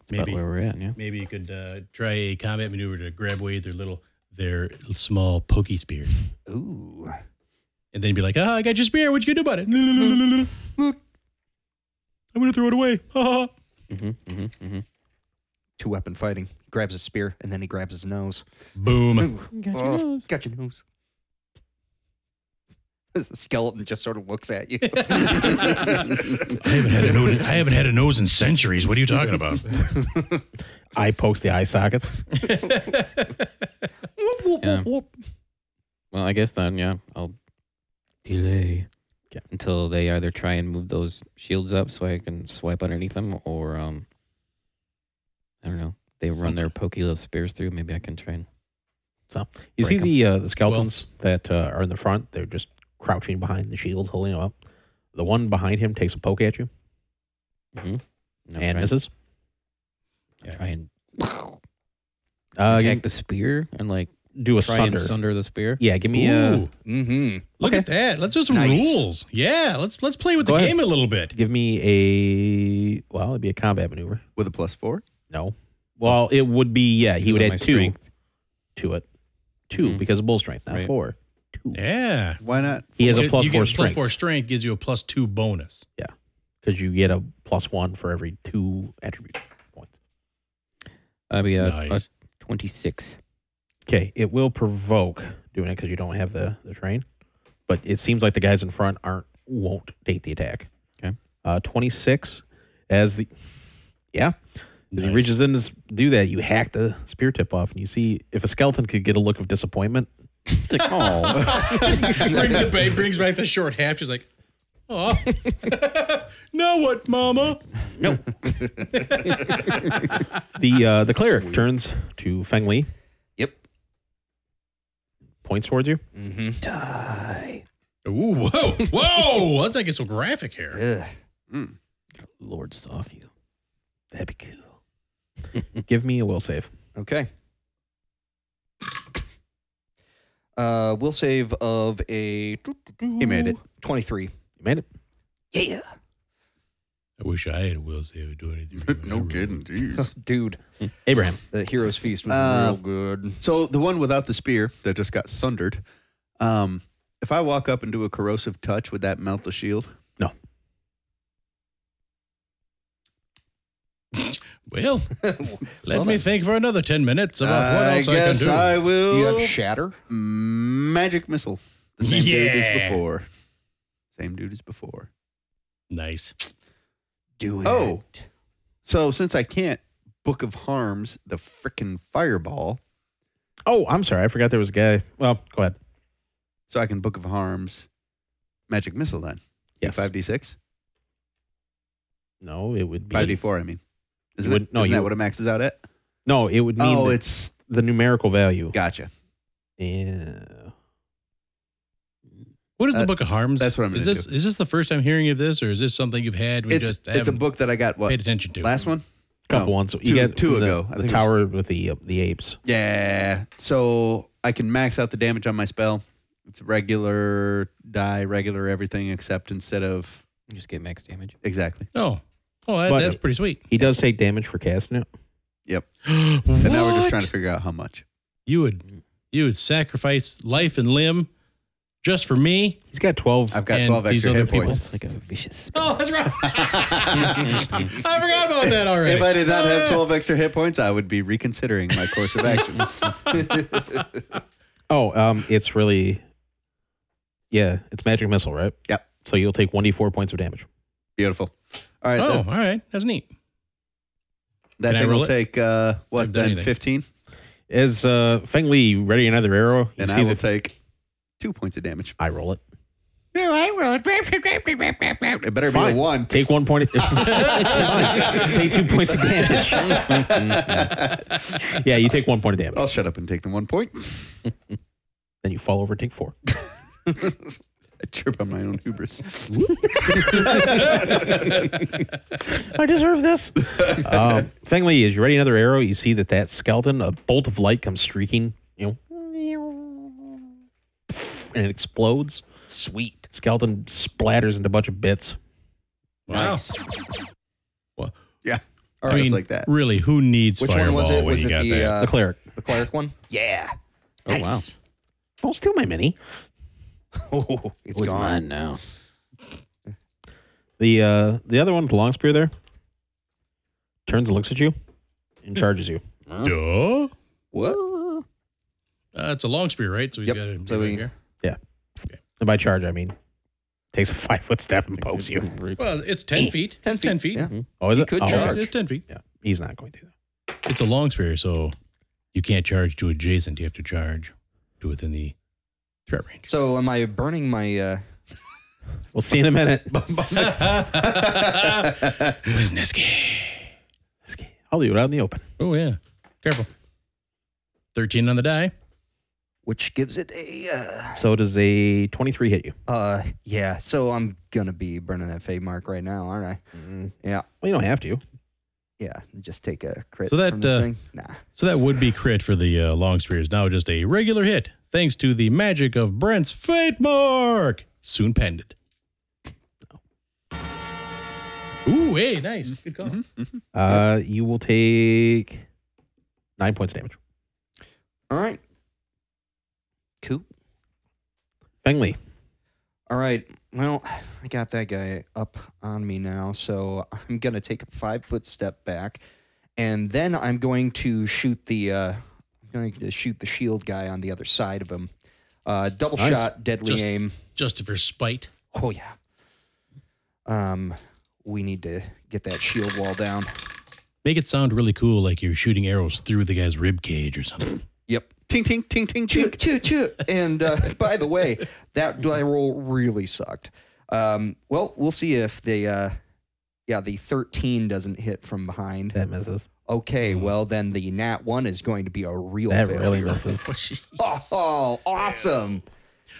D: That's about
C: Maybe.
D: where we're at, yeah.
C: Maybe you could uh, try a combat maneuver to grab away their little their small pokey spears,
E: Ooh.
C: and then be like, "Ah, I got your spear. What you gonna do about it? Look, I'm gonna throw it away." Ha, ha.
D: Mm-hmm, mm-hmm, mm-hmm.
E: Two weapon fighting. Grabs his spear and then he grabs his nose.
C: Boom.
E: Ooh, oh, got your nose. The skeleton just sort of looks at you.
C: I haven't had a nose. I haven't had a nose in centuries. What are you talking about?
B: Eye pokes the eye sockets.
E: Whoop, whoop,
D: Yeah.
E: whoop, whoop.
D: Well, I guess then, yeah, I'll delay
B: Okay.
D: until they either try and move those shields up so I can swipe underneath them, or um, I don't know. They run their pokey little spears through. Maybe I can try and.
B: You see
D: Break 'em.
B: the uh, the skeletons that uh, are in the front. They're just crouching behind the shield, holding them up. The one behind him takes a poke at you
D: Mhm. No,
B: and
D: try
B: misses.
C: Yeah.
D: Try and
B: Uh,
D: attack
B: you
D: the spear and like
B: do a
D: try
B: sunder.
D: and sunder the spear.
B: Yeah, give me a
C: Ooh,
E: Mm-hmm.
C: look
B: okay.
C: at that. Let's do some
E: Nice.
C: rules. Yeah, let's let's play with
B: Go
C: the
B: ahead.
C: game a little bit.
B: give me a well. It'd be a combat maneuver.
F: With a plus four?
B: No. Well, it would be yeah. He
D: Use
B: would
D: all
B: add
D: my
B: two
D: strength.
B: to it. Two
D: Mm.
B: because of bull strength, not
D: Right.
B: four. Two.
C: Yeah.
F: Why not?
B: He has a
C: You-
B: plus
C: you
B: four
C: get
B: strength
C: Plus four
B: because
C: strength gives you a plus two bonus.
B: you get a plus one for every two attribute points.
D: That'd be a, a
C: Nice.
D: twenty-six.
B: Okay, it will provoke doing it because you don't have the the train, but it seems like the guys in front aren't won't take the attack.
D: Okay.
B: uh, twenty six as the yeah as he
C: Nice.
B: reaches in to s- do that, you hack the spear tip off, and you see if a skeleton could get a look of disappointment.
D: It's like, oh,
C: brings it back, brings back the short half. She's like, oh, now what, Mama?
B: The uh, the cleric turns to Feng Li,
E: Yep.
B: points towards you.
E: Mm-hmm.
C: Ooh, whoa, whoa! Let's not get so graphic here.
E: Ugh.
D: Lord saw you.
B: That'd be cool. Give me a will save.
E: Okay. Uh, we'll save of a
F: He made it.
E: 23.
B: You made it.
E: Yeah.
C: I wish I had a will save to do anything.
F: Jeez.
E: Dude,
B: Abraham,
E: the Hero's Feast was
F: Uh,
E: real good.
F: so the one without the spear that just got sundered. Um, if I walk up and do a corrosive touch, would that melt the shield?
C: Well, let
E: Well
C: me
E: then.
C: think for another ten minutes about what
F: I
C: else I, can
F: guess
C: do.
F: I, will.
E: You have Shatter?
F: magic missile. The same dude as
C: Yeah.
F: before. Same dude as before.
C: nice.
E: Do it.
F: Oh. So since I can't Book of Harms the frickin' fireball,
B: Oh, I'm sorry. I forgot there was a guy. Well, go ahead.
F: so I can Book of Harms magic missile then.
B: Yes.
F: Five D six?
B: No, it would be.
F: Five D four, I mean. Isn't,
B: You
F: it,
B: wouldn't- no,
F: isn't
B: you-
F: that what it maxes out at?
B: No, it would mean
F: oh,
B: the,
F: it's
B: the numerical value.
F: gotcha.
B: Yeah.
C: What is the
F: Uh,
C: Book of Harms?
F: that's what I'm
C: Is
F: gonna
C: this is this the first time hearing of this, or is this something you've had? We
F: It's
C: just
F: it's a
C: haven't
F: book that I got what
C: Paid attention to
F: last one?
B: Couple
F: No,
B: ones.
F: Oh, two-
B: you get
F: two
B: from the-
F: ago.
B: The,
F: I think it was-
B: tower with the uh, the apes.
F: Yeah. So I can max out the damage on my spell. It's regular die, regular everything, except instead of
D: You just get max damage.
F: exactly.
C: Oh, oh, that,
B: But-
C: that's pretty sweet.
B: He does take damage for casting it.
C: and
F: And now we're just trying to figure out how much.
C: You would you would sacrifice life and limb just for me?
B: He's got 12
F: I've got
C: And
F: twelve
C: these
F: extra
C: other
F: hit
C: people-
F: points.
D: It's like a vicious. Spell.
C: Oh, that's right. I forgot about that already.
F: If I did not
C: Oh,
F: have
C: yeah.
F: 12 extra hit points, I would be reconsidering my course of action.
B: Oh, um, it's really. Yeah, it's magic missile, right?
F: Yep.
B: So you'll take 1d4 points of damage.
F: Beautiful. All right.
C: Oh,
F: that-
C: all right. That's neat.
F: that
C: can I
F: thing
C: roll
F: will
C: it?
F: take, uh,
C: I've
F: what,
C: done
F: then
C: anything.
F: 15?
B: Is uh, Feng Li ready another arrow? You
F: and
B: see
F: I will
B: the-
F: take two points of damage.
B: I roll it.
F: It better
B: Fine.
F: be a one.
B: Take one point. take two points of damage. yeah, you take one point of damage.
F: I'll shut up and take the one point.
B: Then you fall over, take four.
F: I chirp on my own hubris.
B: I deserve this. um, Feng Li, as you ready another arrow, you see that that skeleton, a bolt of light comes streaking, you know, and it explodes.
E: Sweet.
B: Skeleton splatters into a bunch of bits.
C: Wow.
F: yeah.
C: I
F: All right.
C: mean,
F: like that.
C: Really, who needs
E: Which one
C: fireball
E: was it?
C: when
E: Was
C: you
E: it
C: got
E: the
C: that?
E: uh,
B: the cleric.
E: the cleric one? Yeah.
D: Oh, wow.
B: Don't steal my mini.
E: Oh, it's
D: Who's
E: gone.
D: mine now?
B: The uh, the other one with the long spear there turns and looks at you and charges you.
C: Duh.
E: What?
C: Uh, it's a long spear, right? So he's
E: Yep.
C: got it
E: So
C: right
E: we-
C: here.
B: And by charge, I mean takes a five foot step and pokes you.
C: Well, it's ten feet.
E: 10
C: It's ten
E: feet,
C: feet.
E: yeah.
B: Oh, is
E: He
B: it?
E: could
B: oh,
C: Yeah,
E: charge.
C: It's ten feet.
B: Yeah, he's not going to.
C: It's a long spear, so you can't charge to adjacent. You have to charge to within the threat range.
E: So am I burning my? Uh,
B: We'll see in a minute.
C: Wisniewski.
B: I'll do it out in the open.
C: Oh yeah, careful. Thirteen on the die.
E: which gives it a. Uh,
B: So does a 23 hit you?
E: uh, yeah. So I'm gonna be burning that fade mark right now, aren't I? Yeah.
B: Well, you don't have to.
E: Yeah. Just take a crit
C: So that,
E: from this
C: uh,
E: thing. Nah.
C: So that would be crit for the uh, long spear. Is now just a regular hit, thanks to the magic of Brent's fate mark. Soon pended.
E: Oh.
C: Ooh, hey, nice.
E: Mm-hmm.
C: Good call.
B: Uh, you will take nine points of damage.
E: All right. Cool.
B: Fengli,
E: All right. Well, I got that guy up on me now, so I'm gonna take a five foot step back, and then I'm going to shoot the. Uh, I'm going to shoot the shield guy on the other side of him. Uh, double
B: Nice.
E: shot, deadly
C: Just-
E: aim.
C: Just for spite.
E: Oh yeah. Um, we need to get that shield wall down.
C: Make it sound really cool, like you're shooting arrows through the guy's rib cage or something.
E: Yep.
F: Ting, ting, ting, ting,
E: Choo, choo,
F: ting.
E: choo. And uh, by the way, that die roll really sucked. Um, well, we'll see if the uh, yeah the thirteen doesn't hit from behind.
B: that misses.
E: Okay, well then the nat one is going to be a real
B: Mm-hmm. That really
E: failure.
B: misses.
E: Oh, awesome!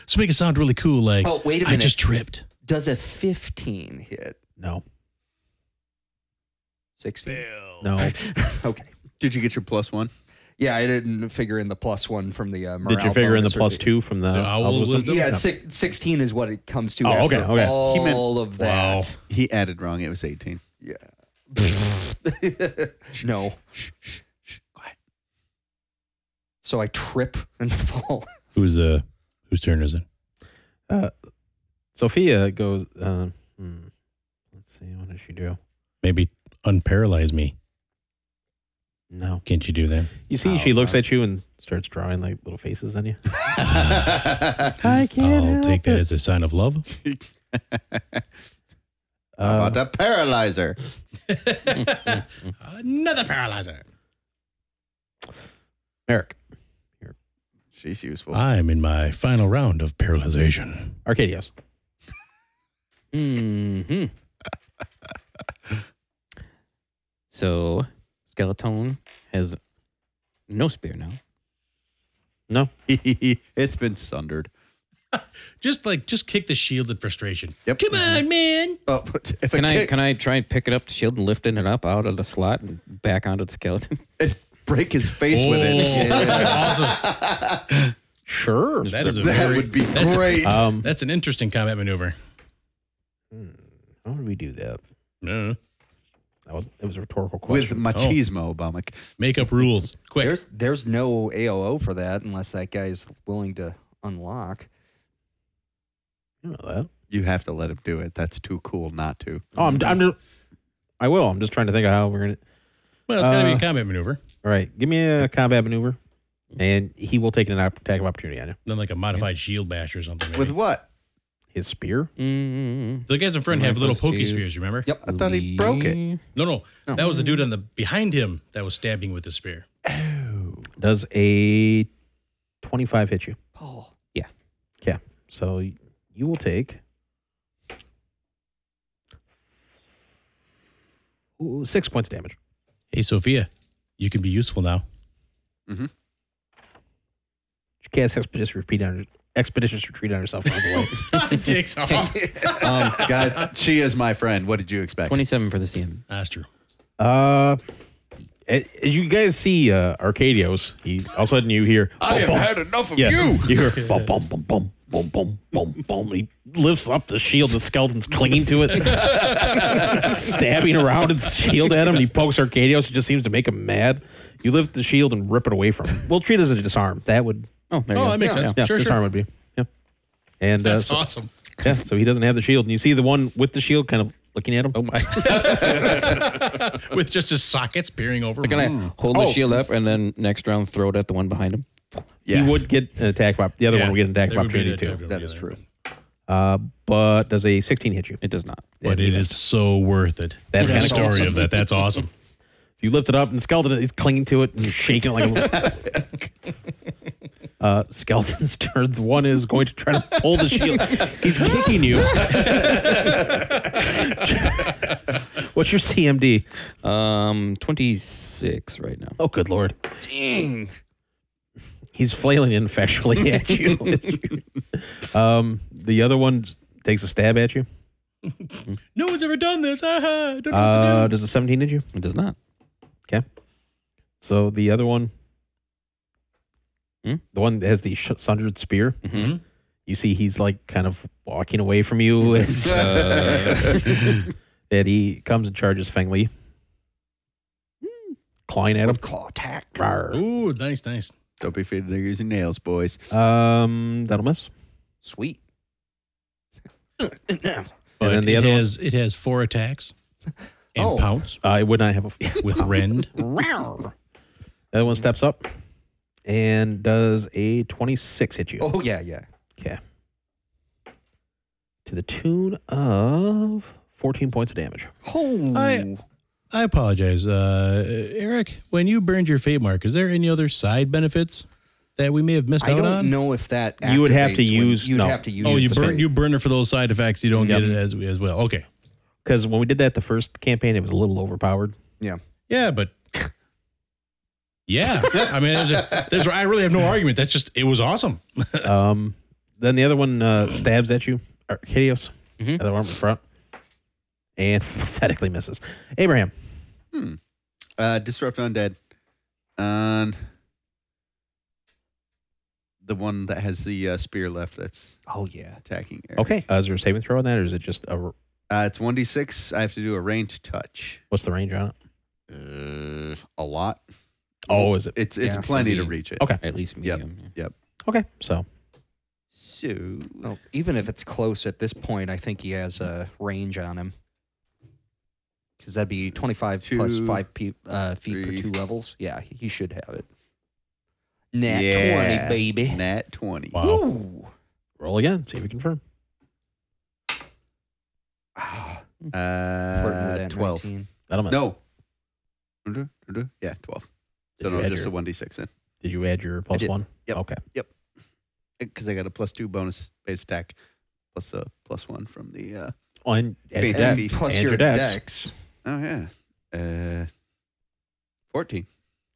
C: So make it sound really cool, like
E: Oh, wait a
C: I
E: minute.
C: just tripped.
E: Does a fifteen hit?
B: No,
E: Sixteen.
B: no.
E: Okay.
F: Did you get your plus one?
E: Yeah, I didn't figure in the plus one from the uh, morale
B: Did you figure in the
E: bonus or
B: plus two from the?
C: owl
B: owl's
C: was-
B: wisdom?
E: Yeah,
B: No.
E: si- 16 is what it comes to.
B: Oh,
E: after
B: okay, okay.
E: All
F: He meant-
E: of that.
F: He added wrong. It was 18.
E: no. So I trip and fall.
C: Who's uh whose turn is it?
B: Uh, Sophia goes. Uh, hmm. Let's see. What does she do?
C: Maybe unparalyze me.
B: No.
C: Can't you do that?
B: You see,
F: Oh,
B: she looks
F: no.
B: at you and starts drawing like little faces on you.
F: How
B: I can't.
C: I'll
B: help
C: take that
B: it.
C: as a sign of love.
B: Uh,
F: about a paralyzer?
C: Another paralyzer.
B: Eric,
F: She's useful.
C: I'm in my final round of paralyzation.
B: Arcadios.
D: hmm so, Skeleton has no spear now.
B: No.
F: it's been sundered.
C: Just like just kick the shield in frustration.
F: Yep.
C: Come on, man.
F: Oh, but if
D: Can
F: I,
D: I
F: kick,
D: can I try and pick it up, the shield, and lifting it up out of the slot and back onto the skeleton?
F: and break his face with it,
C: Oh, awesome.
B: Sure.
C: That is a
F: that
C: Oh, very,
F: would be great.
B: Um,
C: that's an interesting combat maneuver.
B: how did we do that?
C: Uh,
B: That was it was a rhetorical
F: with
B: question.
F: machismo, Obama.
C: make up rules quick.
E: There's there's no AOO for that unless that guy is willing to unlock.
B: You know that.
F: You have to let him do it. That's too cool not to.
B: Oh, I'm, I'm just, I will. I'm just trying to think of how we're gonna.
C: well, it's got to be
B: uh,
C: a combat maneuver,
B: All right, give me a combat maneuver, and he will take an op- attack of opportunity on you.
C: then like a modified shield bash or something.
F: With
C: maybe.
F: what?
B: His spear.
D: Mm-hmm.
C: the guys in front have little
D: Plus
C: pokey
D: two.
C: spears. Remember?
E: Yep.
F: I thought he broke it.
C: No, no, that was the dude on the behind him that was stabbing with the spear.
B: Does a 25 hit you?
E: Oh,
B: Yeah. So y- you will take ooh, six points of damage.
C: Hey, Sophia, you can be useful now.
B: She casts expeditious retreat on her, expeditious retreat on herself. runs away.
C: Takes off.
F: Um, guys, she is my friend. What did you expect?
D: 27 for the CM.
C: That's true.
B: uh, a- as you guys see, uh, Arcadios, he all of a sudden you hear,
G: I have
B: "Bum, bum."
G: had enough of
B: yeah,
G: you.
B: you hear, bum, bum, bum, bum, bum, bum, bum, bum. He lifts up the shield, the skeleton's clinging to it, stabbing around his shield at him. And he pokes Arcadios, it just seems to make him mad. You lift the shield and rip it away from him. We'll treat it as a disarm. That would
D: Oh, there you
C: Oh,
D: go.
C: that makes sense.
B: Yeah,
C: sure,
B: disarm
C: sure.
B: would be. Yeah. And uh,
C: That's
B: so,
C: awesome.
B: yeah, so he doesn't have the shield, and you see the one with the shield kind of looking at him.
D: Oh my!
C: With just his sockets peering over.
D: Can
C: Mm.
D: I hold
B: Oh.
D: the shield up and then next round throw it at the one behind him?
B: He would get an attack. Op- the other
C: Yeah,
B: one would get an attack
C: there
B: of
C: would be an
B: opportunity
C: attack
B: too.
C: of
E: that is
C: opportunity.
E: true.
B: Uh, but does a 16 hit you?
D: It does not.
C: But it is so worth it.
B: That's
C: the
B: kinda
C: story
E: awesome.
C: of that. That's awesome.
B: So you lift it up, and the skeleton is clinging to it, and you're shaking it like a little. Uh, skeleton's turn. The one is going to try to pull the shield. He's kicking you. What's your CMD?
D: Um, 26 right now.
B: Oh, good lord.
E: Dang.
B: he's flailing ineffectually at you. um, the other one takes a stab at you.
C: No one's ever done this. Ah, I don't know
B: Uh,
C: what to
B: does a 17 hit you?
D: It does not.
B: Okay. So the other one,
D: Hmm?
B: the one that has the sh- sundered spear,
C: do. Mhm.
B: you see he's like kind of walking away from you as
F: Uh.
B: that he comes and charges Feng Li. Clawing at him.
E: With claw attack.
B: Rawr.
C: Ooh, nice, nice.
F: Don't be afraid they're using nails, boys.
B: Um, that'll miss.
E: Sweet.
C: But
B: then the
C: it
B: other one-
C: has it has four attacks and
E: Oh.
C: pounce
B: Uh, it would not have a.
C: with rend.
E: Rawr.
B: The other one steps up and does a 26 hit you.
E: Oh yeah, yeah.
B: Okay. To the tune of 14 points of damage.
E: Oh,
C: I- I apologize, uh, Eric. When you burned your fate mark, is there any other side benefits that we may have missed
E: I
C: out
E: don't
C: on?
E: know if that.
B: You would have to
E: activates when-
B: use-
E: You'd
B: no.
E: have to use.
C: Oh, you
E: the
C: burn
E: fate.
C: you burn it for those side effects. You don't
B: Yep.
C: get it as as well. Okay,
B: Because when we did that the first campaign, it was a little overpowered.
C: yeah, but yeah, I mean, there's, a, there's I really have no argument. That's just it was awesome.
B: Um, then the other one uh, stabs at you, Arcadios,
D: Mhm.
B: other arm in front, and pathetically misses. Abraham,
F: Uh, disrupt undead on the one that has the uh, spear left that's
E: Oh yeah.
F: attacking. Eric.
B: okay. Uh, is there a saving throw on that, or is it just a.
F: Uh, it's 1d6. I have to do a ranged touch.
B: What's the range on it?
F: Uh, a lot.
B: Oh, is it?
F: It's it's
E: Yeah.
F: plenty to reach it.
B: Okay.
D: At least
F: Yep.
D: medium. yeah.
B: Okay. So,
F: So
E: Well, even if it's close at this point, I think he has a range on him. Because that'd be 25 plus
F: Two,
E: 5 pe- uh, feet per
F: three.
E: two levels. Yeah, he he should have it. Nat
F: Yeah.
E: 20, baby.
F: nat 20.
E: Woo!
B: roll again. See if we confirm.
E: Ah, flirting with
F: Uh,
E: that
F: 12.
E: 19.
B: That'll miss.
F: No. Yeah, 12.
B: Did
F: So
B: you
F: no,
B: add
F: just a
B: your-
F: 1d6 then.
B: Did you add your plus
F: did.
B: one?
F: Yep.
B: Okay.
F: Because I got a plus two bonus base attack plus a plus one from the. Uh,
B: Oh, and add your
F: Fancy
B: dex.
F: feast.
E: plus
B: And
E: your
B: your dex.
E: dex.
F: oh, yeah. Uh, 14.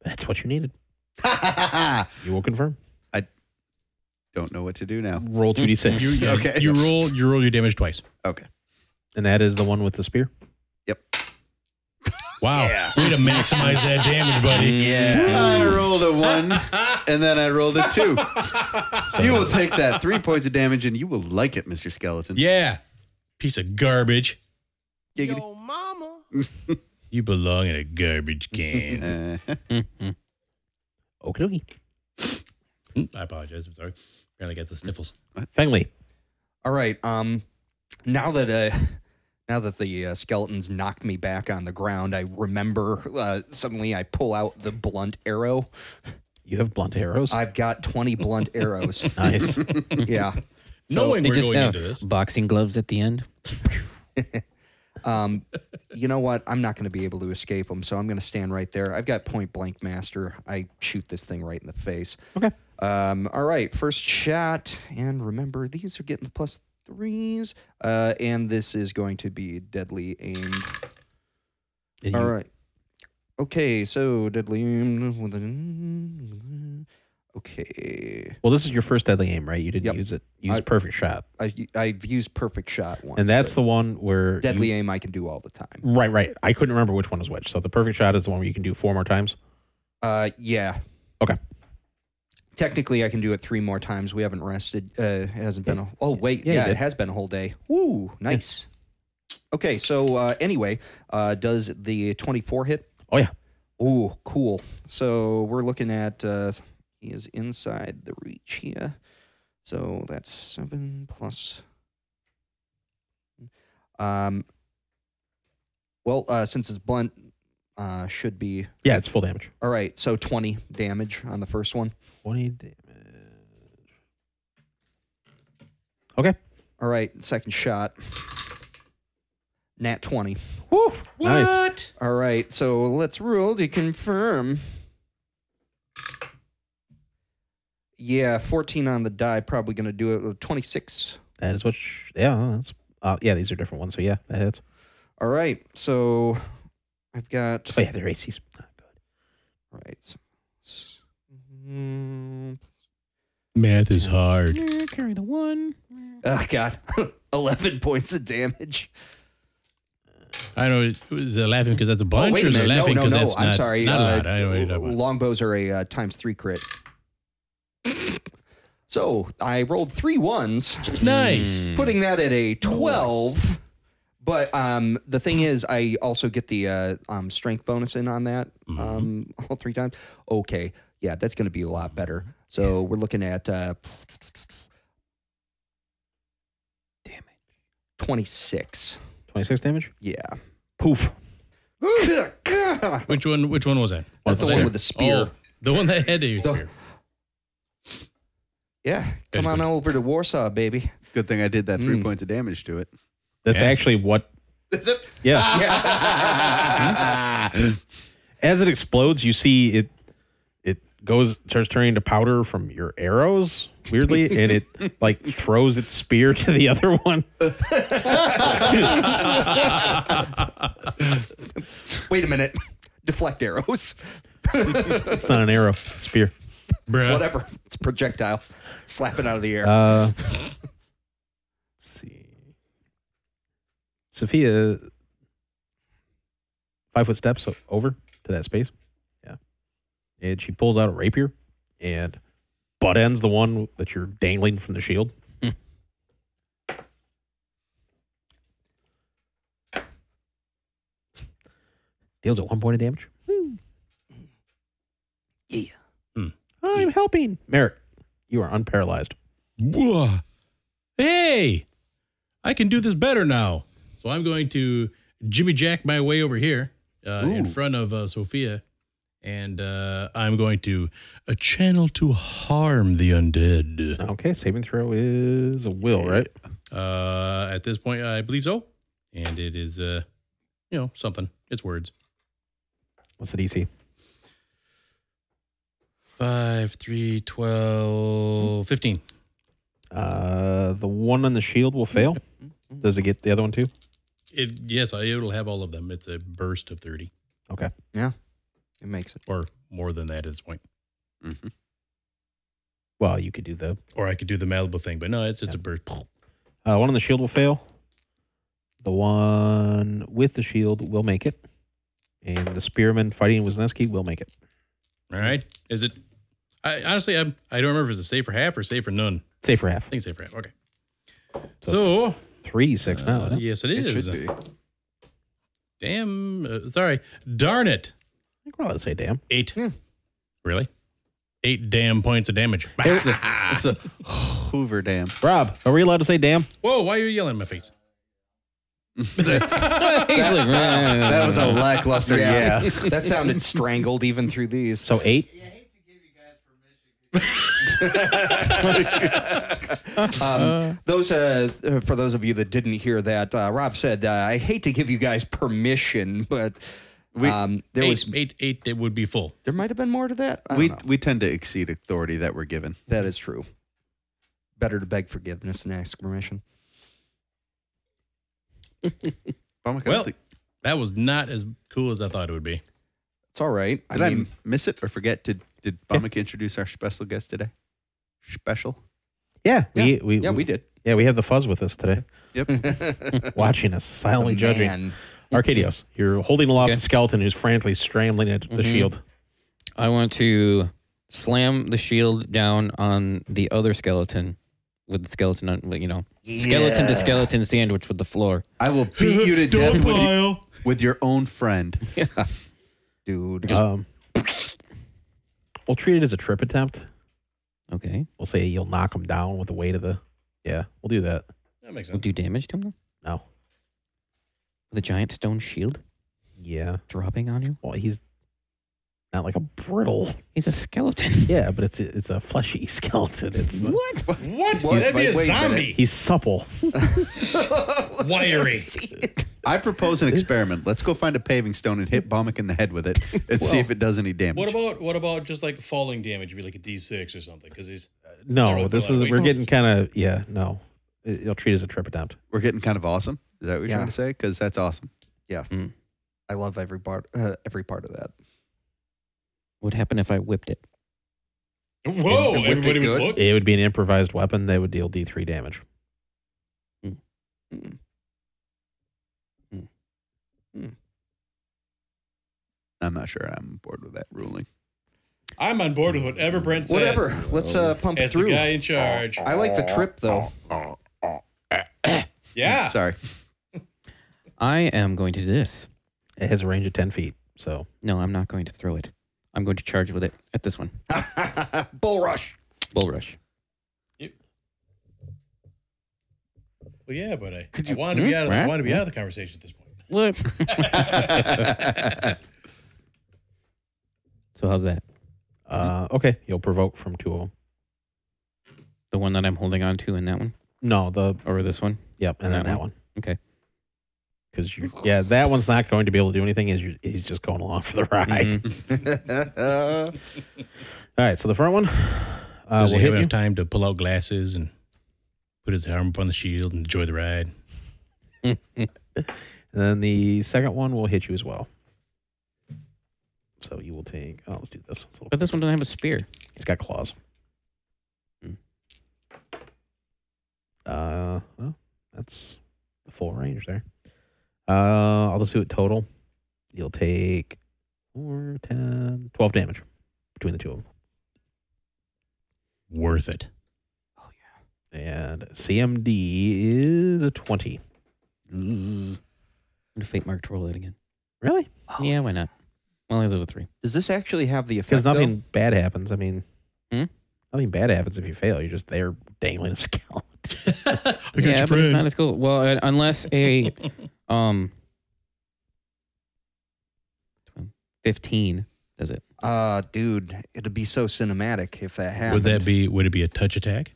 B: That's what you needed.
F: Don't
B: You will confirm.
F: know what to do now.
B: Roll 2d6.
C: You, you,
F: Okay.
C: you roll you roll your damage twice.
F: Okay.
B: And that is the one with the spear.
C: Wow, way to maximize that damage,
E: Mm.
C: buddy.
F: I rolled a one and then I rolled a two.
B: So
F: You will take that three points of damage and you will like it, Mr. Skeleton.
C: Yeah, piece of garbage.
F: Giggity.
C: You belong in a garbage can.
F: Uh,
B: Okie dokie.
C: I apologize. I'm sorry. Apparently, I got the sniffles.
B: Fengli.
E: All right. Um, now that uh, now that the uh, skeletons knocked me back on the ground, I remember uh, suddenly I pull out the blunt arrow.
B: You have blunt arrows.
E: I've got 20 blunt arrows.
B: nice.
E: yeah.
C: Knowing
D: They
C: we're
D: just uh,
C: going
D: have
C: into this,
D: boxing gloves at the end.
E: Um, you know what? I'm not going to be able to escape them, so I'm going to stand right there. I've got point blank master. I shoot this thing right in the face.
B: Okay.
E: Um, all right, first shot, and remember these are getting the plus threes, uh, and this is going to be deadly aimed.
B: And
E: All
B: you-
E: right. Okay, so deadly aimed with an. Okay,
B: Well, this is your first deadly aim, right? You didn't
E: Yep.
B: use it. You used
E: I-
B: perfect shot,
E: I I've used perfect shot once,
B: and that's
E: but
B: the one where
E: deadly
B: you-
E: aim I can do all the time.
B: Right, right. I couldn't remember which one was which. So the perfect shot is the one where you can do four more times.
E: Uh, yeah.
B: Okay.
E: Technically, I can do it three more times. We haven't rested. Uh, it hasn't been. A, oh wait,
B: Yeah,
E: yeah,
B: you
E: it
B: did.
E: has been a whole day. Woo, nice. Okay, so uh, anyway, uh, does the twenty-four hit?
B: Oh yeah,
E: Ooh, cool. So we're looking at uh, he is inside the reach here. So that's seven plus. Um. Well, uh, since it's blunt, uh, should be
B: yeah. It's full damage.
E: all right, so 20 damage on the first one.
B: Twenty damage. Okay.
E: All right, second shot. Nat 20.
B: Woo. Nice.
C: What?
E: All right, so let's roll to confirm. Yeah, 14 on the die, probably going to do it with 26.
B: That is what. Sh- yeah. That's. Uh, yeah. These are different ones. So yeah, that hits.
E: All right, so I've got.
B: Oh yeah, they're ACs. Not good.
E: All right. so- s- mm,
C: Math is hard.
D: Eh, Carry the one.
E: Oh, God. 11 points of damage.
C: I know. it- Is it laughing because that's a bunch,
E: oh, wait
C: or
E: a
C: is it
E: minute.
C: laughing
E: no, no,
C: because
E: no.
C: that's
E: I'm
C: not,
E: sorry.
C: Not a
E: uh,
C: lot. I know what you're talking about.
E: longbows are a uh, times three crit. So I rolled three ones, Hmm.
C: Nice.
E: putting that at a 12. But um, the thing is, I also get the uh, um, strength bonus in on that
C: Mm-hmm.
E: um, all three times. Okay. Yeah, that's going to be a lot better. So we're looking at uh,
D: Damage.
E: 26.
B: Twenty-six damage.
E: Yeah.
B: Poof.
E: That's
C: Which one? Which one was that?
B: That's
E: the
B: fair.
E: one with the spear.
C: Oh, the one that had to use
E: The-
C: spear.
E: Yeah,
C: Very
E: come on
C: good.
E: over to Warsaw, baby.
F: Good thing I did that three
E: Mm.
F: points of damage to it.
B: That's
C: Yeah.
B: actually what.
F: Is it?
B: Yeah.
F: Ah!
B: as it explodes, you see it it goes starts turning to powder from your arrows weirdly, and it like throws its spear to the other one.
E: Wait a minute, deflect arrows,
B: It's not an arrow; it's a spear.
C: Bruh.
E: whatever. It's a projectile, slap it out of the air.
B: Uh, let's see, Sophia, five foot steps o- over to that space. Yeah, and she pulls out a rapier and butt ends the one that you're dangling from the shield. Deals at one point of damage.
E: yeah.
B: I'm helping. Merrick, you are unparalyzed.
C: Whoa. Hey, I can do this better now. So I'm going to Jimmy Jack my way over here uh, in
E: Ooh.
C: front of uh, Sophia, and uh, I'm going to uh, channel to harm the undead.
B: Okay, saving throw is a will, right?
C: Uh, at this point, I believe so, and it is, uh, you know, something. It's words.
B: What's the DC?
C: Five, three, twelve, fifteen.
B: Uh, the one on the shield will fail. Does it get the other one too?
C: It yes, I, it'll have all of them. It's a burst of thirty
B: Okay.
E: It makes it.
C: or more than that at this point.
F: Mhm.
B: Well, you could do the
C: Or I could do the Malibu thing, but no, it's just a burst.
B: uh, one on the shield will fail. The one with the shield will make it, and the spearman fighting Wisniewski will make it.
C: All right. Is it? I honestly, I'm. I don't remember if it's a save for half or save for none.
B: Save for half.
C: I think it's save for half. Okay.
B: So
C: So,
B: Three d six now.
C: uh,
B: isn't it?
C: yes, it
E: It
C: is.
E: should be.
C: Damn. Uh, sorry. Darn it.
B: I think we're allowed to say damn.
C: Eight.
E: Yeah.
C: Really? Eight damn points of damage.
F: It's a- it's a Hoover Dam.
B: Rob, are we allowed to say damn?
C: Whoa! Why are you yelling in my face?
D: He's like,
F: That was a lackluster. Yeah.
E: that sounded strangled even through these.
B: So eight.
E: Um, those uh, uh, for those of you that didn't hear that, uh, Rob said, uh, "I hate to give you guys permission, but um, there
C: eight,
E: was
C: eight, eight. It would be full.
E: there might have been more to that. I don't
F: We
E: know.
F: we tend to exceed authority that we're given.
E: That is true. Better to beg forgiveness than ask permission.
F: Oh my God,
C: Well,
F: I think-
C: that was not as cool as I thought it would be.
E: It's all right.
F: did
E: I
F: I,
E: mean,
F: miss it or forget? Did did Bomick introduce our special guest today? Special.
B: Yeah, we,
E: yeah,
B: we
E: yeah, we did.
B: Yeah, we have the fuzz with us today,
F: Yep.
B: watching us silently
E: The
B: judging.
E: man.
B: Arcadios, you're holding aloft
D: Okay.
B: the skeleton who's frantically scrambling at the
E: Mm-hmm.
D: Mhm.
B: shield.
D: I want to slam the shield down on the other skeleton with the skeleton on, you know, skeleton to
E: Yeah.
D: skeleton sandwich with the floor.
F: I will beat you to death with, you, with your own friend.
E: dude.
B: um, we'll treat it as a trip attempt.
D: Okay.
B: We'll say you'll knock him down with the weight of the. Yeah, we'll do that.
C: That makes
D: We'll
C: sense.
D: do damage to him though?
B: No.
D: with a giant stone shield
B: Yeah.
D: dropping on you.
B: Well, he's not like a brittle.
D: He's a skeleton.
B: Yeah, but it's it's a fleshy skeleton. It's
D: What?
C: What?
E: What?
C: That'd be
E: Wait-
C: a
E: wait a minute.
C: zombie.
B: he's supple.
C: Wiry.
F: I propose an experiment. Let's go find a paving stone and hit Bomick in the head with it and see if it does any damage.
C: What about what about just like falling damage? Be like a D six or something because he's
B: No,
C: They're
B: this
C: like,
B: is
C: wait.
B: we're getting kind of yeah. No, It- you'll treat it as a trip attempt.
F: We're getting kind of awesome. Is that what you're
E: Yeah.
F: trying to say? Because that's awesome.
E: yeah,
D: Mm.
E: I love every part. Uh, every part of that.
D: Would happen if I whipped it?
C: whoa.
E: And- and whipped
C: everybody
E: it
C: would
E: good?
C: look.
B: It would be an improvised weapon that would deal D three damage.
F: I'm not sure. I'm bored with that ruling.
C: I'm on board with whatever Brent says.
E: Whatever. Let's uh, pump
C: As the
E: through.
C: guy in charge.
E: I like the trip though.
C: Yeah.
F: Sorry.
D: I am going to do this.
B: It has a range of ten feet, so
D: No, I'm not going to throw it. I'm going to charge with it at this one.
E: Bull rush.
D: Bull rush.
C: Well, yeah, but I, Could
F: Could you-
C: you, I wanted to be
D: Hmm?
C: out of the, I
D: Right?
C: wanted to be out of the conversation at this point.
D: What? so how's that?
B: uh, okay, you'll provoke from two of them.
D: The one that I'm holding on to in that one,
B: No, the
D: or this one?
B: Yep, and
D: That
B: then that
D: one?
B: one.
D: Okay.
B: Because you, yeah, that one's not going to be able to do anything. Is you- he's just going along for the ride.
D: Mhm.
B: All right, so the front one, uh,
C: Does
B: will
C: he have
B: hit you.
C: enough time to pull out glasses and put his arm up on the shield and enjoy the ride?
B: And then the second one will hit you as well. So you will take. Oh, let's do this. It's a little-
D: But this one doesn't have a spear.
B: it's got claws.
D: Hmm.
B: Uh, well, that's the full range there. Uh, I'll just do it total. You'll take 4, 10, 12 damage between the two of them.
C: Worth it.
B: And CMD is a 20.
D: Mm. I'm going to fate mark to roll it again.
B: Really?
D: Yeah, why not? Well, he's over three.
E: Does this actually have the effect?
B: Because nothing
E: though?
B: bad happens. I mean,
D: Hmm?
B: nothing bad happens if you fail. You're just there dangling a scalp.
D: yeah, but it's not as cool. Well, uh, unless a um, fifteen does it.
E: Uh, dude, it'd be so cinematic if that
C: Would
E: happened.
C: that be? Would it be a touch attack?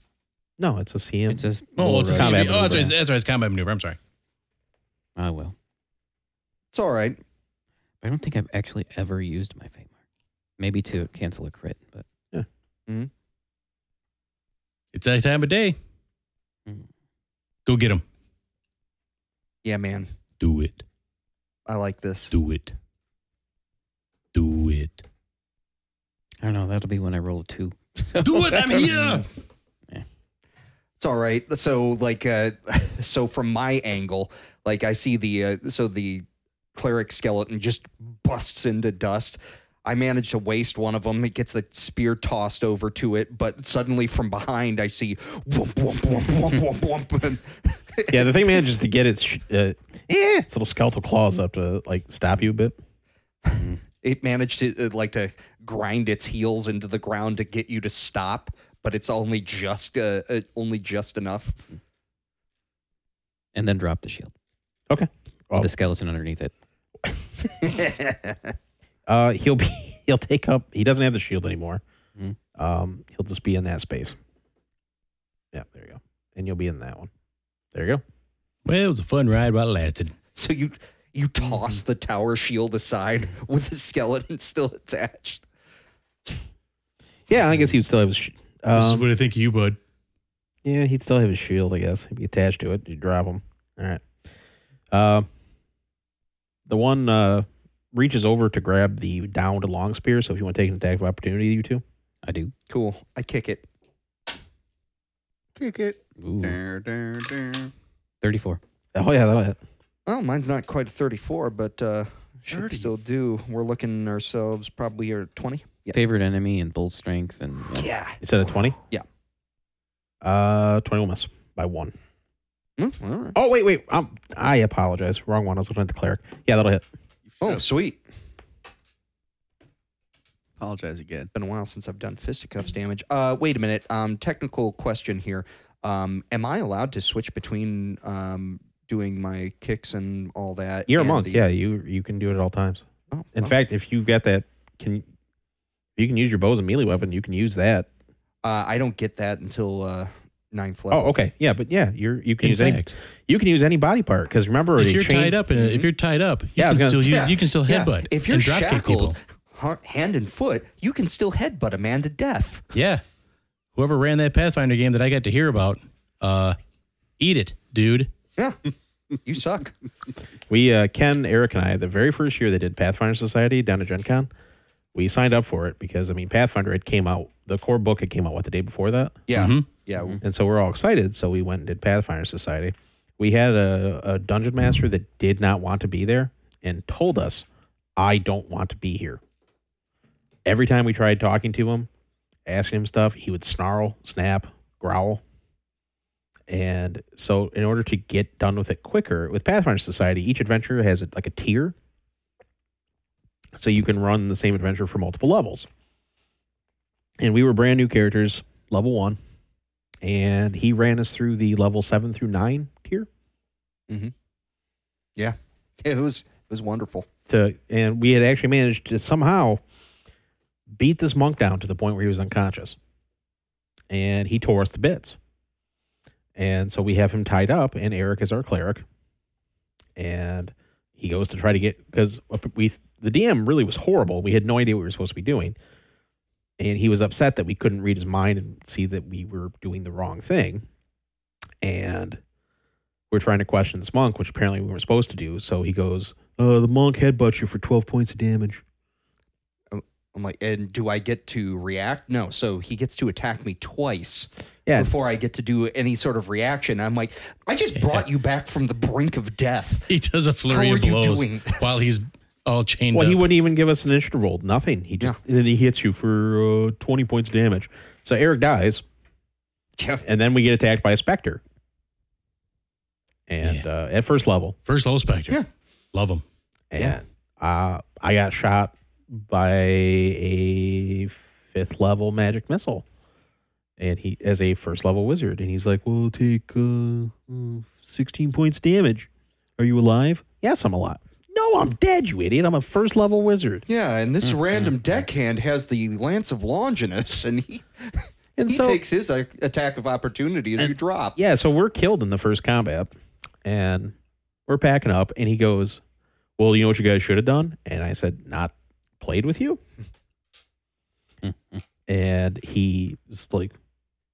B: No, it's a CM.
D: It's just
C: Oh, it's a
B: Combat
C: combat. Oh, that's right.
B: maneuver.
C: That's right. It's combat maneuver. I'm sorry.
D: I will.
E: It's all right.
D: Oh, I don't think I've actually ever used my fate mark. Maybe to cancel a crit, but
C: It's that time of day.
D: Mm.
C: Go get him.
E: Yeah, man,
C: Do it.
E: I like this.
C: Do it. Do it.
D: I don't know. That'll be when I roll a two.
C: Do it. I'm here.
E: It's all right. So, like, uh, so from my angle, like, I see the uh, so the cleric skeleton just busts into dust. I manage to waste one of them. It gets the spear tossed over to it, but suddenly from behind, I see whoomp, whoomp, whoomp, whoomp, whoomp, whoomp, and
B: yeah, the thing manages to get its, sh- uh, eh, its little skeletal claws up to like stop you a bit.
E: it managed to uh, like to grind its heels into the ground to get you to stop. But it's only just uh, uh, only just enough.
D: and then drop the shield.
B: Okay.
D: The skeleton underneath it.
B: Uh, he'll be he'll take up. He doesn't have the shield anymore.
D: Hmm.
B: Um, he'll just be in that space. Yeah, there you go. And you'll be in that one. There you go.
C: Well, it was a fun ride while it lasted.
E: So you you toss the tower shield aside with the skeleton still attached.
B: Yeah, I guess he would still have his. Sh-
C: this is
B: um,
C: what I think of you, bud.
B: yeah, he'd still have his shield. I guess he'd be attached to it. You drop him. All right. Uh, the one uh, reaches over to grab the downed long spear. So if you want to take an attack of opportunity, you two.
D: I do.
E: Cool. I kick it.
F: Kick it.
D: Ooh,
F: Dare, dare, dare.
D: 34.
B: Oh yeah, that'll hit.
E: Well, mine's not quite a 34, but uh, should still do. We're looking ourselves probably here at 20. Yeah.
D: Favorite enemy and bull strength and uh, yeah.
E: Yeah.
B: You said a twenty.
E: Yeah.
B: Uh, twenty will miss by one.
E: Mm, all right.
B: Oh wait, wait. Um, I apologize. Wrong one. I was looking at the cleric. Yeah, that'll hit.
E: Oh, sweet.
F: Apologize again.
E: Been a while since I've done fisticuffs damage. Uh, wait a minute. Um, technical question here. Um, am I allowed to switch between um, doing my kicks and all that?
B: You're a
E: and
B: monk.
E: the-
B: Yeah, you you can do it at all times.
E: Oh,
B: In
E: well,
B: fact, if you've got that, can you can use your bow as a melee weapon? You can use that.
E: uh, I don't get that until uh, ninth level.
B: Oh, okay. Yeah, but yeah, you're you can
C: In
B: use any
C: fact,
B: you can use any body part because remember
C: if
B: they
C: you're
B: chained-
C: tied up, in it, if you're tied up, you
B: Yeah, I
C: can
B: was gonna-
C: still
E: Mm-hmm. Yeah,
C: you, you can still
E: yeah.
C: headbutt.
E: If you're
C: and dropkick people.
E: shackled, ha- hand and foot, you can still headbutt a man to death.
C: Yeah. Whoever ran that Pathfinder game that I got to hear about, uh, eat it, dude.
E: Yeah, you suck.
B: We uh, Ken, Eric, and I the very first year they did Pathfinder Society down at Gen Con, we signed up for it because I mean Pathfinder it came out the core book had came out what the day before that.
E: Yeah,
C: Mhm.
E: yeah.
B: Mm-hmm. And so we're all excited. So we went and did Pathfinder Society. We had a, a dungeon master that did not want to be there and told us, I don't want to be here. Every time we tried talking to him, asking him stuff, he would snarl, snap, growl. And so, in order to get done with it quicker, with Pathfinder Society, each adventure has a, like a tier. So you can run the same adventure for multiple levels. And we were brand new characters, level one and he ran us through the level seven through nine tier
E: It was it was wonderful.
B: to and we had actually managed to somehow beat this monk down to the point where he was unconscious and he tore us to bits and so we have him tied up and eric is our cleric and he goes to try to get because we the dm really was horrible we had no idea what we were supposed to be doing and he was upset that we couldn't read his mind and see that we were doing the wrong thing and we're trying to question this monk which apparently we weren't supposed to do so he goes uh, the monk headbutts you for 12 points of damage.
E: I'm like, and do I get to react? No. So he gets to attack me twice
B: Yeah.
E: before I get to do any sort of reaction. I'm like, I just brought you back from the brink of death.
C: He does a flurry
E: How
C: of
E: are you
C: blows
E: doing this?
C: while he's all chained
B: Well,
C: up.
B: he wouldn't even give us an initiative roll. Nothing. He just, and then he hits you for uh, 20 points of damage. So Eric dies,
E: Yeah.
B: and then we get attacked by a specter. And uh, at first level,
C: First level specter.
E: Yeah.
C: Love him.
B: and
E: Yeah.
B: uh, I got shot by a fifth level magic missile. And he, as a first level wizard, and he's like, "Well, take uh, uh, sixteen points damage. Are you alive? Yes, I'm alive. No, I'm dead. You idiot! I'm a first level wizard."
E: Yeah, and
C: Mm-hmm.
E: this random deckhand has the Lance of Longinus, and he
B: And
E: he
B: so,
E: takes his uh, attack of opportunity as you drop.
B: yeah, so we're killed in the first combat and we're packing up. And he goes, Well, you know what you guys should have done? And I said, Not played with you. and he's like,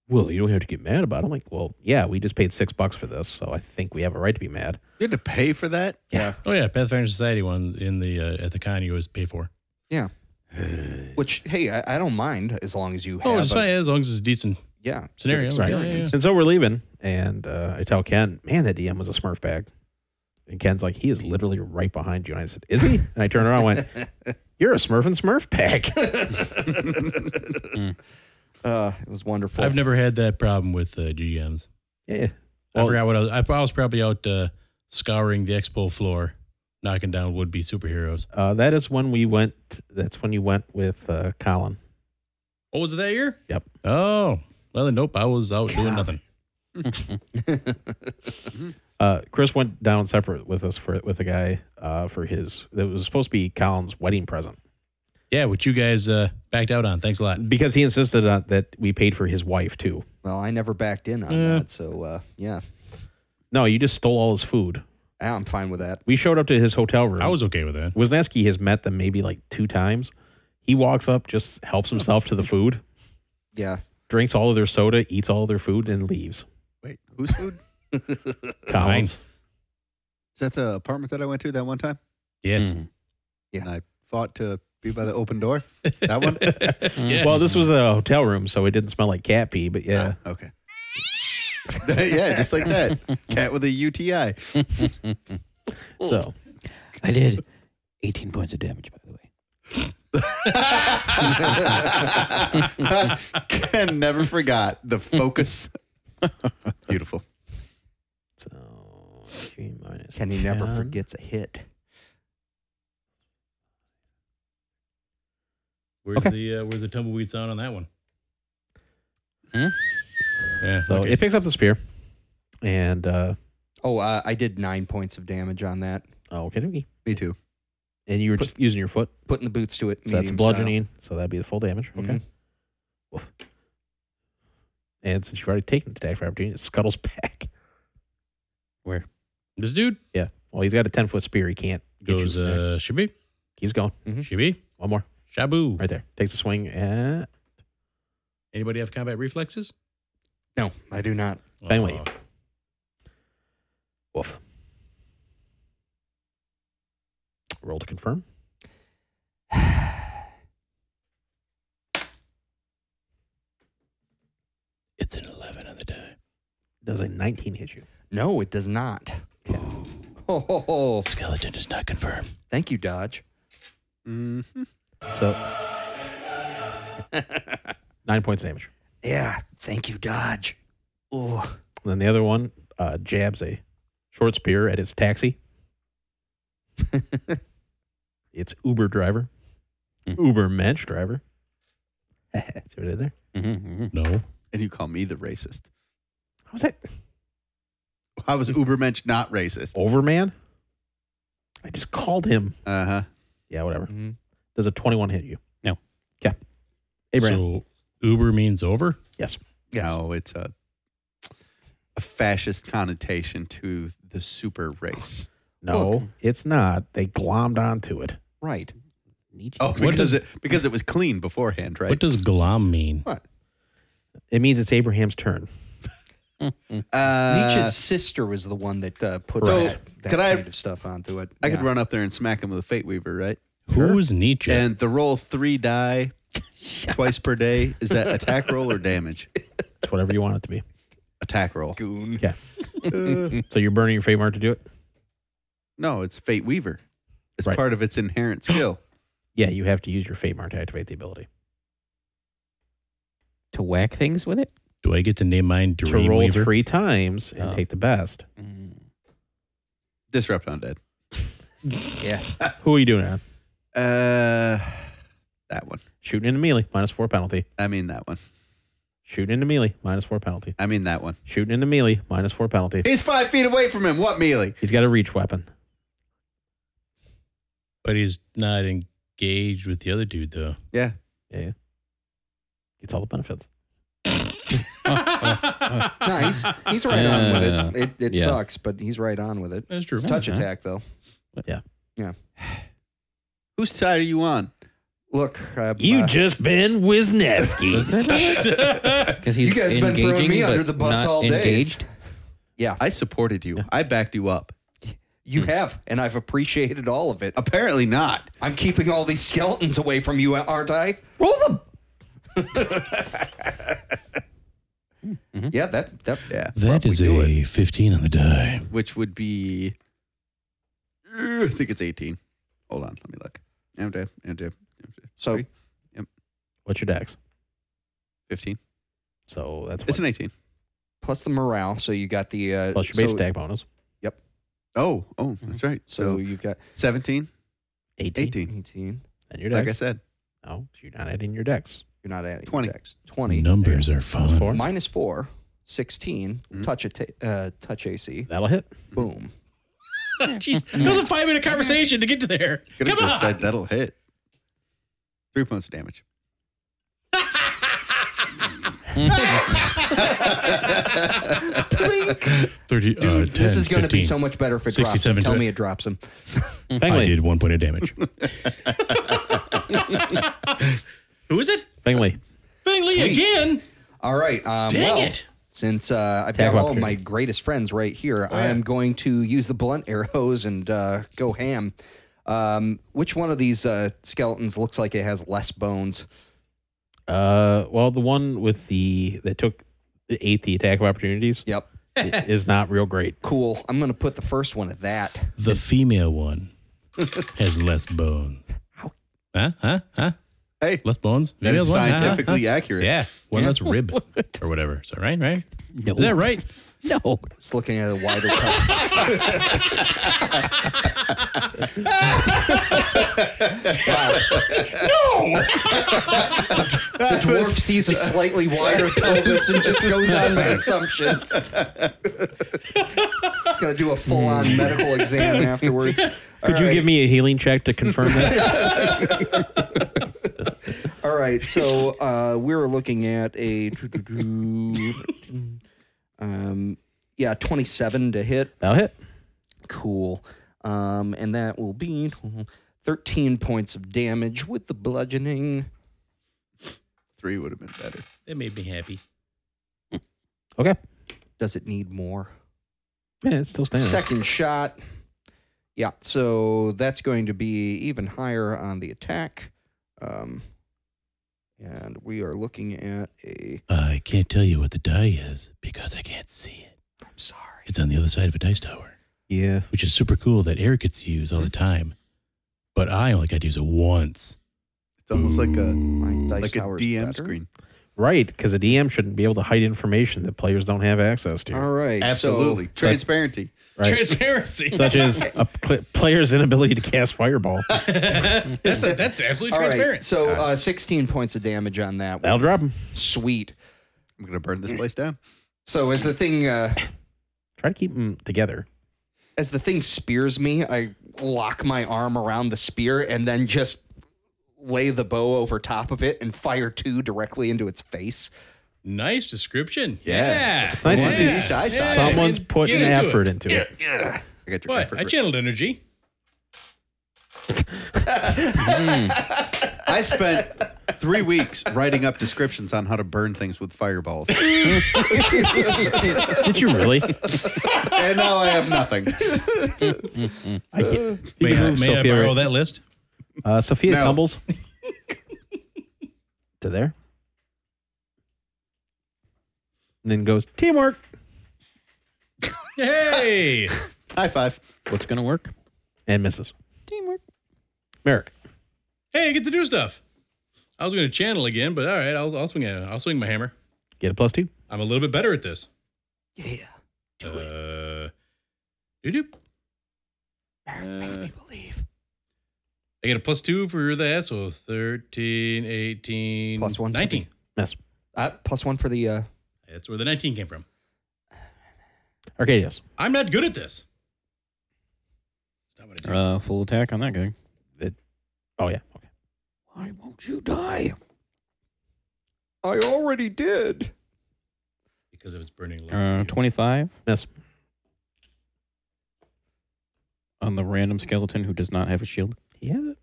B: Well, you don't have to get mad about it. I'm like, Well, yeah, we just paid six bucks for this. So I think we have a right to be mad.
F: You had to pay for that?
E: Yeah,
C: Oh yeah, Pathfinder Society one in the uh, at the con you always pay for.
E: yeah. Which hey, I, I don't mind as long as you have.
C: Oh, it's
E: a-
C: fine as long as it's a decent
E: Yeah,
C: scenario.
B: Sorry.
C: Yeah, yeah, yeah.
B: And so we're leaving. And uh, I tell Ken, Man, that DM was a smurf bag. And Ken's like, He is literally right behind you. And I said, Is he? And I turned around and went, You're a smurf and smurf bag.
E: uh, it was wonderful.
C: I've never had that problem with uh, GMs.
B: yeah.
C: I forgot what I was. I, I was probably out uh, scouring the expo floor, knocking down would be superheroes.
B: Uh, that is when we went. That's when you went with uh, Colin.
C: Oh, was it that year?
B: Yep.
C: Oh, well, then nope. I was out doing nothing.
B: Uh, Chris went down separate with us for with a guy uh, for his. It was supposed to be Colin's wedding present,
C: Yeah, which you guys uh, backed out on. Thanks a lot.
B: because he insisted on, that we paid for his wife too.
E: Well, I never backed in on that, so uh, yeah,
B: No, you just stole all his food.
E: I'm fine with that.
B: We showed up to his hotel room.
C: I was okay with that.
B: Wisniewski has met them maybe like two times. He walks up, just helps himself to the food,
E: Yeah,
B: drinks all of their soda, eats all of their food, and leaves.
F: Wait, whose food?
B: Collins.
F: Is that the apartment that I went to that one time?
C: Yes.
D: Mm.
F: And I fought to be by the open door. That one?
D: uh, Mm-hmm.
C: Yes.
B: Well, this was a hotel room, so it didn't smell like cat pee, but yeah.
F: Okay. yeah, just like that. Cat with a UTI.
B: So
D: I did 18 points of damage, by the way.
F: Ken never forgot the focus. Beautiful.
B: so three minus
E: Kenny never
B: 10.
E: forgets a hit.
C: Where's
B: Okay.
C: the uh, where's the tumbleweed sound on that one?
D: Hmm?
C: Yeah.
B: So
C: okay.
B: it picks up the spear and uh
E: Oh, uh, I did nine points of damage on that.
B: oh okay to me.
F: Me too.
B: And you were just using your foot.
E: Putting the boots to it.
B: So that's
E: medium
B: bludgeoning. So that'd be the full damage.
E: style.
B: Okay.
E: Mhm.
B: Woof. And since you've already taken the attack for opportunity, it scuttles back.
C: this dude
B: Yeah. Well, he's got a ten foot spear. He can't get
C: goes
B: you. from there.
C: uh, Shibi,
B: Keeps going.
C: Shibi,
B: One more.
C: Shabu.
B: Right there. Takes a swing at
C: Anybody have combat reflexes?
E: No, I do not.
B: Anyway.
C: Oh,
B: Wolf. Roll to confirm.
C: it's an eleven on the die.
B: Does a nineteen hit you?
E: No, it does not.
B: Okay.
E: Oh, ho, ho.
C: Skeleton does not confirm.
E: thank you, Dodge.
B: So nine points of damage.
E: Yeah, thank you, Dodge. Ooh,
B: And then the other one uh, jabs a short spear at its taxi. its Uber driver,
D: Hmm.
B: Uber Mensch driver. See what I did there?
D: Mm-hmm.
C: No.
F: And you call me the racist.
B: How's that?
F: I was Ubermensch, not racist.
B: Overman? I just called him.
F: Uh huh.
B: Yeah, whatever.
C: Mm-hmm.
E: Mhm.
B: Does a 21 hit you?
D: No.
B: Okay. Abraham.
C: So Uber means over.
B: yes.
F: No, it's a a fascist connotation to the super race.
B: No,
E: Look.
B: it's not. They glommed onto it.
E: right.
F: Oh, because it because it was clean beforehand, right?
C: What does glom mean?
B: It means it's Abraham's turn.
F: uh,
E: Nietzsche's sister was the one that uh, put
F: So,
E: that, that
F: could I-
E: kind of stuff onto it.
F: I could
E: Yeah.
F: run up there and smack him with a fate weaver, right?
C: Who's Nietzsche?
F: And the roll three die twice per day is that attack roll or damage?
B: It's whatever you want it to be.
F: Attack roll.
E: Goon.
B: Okay. so you're burning your fate mark to do it?
F: No, it's fate weaver. It's
B: Right.
F: part of its inherent skill.
B: Yeah, you have to use your fate mark to activate the ability.
D: to whack things with it?
C: Do I get to name mine
B: to roll
C: Dreamweaver?
B: three times and
D: Oh.
B: take the best.
D: Mm-hmm.
F: Disrupt undead.
E: Yeah.
B: Who are you doing, Aaron?
F: Uh, that one.
B: Shooting into melee, minus four penalty.
F: I mean that one.
B: Shooting into melee, minus four penalty.
F: I mean that one.
B: Shooting into melee, minus four penalty.
F: He's five feet away from him. What melee?
B: He's got a reach weapon.
C: But he's not engaged with the other dude though.
F: Yeah.
B: Yeah, yeah. Gets all the benefits.
E: No, he's, he's right on with it. It, it
D: Yeah.
E: sucks, but he's right on with it.
C: That's true.
E: It's touch
D: Yeah.
E: attack, though.
F: Whose side are you on?
E: Look, uh,
B: You
E: uh,
B: just been Wisniewski.
D: Because he's
E: you guys have been throwing
D: engaging,
E: me
D: but
E: under the bus
D: not
E: all day.
D: engaged.
E: Yeah,
F: I supported you. I backed you up.
E: you have, and I've appreciated all of it.
F: Apparently not.
E: I'm keeping all these skeletons away from you, aren't I? Roll them. Yeah, that that
F: Yeah.
C: That is
E: do
C: a 15 on the die.
F: Which would be. Uh, I think it's 18. Hold on. Let me look. I'm dead. I'm dead. I'm dead.
E: so
F: Three.
B: What's your dex?
F: 15.
B: So that's what,
F: It's an 18.
E: plus the morale. So you got the uh,
B: plus your base
E: so,
B: tag bonus.
F: Oh, oh, that's right.
E: So
F: So
E: you've got
F: 17,
B: 18.
F: 18.
E: 18.
B: And your dex.
F: Like I said,
B: No, 'cause you're not adding your dex.
E: You're not adding
F: 20.
E: decks. Twenty
C: Numbers are
B: Plus
C: fun.
B: four.
E: minus four. 16
F: Mhm.
E: touch a uh, touch AC.
B: That'll hit.
E: Boom.
C: Jeez, that was a five minute conversation to get to there.
F: could have just said that'll hit. Three points of damage.
C: Thirty. uh, 10,
E: Dude, this is going to be
C: 15.
E: so much better if it drops
C: 67
E: him. Tell
C: to-
E: me it drops him.
C: I
B: Fingley,
C: did one point of damage. Who is it?
B: Fingley.
C: Bingley
E: Sweet.
C: again.
E: All right. Um,
C: Dang
E: well,
C: it.
E: Since uh, I've
B: Tag
E: got all of
B: opportunity.
E: my greatest friends right here, I am going to use the blunt arrows and uh, go ham. Um, which one of these uh, skeletons looks like it has less bones?
B: Uh, well, the one with the that took the eight the attack of opportunities
E: Yep.
B: i- is not real great.
E: Cool. I'm going to put the first one at that.
C: The female one has less bones. Huh? Huh? Huh?
F: Hey,
C: Less bones?
F: that is
C: Female one? Huh? Huh?
F: scientifically
C: Huh?
F: accurate.
C: Yeah. One less rib or whatever. Is that right? Right?
D: No.
C: Is that right?
D: No.
E: It's looking at a wider cover. no! The dwarf sees a slightly wider pelvis and just goes on with assumptions. Gonna do a full on medical exam afterwards.
B: Hmm. Could you give me a healing check to confirm that?
E: All right, so uh, we're looking at a. Um, yeah, 27 to hit.
B: That'll hit.
E: Cool. Um, and that will be 13 points of damage with the bludgeoning.
F: Three would have been better.
C: That made me happy.
B: Okay.
E: Does it need more?
B: Yeah, it's still standing.
E: Second shot. Yeah, so that's going to be even higher on the attack. Um, and we are looking at a.
C: I can't tell you what the die is because I can't see it.
E: I'm sorry.
C: It's on the other side of a dice tower,
B: Yeah.
C: which is super cool that Eric gets to use all the time. But I only got to use it once.
F: It's almost like a
E: My dice
F: like a
E: tower's
F: DM
E: better.
F: screen.
B: Right, because a DM shouldn't be able to hide information that players don't have access to.
E: All right. so-
F: Absolutely.
B: So-
F: Transparency.
B: Right.
C: Transparency.
B: Such as a cl- player's inability to cast fireball.
C: that's, that's absolutely
E: all right. So uh, 16 points of damage on that
B: That'll
E: one.
B: drop him.
E: Sweet.
F: I'm gonna burn this place down.
E: So as the thing. Uh,
B: Try to keep them together.
E: as the thing spears me, I lock my arm around the spear and then just lay the bow over top of it and fire two directly into its face.
C: Nice description.
F: Yeah.
B: It's nice to see
F: Yeah.
B: someone's putting
C: Get into
B: effort into it.
F: I got your
C: What?
F: effort.
C: I channeled energy.
F: I spent three weeks writing up descriptions on how to burn things with fireballs,
B: Did you really?
F: and now I have nothing.
B: I can't. You
C: May,
B: can
C: I,
B: move
C: may I
B: Sophia.
C: borrow
B: right-
C: that list?
B: Uh, Sophia
F: No.
B: tumbles to there, and then goes teamwork.
C: Hey!
F: High five.
D: What's gonna work?
B: and misses. Teamwork. Merrick.
C: hey, I get to do stuff. I was going to channel again, but all right, I'll, I'll swing. A, I'll swing my hammer.
B: Get a plus two.
C: I'm a little bit better at this.
E: Yeah.
C: Uh, doo doop.
E: Make me believe.
C: I get a plus two for that, so 13, 18,
E: Plus one for
C: 19.
B: Miss.
E: Uh, plus one for the. Uh,
C: That's where the 19 came from.
B: Arcadius.
C: I'm not good at this. That's not what I do.
D: Uh, full attack on that guy.
B: Oh yeah. Okay.
D: Why won't you die?
E: I already did.
C: because it was burning low.
D: Uh, twenty-five
B: Miss.
D: on the random skeleton who does not have a shield.
B: He has it.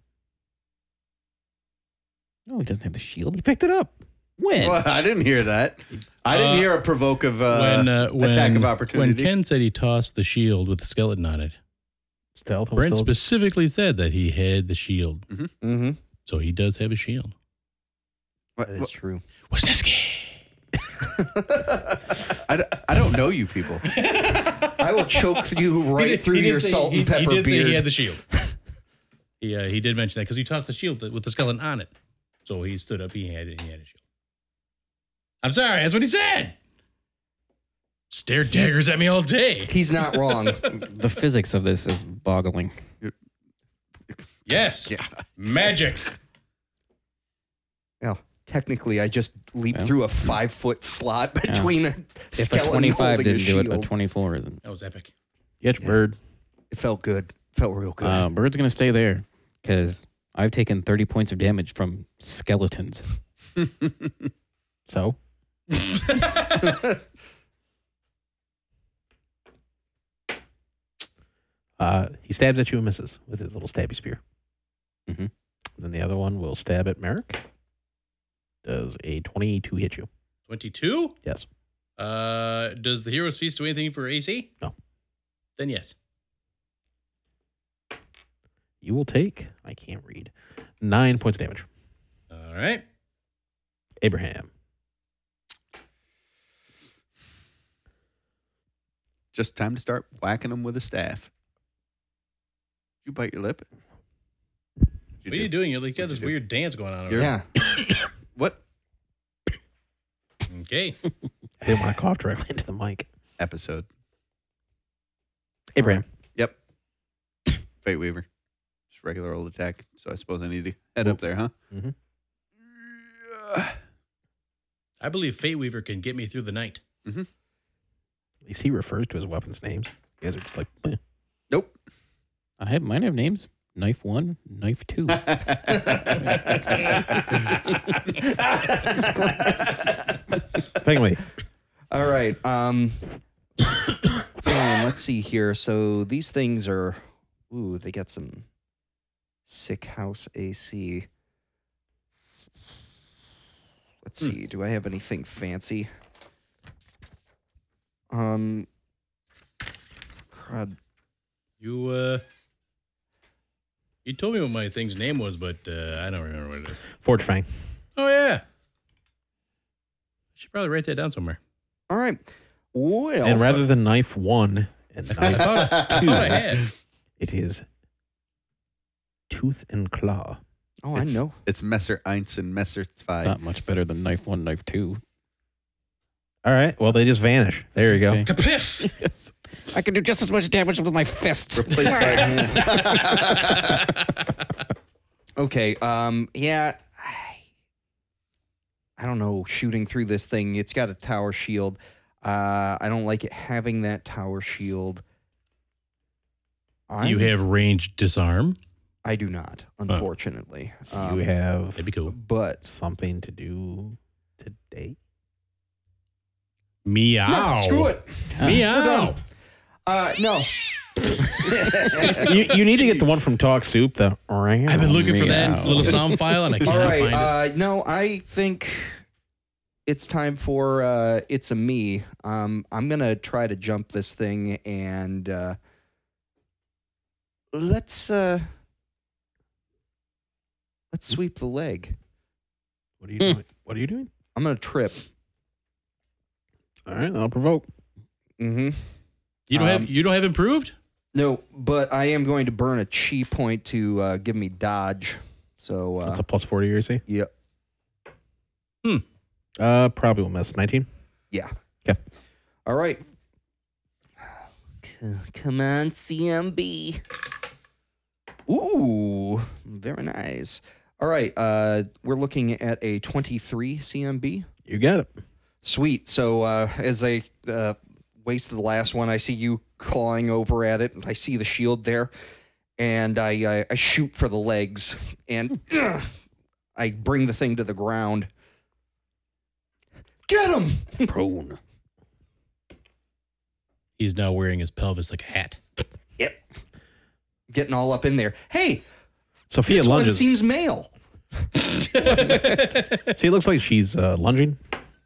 D: No, he doesn't have the shield.
B: He picked it up.
D: When?
F: Well, I didn't hear that. I didn't
C: Uh,
F: hear a provocative uh,
C: when, uh, when
F: attack of opportunity.
C: When Ken said he tossed the shield with the skeleton on it,
B: Stealth. will
C: Brent
B: still-
C: specifically said that he had the shield,
E: Mm-hmm.
C: so he does have a shield.
F: What-
E: That is true.
C: Wisniewski.
F: what- I, d- I don't know you people.
E: I will choke you right through your salt and pepper
C: He did
E: beard.
C: say he had the shield. he, uh, he did mention that because he tossed the shield that- with the skeleton on it, so he stood up. He had it. He had a shield. I'm sorry. That's what he said. Stare daggers at me all day.
E: He's not wrong.
D: the physics of this is boggling.
C: Yes.
F: Yeah.
C: Magic.
E: Now, technically, I just leaped
D: Yeah.
E: through a five foot slot between a
D: If a
E: skeleton
D: twenty-five
E: holding a
D: didn't do
E: shield.
D: it, a twenty-four isn't.
C: That was epic.
B: Get your bird.
E: it felt good. Felt real good.
C: Um,
D: Uh, Bird's gonna stay there because I've taken 30 points of damage from skeletons.
B: So Uh, he stabs at you and misses with his little stabby spear.
D: Mhm.
B: Then the other one will stab at Merrick. Does a 22 hit you?
C: 22?
B: Yes.
C: Uh, does the Hero's Feast do anything for AC?
B: No.
C: Then yes.
B: You will take, I can't read, nine points of damage.
C: All right.
B: Abraham.
F: Just time to start whacking them with a staff. You bite your lip.
C: What are you doing? You like got
F: What'd you
C: this
F: do?
C: weird dance going on over
E: Yeah.
F: What
C: there. Okay.
B: I didn't want to cough directly into the mic.
F: episode?
B: Abraham.
F: Yep. Fate Weaver. Just regular old attack. So I suppose I need to head up there, huh?
B: Mhm.
F: Yeah.
C: I believe Fate Weaver can get me through the night.
B: At least he refers to his weapons names. You guys are just like, "Bleh."
F: Nope.
D: I have mine have names. Knife one, knife two.
B: Finally,
E: All right. Um, fine, let's see here. So these things are. Ooh, they got some sick house AC. Let's see. Do I have anything fancy? Um. crud.
C: You, uh, you told me what my thing's name was, but uh, I don't remember what it is.
B: Forge Fang.
C: Oh, yeah. I should probably write that down somewhere.
E: All right. Well,
B: And rather than knife one and
C: I
B: knife,
C: thought
D: Oh,
C: I, I thought I had.
B: it is tooth and claw.
E: oh, I
F: It's-
E: know.
F: It's Messer Eins and Messer Zwei.
D: Not much better than knife one, knife two.
B: All right. Well, they just vanish. There you go.
D: Okay.
C: Kapiff!
D: Yes. I can do just as much damage with my fists.
F: Replaced by
E: Okay. Um. Yeah. I, I don't know. Shooting through this thing, it's got a tower shield. Uh, I don't like it having that tower shield.
C: You
E: I'm-
C: have range disarm.
E: I do not, unfortunately. Um,
B: you have
C: That'd be cool.
E: But
B: something to do today?
C: Meow.
E: no, screw it.
C: Meow.
E: Uh, no.
B: you, you need to get the one from Talk Soup, the
C: I've been looking for that
D: Meow.
C: little sound file and I can't
E: All right.
C: find
E: Uh, no, I think it's time for uh, it's a me. Um, I'm gonna try to jump this thing and uh, let's uh, let's sweep the leg.
B: What are you doing? What are you doing?
E: I'm gonna trip.
B: All right, I'll provoke.
E: Mm-hmm.
C: it. You don't
E: um,
C: have you don't have improved?
E: No, but I am going to burn a chi point to uh, give me dodge. So uh,
B: That's a plus 40 or AC.
E: yep.
B: Uh, probably will miss. 19.
E: Yeah.
B: Okay.
E: All right. C- Come on, CMB. Ooh, very nice. All right, uh, we're looking at a 23 CMB.
B: You got it.
E: Sweet. So uh, as I uh, waste the last one, I see you clawing over at it, and I see the shield there, and I I, I shoot for the legs, and I bring the thing to the ground. Get him!
D: Prone.
C: He's now wearing his pelvis like a hat.
E: Yep. Getting all up in there. Hey,
B: Sophia
E: this one
B: lunges.
E: seems male.
B: see, it looks like she's uh, lunging,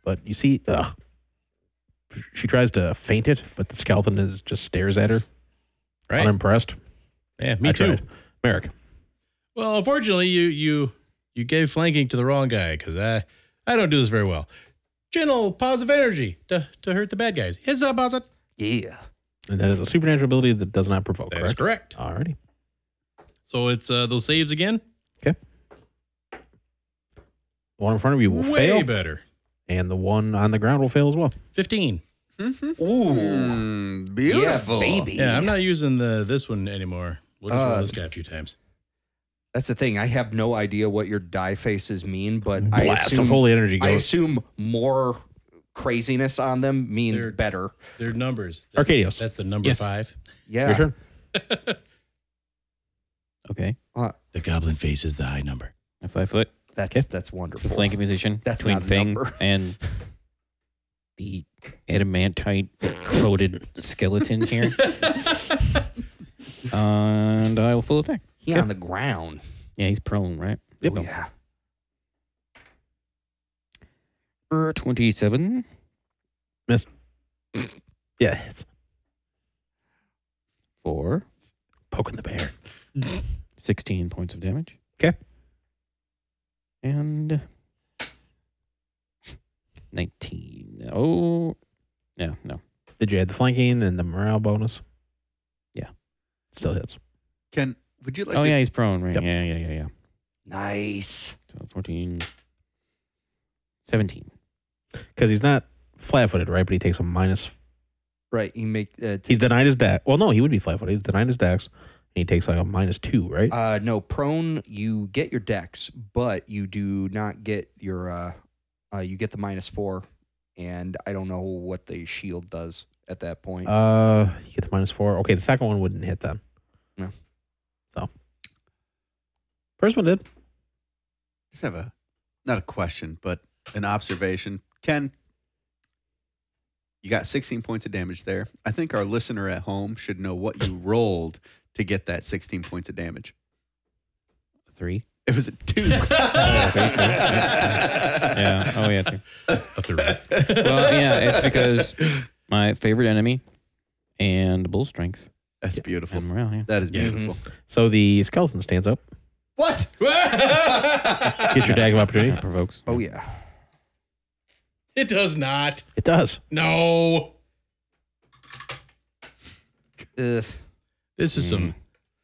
B: but you see, ugh. She tries to faint it, but the skeleton is just stares at her,
C: Right?
B: unimpressed.
C: yeah, me
B: I
C: too.
B: tried. Merrick,
C: Well, unfortunately, you you you gave flanking to the wrong guy because I I don't do this very well. General positive energy to, to hurt the bad guys. Heads up, boss. That
E: Yeah.
B: and that is a supernatural ability that does not provoke.
C: is
B: Correct.
C: correct.
B: Alrighty.
C: So it's uh, those saves again.
B: The one in front of you will
C: Way
B: fail,
C: better.
B: and the one on the ground will fail as well.
C: Fifteen.
E: Ooh.
F: Mm, beautiful.
E: Yeah, baby.
C: Yeah, I'm not using the this one anymore. We'll just
E: Uh,
C: roll this guy a few times.
E: That's the thing. I have no idea what your die faces mean, but I
B: Blast
E: assume,
B: of holy energy
E: I
B: goes.
E: assume more craziness on them means
C: They're-
E: better.
C: They're numbers. That's,
B: Arcadios,
C: that's the number
D: Yes.
C: five.
E: Yeah.
B: your turn.
D: Okay.
E: Uh,
C: The goblin face is the high number.
D: At five foot,
E: That's
D: Okay.
E: that's
D: the
E: wonderful.
D: flanking position
E: That's
D: between
E: not a
D: Fang
E: number.
D: and the adamantite coated skeleton here. and I will full attack.
E: He on the ground.
D: Yeah, he's prone, right?
B: Yep.
E: Oh, yeah.
D: Er, 27.
B: Yeah, it's
D: Four.
B: poking the bear.
D: 16 points of damage.
B: 'Kay.
D: And 19. Oh, no, no.
B: Did you add the flanking and the morale bonus?
D: Yeah.
B: Still hits.
F: Ken, would you like?
D: Oh,
F: to-
D: yeah, he's prone, right?
B: Yep.
D: Yeah, yeah, yeah, yeah.
E: Nice.
D: So 14, 17.
B: Because he's not flat footed, right? But he takes a minus.
E: Right. You make. Uh, t-
B: He's denied his dex. Well, no, he would be flat footed. He's denied his dex. And he takes like a minus two, right?
E: uh, no prone. You get your dex, but you do not get your. Uh, uh, you get the minus four, and I don't know what the shield does at that point.
B: Uh, you get the minus four. Okay, the second one wouldn't hit then.
E: No.
B: So. First one did.
F: just have a not a question, but an observation. Ken, you got 16 points of damage there. I think our listener at home should know what you rolled to get that 16 points of damage.
D: Three.
F: It was a two.
D: Yeah. Oh, yeah, three.
C: A third.
D: Well, yeah, it's because my favorite enemy and bull strength
F: That's beautiful.
D: and morale, yeah. Mm-hmm.
F: That is
C: Yeah.
F: beautiful.
B: So the skeleton stands up.
F: What?
B: Get your dag of opportunity.
D: That provokes.
E: oh yeah.
C: it does not.
B: It does.
C: No.
E: Ugh.
C: This is some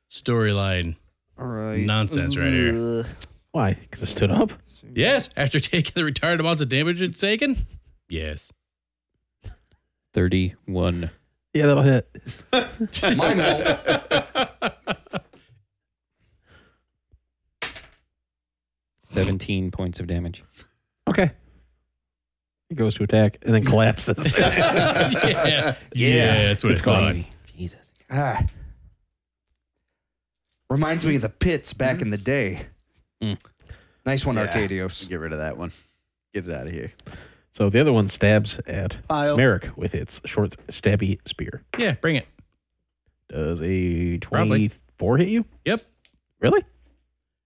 C: storyline
E: All right.
C: nonsense right here.
E: Ugh.
B: Why? Because it stood up.
C: Yes, after taking the retired amounts of damage it's taken? Yes.
D: 31.
B: Yeah, that'll hit.
E: Mine won't.
C: That's
D: 17 points of damage.
B: Okay. He goes to attack and then collapses.
C: Yeah. what
B: It's
C: I thought.
B: gone.
D: Jesus.
E: Ah. Reminds me of the pits back in the day.
D: Mm.
E: Nice one,
F: Yeah.
E: Arcadios.
F: Get rid of that one. Get it out of here.
B: so the other one stabs at
F: Pile.
B: Merrick with its short, stabby spear.
C: Yeah, bring it.
B: Does a
C: Probably.
B: 24 hit you?
C: Yep.
B: Really?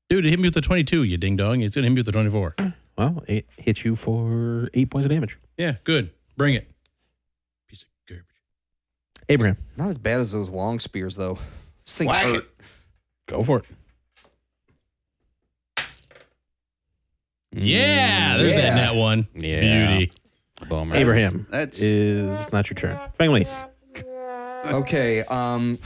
C: Dude, it hit me with the 22, you ding dong. It's going to hit me with the 24.
B: Well, it hits you for eight points of damage.
C: Yeah, good. Bring it. Piece of garbage.
B: Abraham,
E: Not as bad as those long spears, though. These things
F: Whack
E: hurt.
B: go for it.
C: Yeah, there's that
E: Yeah.
C: net one.
D: Yeah.
C: Beauty.
D: Bummer.
B: Abraham,
F: That's-
B: is not your turn. Finally,
E: Okay. Um.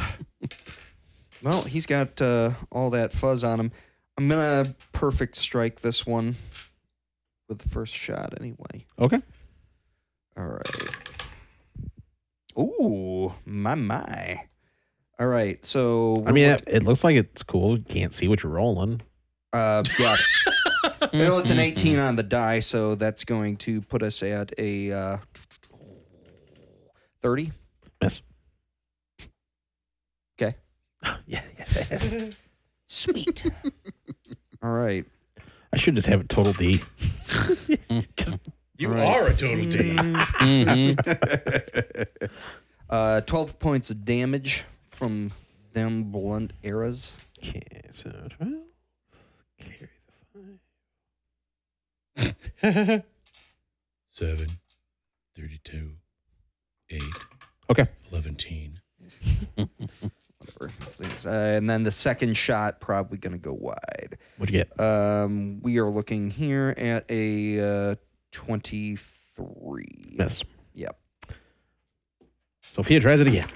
E: Well, he's got uh, all that fuzz on him. I'm gonna perfect strike this one with the first shot, anyway.
B: Okay.
E: All right. Ooh, my my. All right. So
B: I mean, it, it looks like it's cool. You can't see what you're rolling.
E: Uh, yeah. well, it's an 18 on the die, so that's going to put us at a uh, 30.
B: Miss.
E: Okay.
B: yeah,
E: Sweet. All right.
B: I should just have a total D. just
C: You
E: All right.
C: are a total D.
D: Mhm.
E: Uh, 12 points of damage from them blunt arrows.
B: Okay, so 12. Carry the 5.
C: Seven, thirty-two, eight,
B: Okay.
C: eleventeen.
E: Whatever. these things. Uh, and then the second shot, probably going to go wide.
B: What'd you get?
E: Um, we are looking here at a uh, 23.
B: Miss.
E: Yep.
B: Sophia tries it again.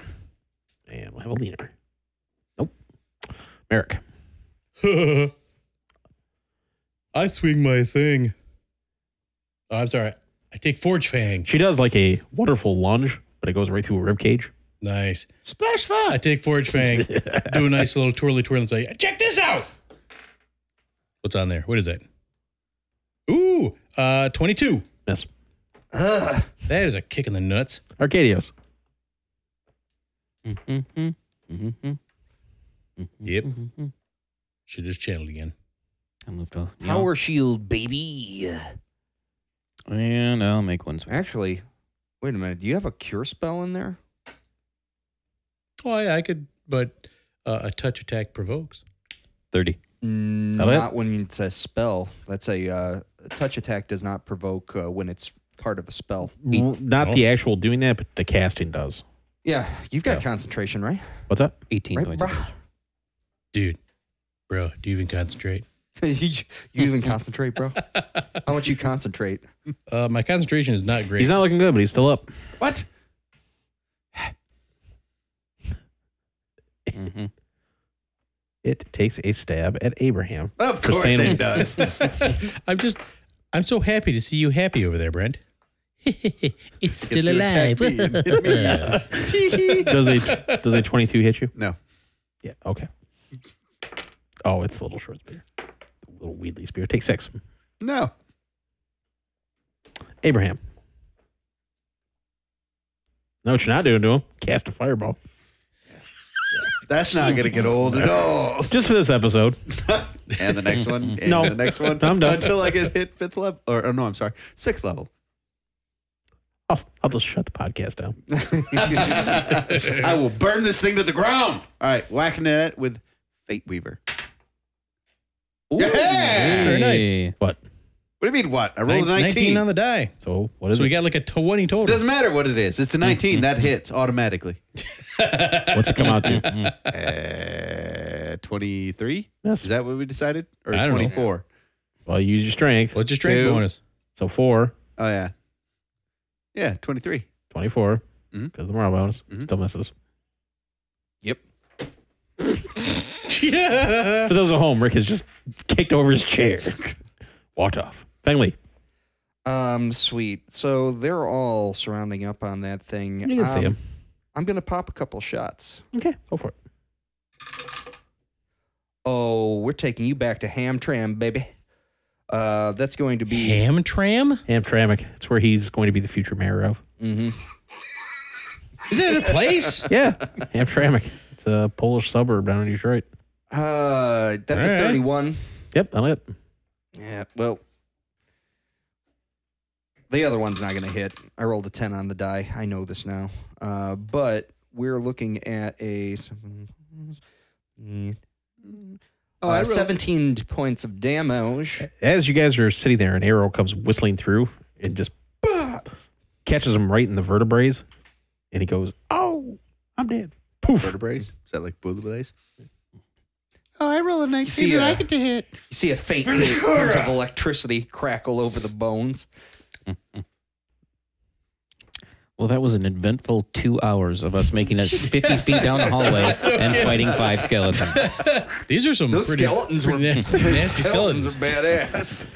B: And we'll have a leader. Nope. Merrick.
C: I swing my thing. Oh, I'm sorry. I take Forge Fang.
B: She does like a wonderful lunge, but it goes right through a rib cage.
C: Nice.
B: Splash fun.
C: I take Forge Fang. do a nice little twirly twirl and say, check this out. What's on there? What is that? Ooh, uh, 22.
B: Miss.
E: Ugh.
C: That is a kick in the nuts.
B: Arcadios.
D: Mm-hmm. Mhm. Mhm.
C: Yep. She just channeled again.
D: Mm-hmm. I moved off. Yeah.
E: Power shield, baby.
D: And I'll make one swing.
E: Actually, wait a minute. Do you have a cure spell in there?
C: Oh, yeah, I could, but uh, a touch attack provokes.
D: 30.
B: That'll hit.
E: Mm, Not when it's a spell. That's a, uh, a touch attack does not provoke uh, when it's part of a spell.
B: R-
C: Oh.
B: Not the actual doing that, but the casting does.
E: Yeah, you've got
B: Yeah.
E: concentration, right?
B: What's up?
D: 18
E: Right,
D: points.
E: bro.
D: of damage.
C: Dude, bro, do you even concentrate?
E: you, you even concentrate, bro? How much you concentrate?
C: Uh, my concentration is not great.
B: He's not looking good, but he's still up.
F: What?
D: Mhm.
B: It takes a stab at Abraham.
F: Of
B: For
F: course
B: saying
F: it
B: it.
F: does.
C: I'm just, I'm so happy to see you happy over there, Brent. it's
F: Gets to attack me and hit me.
B: Does a does a twenty two hit you?
F: No.
B: Yeah. Okay. Oh, it's the little short spear, the little Wheatley spear. Take six.
F: No.
B: Abraham. Know what you're not doing to him? Cast a fireball.
F: That's not going to get old at all.
B: Just for this episode.
F: And the next one. And
B: No.
F: the next one.
B: I'm done.
F: Until I get hit fifth level. Or, or no, I'm sorry. Sixth level.
B: I'll, I'll just shut the podcast down.
F: I will burn this thing to the ground. All right. Whacking it with Fate Weaver. Yeah.
C: Very nice.
D: Hey.
B: What?
F: What do you mean what? I rolled a 19.
C: on the die.
B: So what is
C: So we
B: it?
C: got like a 20 total.
F: Doesn't matter what it is. It's a
B: Mm-hmm.
F: 19. that hits automatically.
B: What's it come out to?
F: Uh, 23?
B: That's,
F: Is that what we decided? Or
C: I don't know.
F: 24?
B: well, use your strength.
C: What's your strength
F: Two.
C: bonus?
B: So four,
F: Oh, yeah. Yeah, 23.
B: 24, because
F: Mhm.
B: the morale bonus
F: Mhm.
B: still misses.
E: Yep.
B: For those at home, Rick has just kicked over his chair, walked off. Finally,
E: Um, sweet. So they're all surrounding up on that thing.
B: you can see
E: Um,
B: him.
E: I'm gonna pop a couple shots.
B: Okay, go for it.
E: Oh, we're taking you back to Hamtram, baby. Uh, that's going to be.
C: Ham tram?
B: Hamtramck. It's where he's going to be the future mayor of.
E: Mhm.
C: Is that a place?
B: Yeah, Hamtramck. It's a Polish suburb down in Detroit.
E: Uh, that's
C: All
E: a
C: right.
E: 31.
B: Yep, that'll hit.
E: Yeah. Well, the other one's not gonna hit. I rolled a 10 on the die. I know this now. Uh, but we're looking at a.
F: Oh,
E: uh,
F: I rolled,
E: 17 points of damage.
B: As you guys are sitting there, an arrow comes whistling through and just bop, catches him right in the vertebrae, and he goes, "Oh, I'm dead." Poof.
F: vertebrae. Is that like vertebrae? Oh, I rolled a 19
E: See
C: uh,
F: and I
E: ya.
F: get to hit.
E: You see a faint hint of electricity crackle over the bones.
D: Well, that was an eventful two hours of us making us 50 feet down the hallway and fighting five skeletons.
C: These are some
E: Those
C: pretty,
E: skeletons
C: pretty
E: were
C: nasty, nasty
E: skeletons
C: skeletons.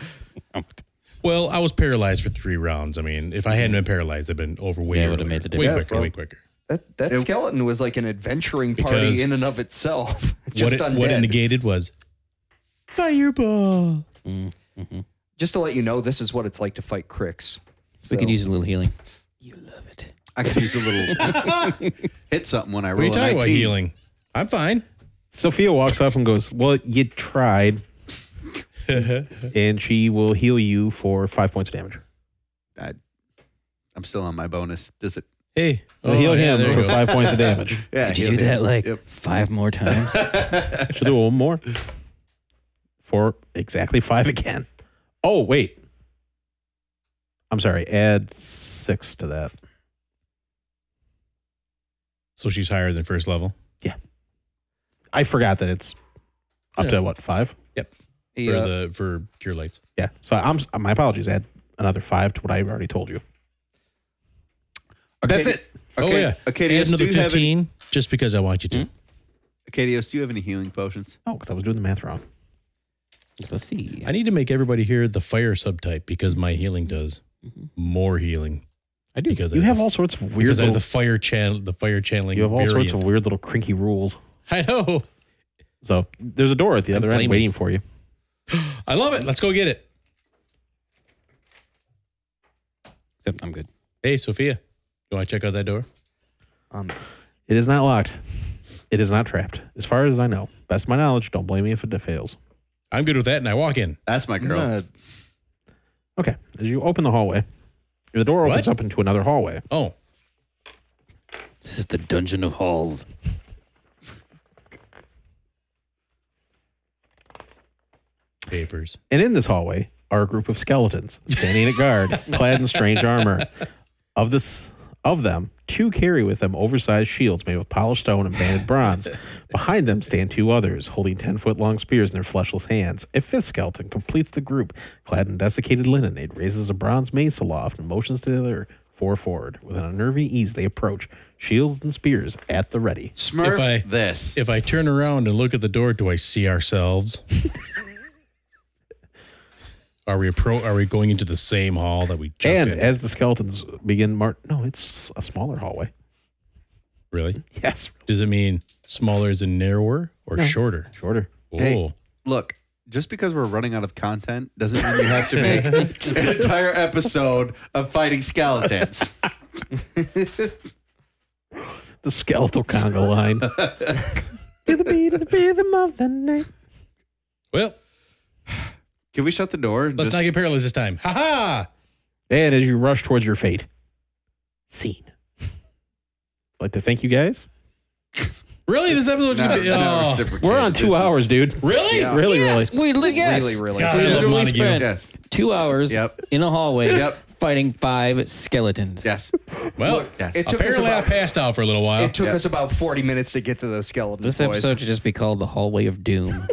E: are badass.
C: Well, I was paralyzed for three rounds. I mean, if I hadn't been paralyzed, I'd been over way
D: Yeah, it
C: earlier.
D: would've made the
C: Way
D: difference.
C: quicker,
F: Yeah,
C: way quicker.
E: That that
F: It-
E: skeleton was like an adventuring
C: Because
E: party in and of itself. Just
C: what, it,
E: undead.
C: what it negated was fireball.
E: Just to let you know, this is what it's like to fight cricks.
D: We could
E: So-
D: use a little healing. You love it.
F: I could use a little hit something when I
C: What are you
F: roll a
C: talking
F: 19.
C: about healing? I'm fine.
B: Sophia walks up and goes, "Well, you tried," and she will heal you for five points of damage.
F: I, I'm still on my bonus. Does it?
C: Hey, oh,
B: heal
C: yeah, there
B: him
C: you
B: for
C: go.
B: five points of damage.
F: Yeah,
D: Did you
F: heal
D: do
F: him.
D: that like
F: Yep.
D: five more times?
B: She'll do one more for exactly five again. Oh wait, I'm sorry. Add six to that.
C: So she's higher than first level.
B: I forgot that it's up to what five.
E: Yeah.
C: For the for cure lights.
B: Yeah. So I'm my apologies. Add another five to what I already told you. That's it.
C: Oh,
F: Okay.
C: yeah. Add
F: Acadios, do
C: another
F: you have any,
C: 15 just because I want you to.
B: Hmm?
F: Acadios, do you have any healing potions?
B: Oh, because I was doing the math wrong.
D: Let's see.
C: I need to make everybody hear the fire subtype because my healing does more healing. I do because
B: You
C: I
B: have all sorts of weird
C: because I have
B: little.
C: the fire channel the fire channeling.
B: You have all sorts of
C: variant.
B: weird little crinky rules.
C: I know.
B: So there's a door at the other end
D: blaming-
B: waiting for you.
C: I love it. Let's go get it.
D: Except I'm good.
C: Hey, Sophia, you want to check out that door?
E: um,
B: It is not locked. It is not trapped, as far as I know. Best of my knowledge. Don't blame me if it fails.
C: I'm good with that, and I walk in.
F: That's my
E: I'm
F: girl.
E: gonna-
B: Okay. As you open the hallway, the door opens
C: What?
B: up into another hallway.
C: Oh,
D: This is the dungeon of halls.
C: papers.
B: And in this hallway are a group of skeletons standing at guard, clad in strange armor. Of this of them, two carry with them oversized shields made of polished stone and banded bronze. Behind them stand two others, holding ten foot long spears in their fleshless hands. A fifth skeleton completes the group, clad in desiccated linen. It raises a bronze mace aloft and motions to the other four forward. With an unnerving ease they approach, shields and spears at the ready.
F: Smurf
C: If I-
F: this.
C: If I turn around and look at the door, do I see ourselves? are we pro? Are we going into the same hall that we just?
B: and
C: in?
B: as the skeletons begin mar no, it's a smaller hallway.
C: really,
B: Yes.
C: does it mean smaller as in narrower or shorter?
B: Shorter.
C: Oh,
F: Hey. Look, just because we're running out of content doesn't mean you have to make an entire episode of fighting skeletons.
B: the skeletal conga line. to the beat of the rhythm of the night.
C: well,
F: Can we shut the door? and
C: let's
F: just-
C: not get paralyzed this time. Ha ha!
B: And as you rush towards your fate, scene. like to thank you guys.
C: Really, this episode?
F: not-
C: could be-
F: not
C: oh.
F: reciprocate.
B: We're on two
F: It's-
B: hours, dude.
C: Really?
E: Yeah.
B: Really, really.
D: We li- yes.
E: Really, really.
C: God,
D: We
C: I love
D: literally
C: Montague.
D: spent
F: Yes.
D: two hours
F: Yep.
D: in a hallway
F: Yep.
D: fighting five skeletons.
F: Yes.
C: Well,
F: Yes.
E: It took us
C: apparently I
E: about
C: passed out for a little while.
E: it took
F: Yeah.
E: us about forty minutes to get to those skeletons.
D: This
E: boys.
D: episode should just be called the Hallway of Doom.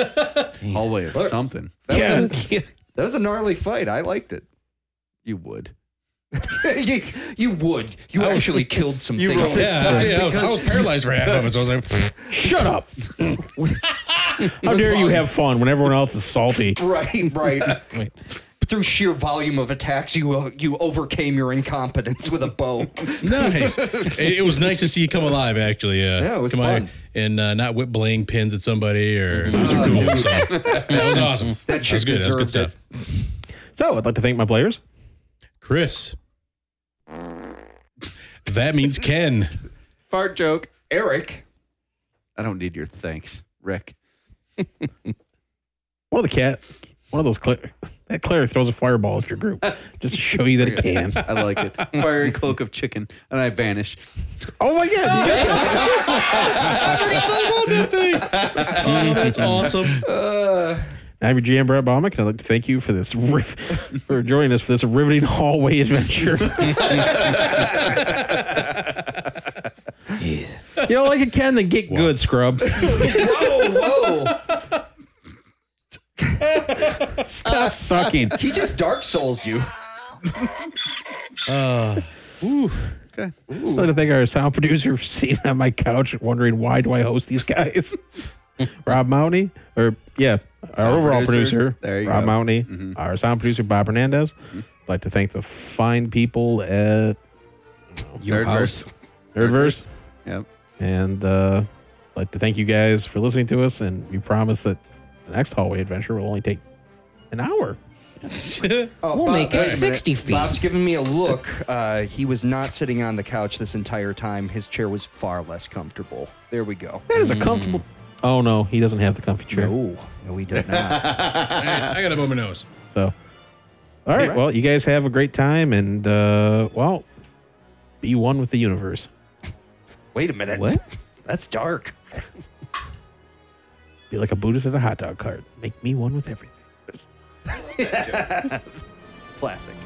F: Hallway of something.
E: That, was a,
D: yeah.
E: that was a gnarly fight. I liked it.
F: You would.
E: you, you would. You actually killed some things
F: rolled-
E: this
C: yeah,
E: time
C: yeah, I was- I
E: because
C: was paralyzed for half of it, so I was like, "Pfft,
B: Shut up. How dare you have fun when everyone else is salty?
E: right, right.
D: Wait.
E: Through sheer volume of attacks, you uh, you overcame your incompetence with a bow.
C: nice. it, it was nice to see you come alive, actually. Uh,
E: Yeah, it was
C: come out
E: fun.
C: and uh, not whip bling pins at somebody or. It was cool, so. That was awesome.
E: That
C: was
E: chick
C: good. That was good
E: deserved
C: stuff.
E: it.
B: So I'd like to thank my players.
C: Chris. That means Ken.
F: Fart joke.
E: Eric,
F: I don't need your thanks, Rick.
B: One of the cat, one of those Claire, that Claire throws a fireball at your group just to show you that it can.
F: I like it. Fiery cloak of chicken, and I vanish.
B: Oh my god! you got that.
C: Oh, that's awesome.
B: I'm your GM Brett Baumick, and I'd like to thank you for this riv- for joining us for this riveting hallway adventure.
D: Jeez.
B: You know, like it can, then get good, scrub.
E: whoa, Oh, whoa!
B: Stop sucking.
E: He just dark souls you.
F: Okay.
B: I'd like to thank our sound producer for sitting on my couch wondering why do I host these guys? Rob Mounty, or yeah, our
F: Sound
B: overall
F: producer.
B: producer,
F: There you
B: Rob
F: go. Mm-hmm.
B: Mounty, our sound producer, Bob Hernandez. I'd like to thank the fine people at
F: Nerd verse.
B: Nerdverse.
F: Yep.
B: And uh, I'd like to thank you guys for listening to us. And we promise that the next hallway adventure will only take an hour.
E: Oh,
D: We'll make it
E: wait a minute.
D: 60 feet.
E: Bob's giving me a look. Uh, he was not sitting on the couch this entire time. His chair was far less comfortable. There we go.
B: That is a comfortable. Oh no, he doesn't have the comfy chair.
E: No, no, he does not.
C: I, I got to blow my nose.
B: So, all right. Well, you guys have a great time, and uh, well, be one with the universe.
E: Wait a minute.
D: What?
E: That's dark.
B: Be like a Buddhist at a hot dog cart. Make me one with everything.
E: Classic.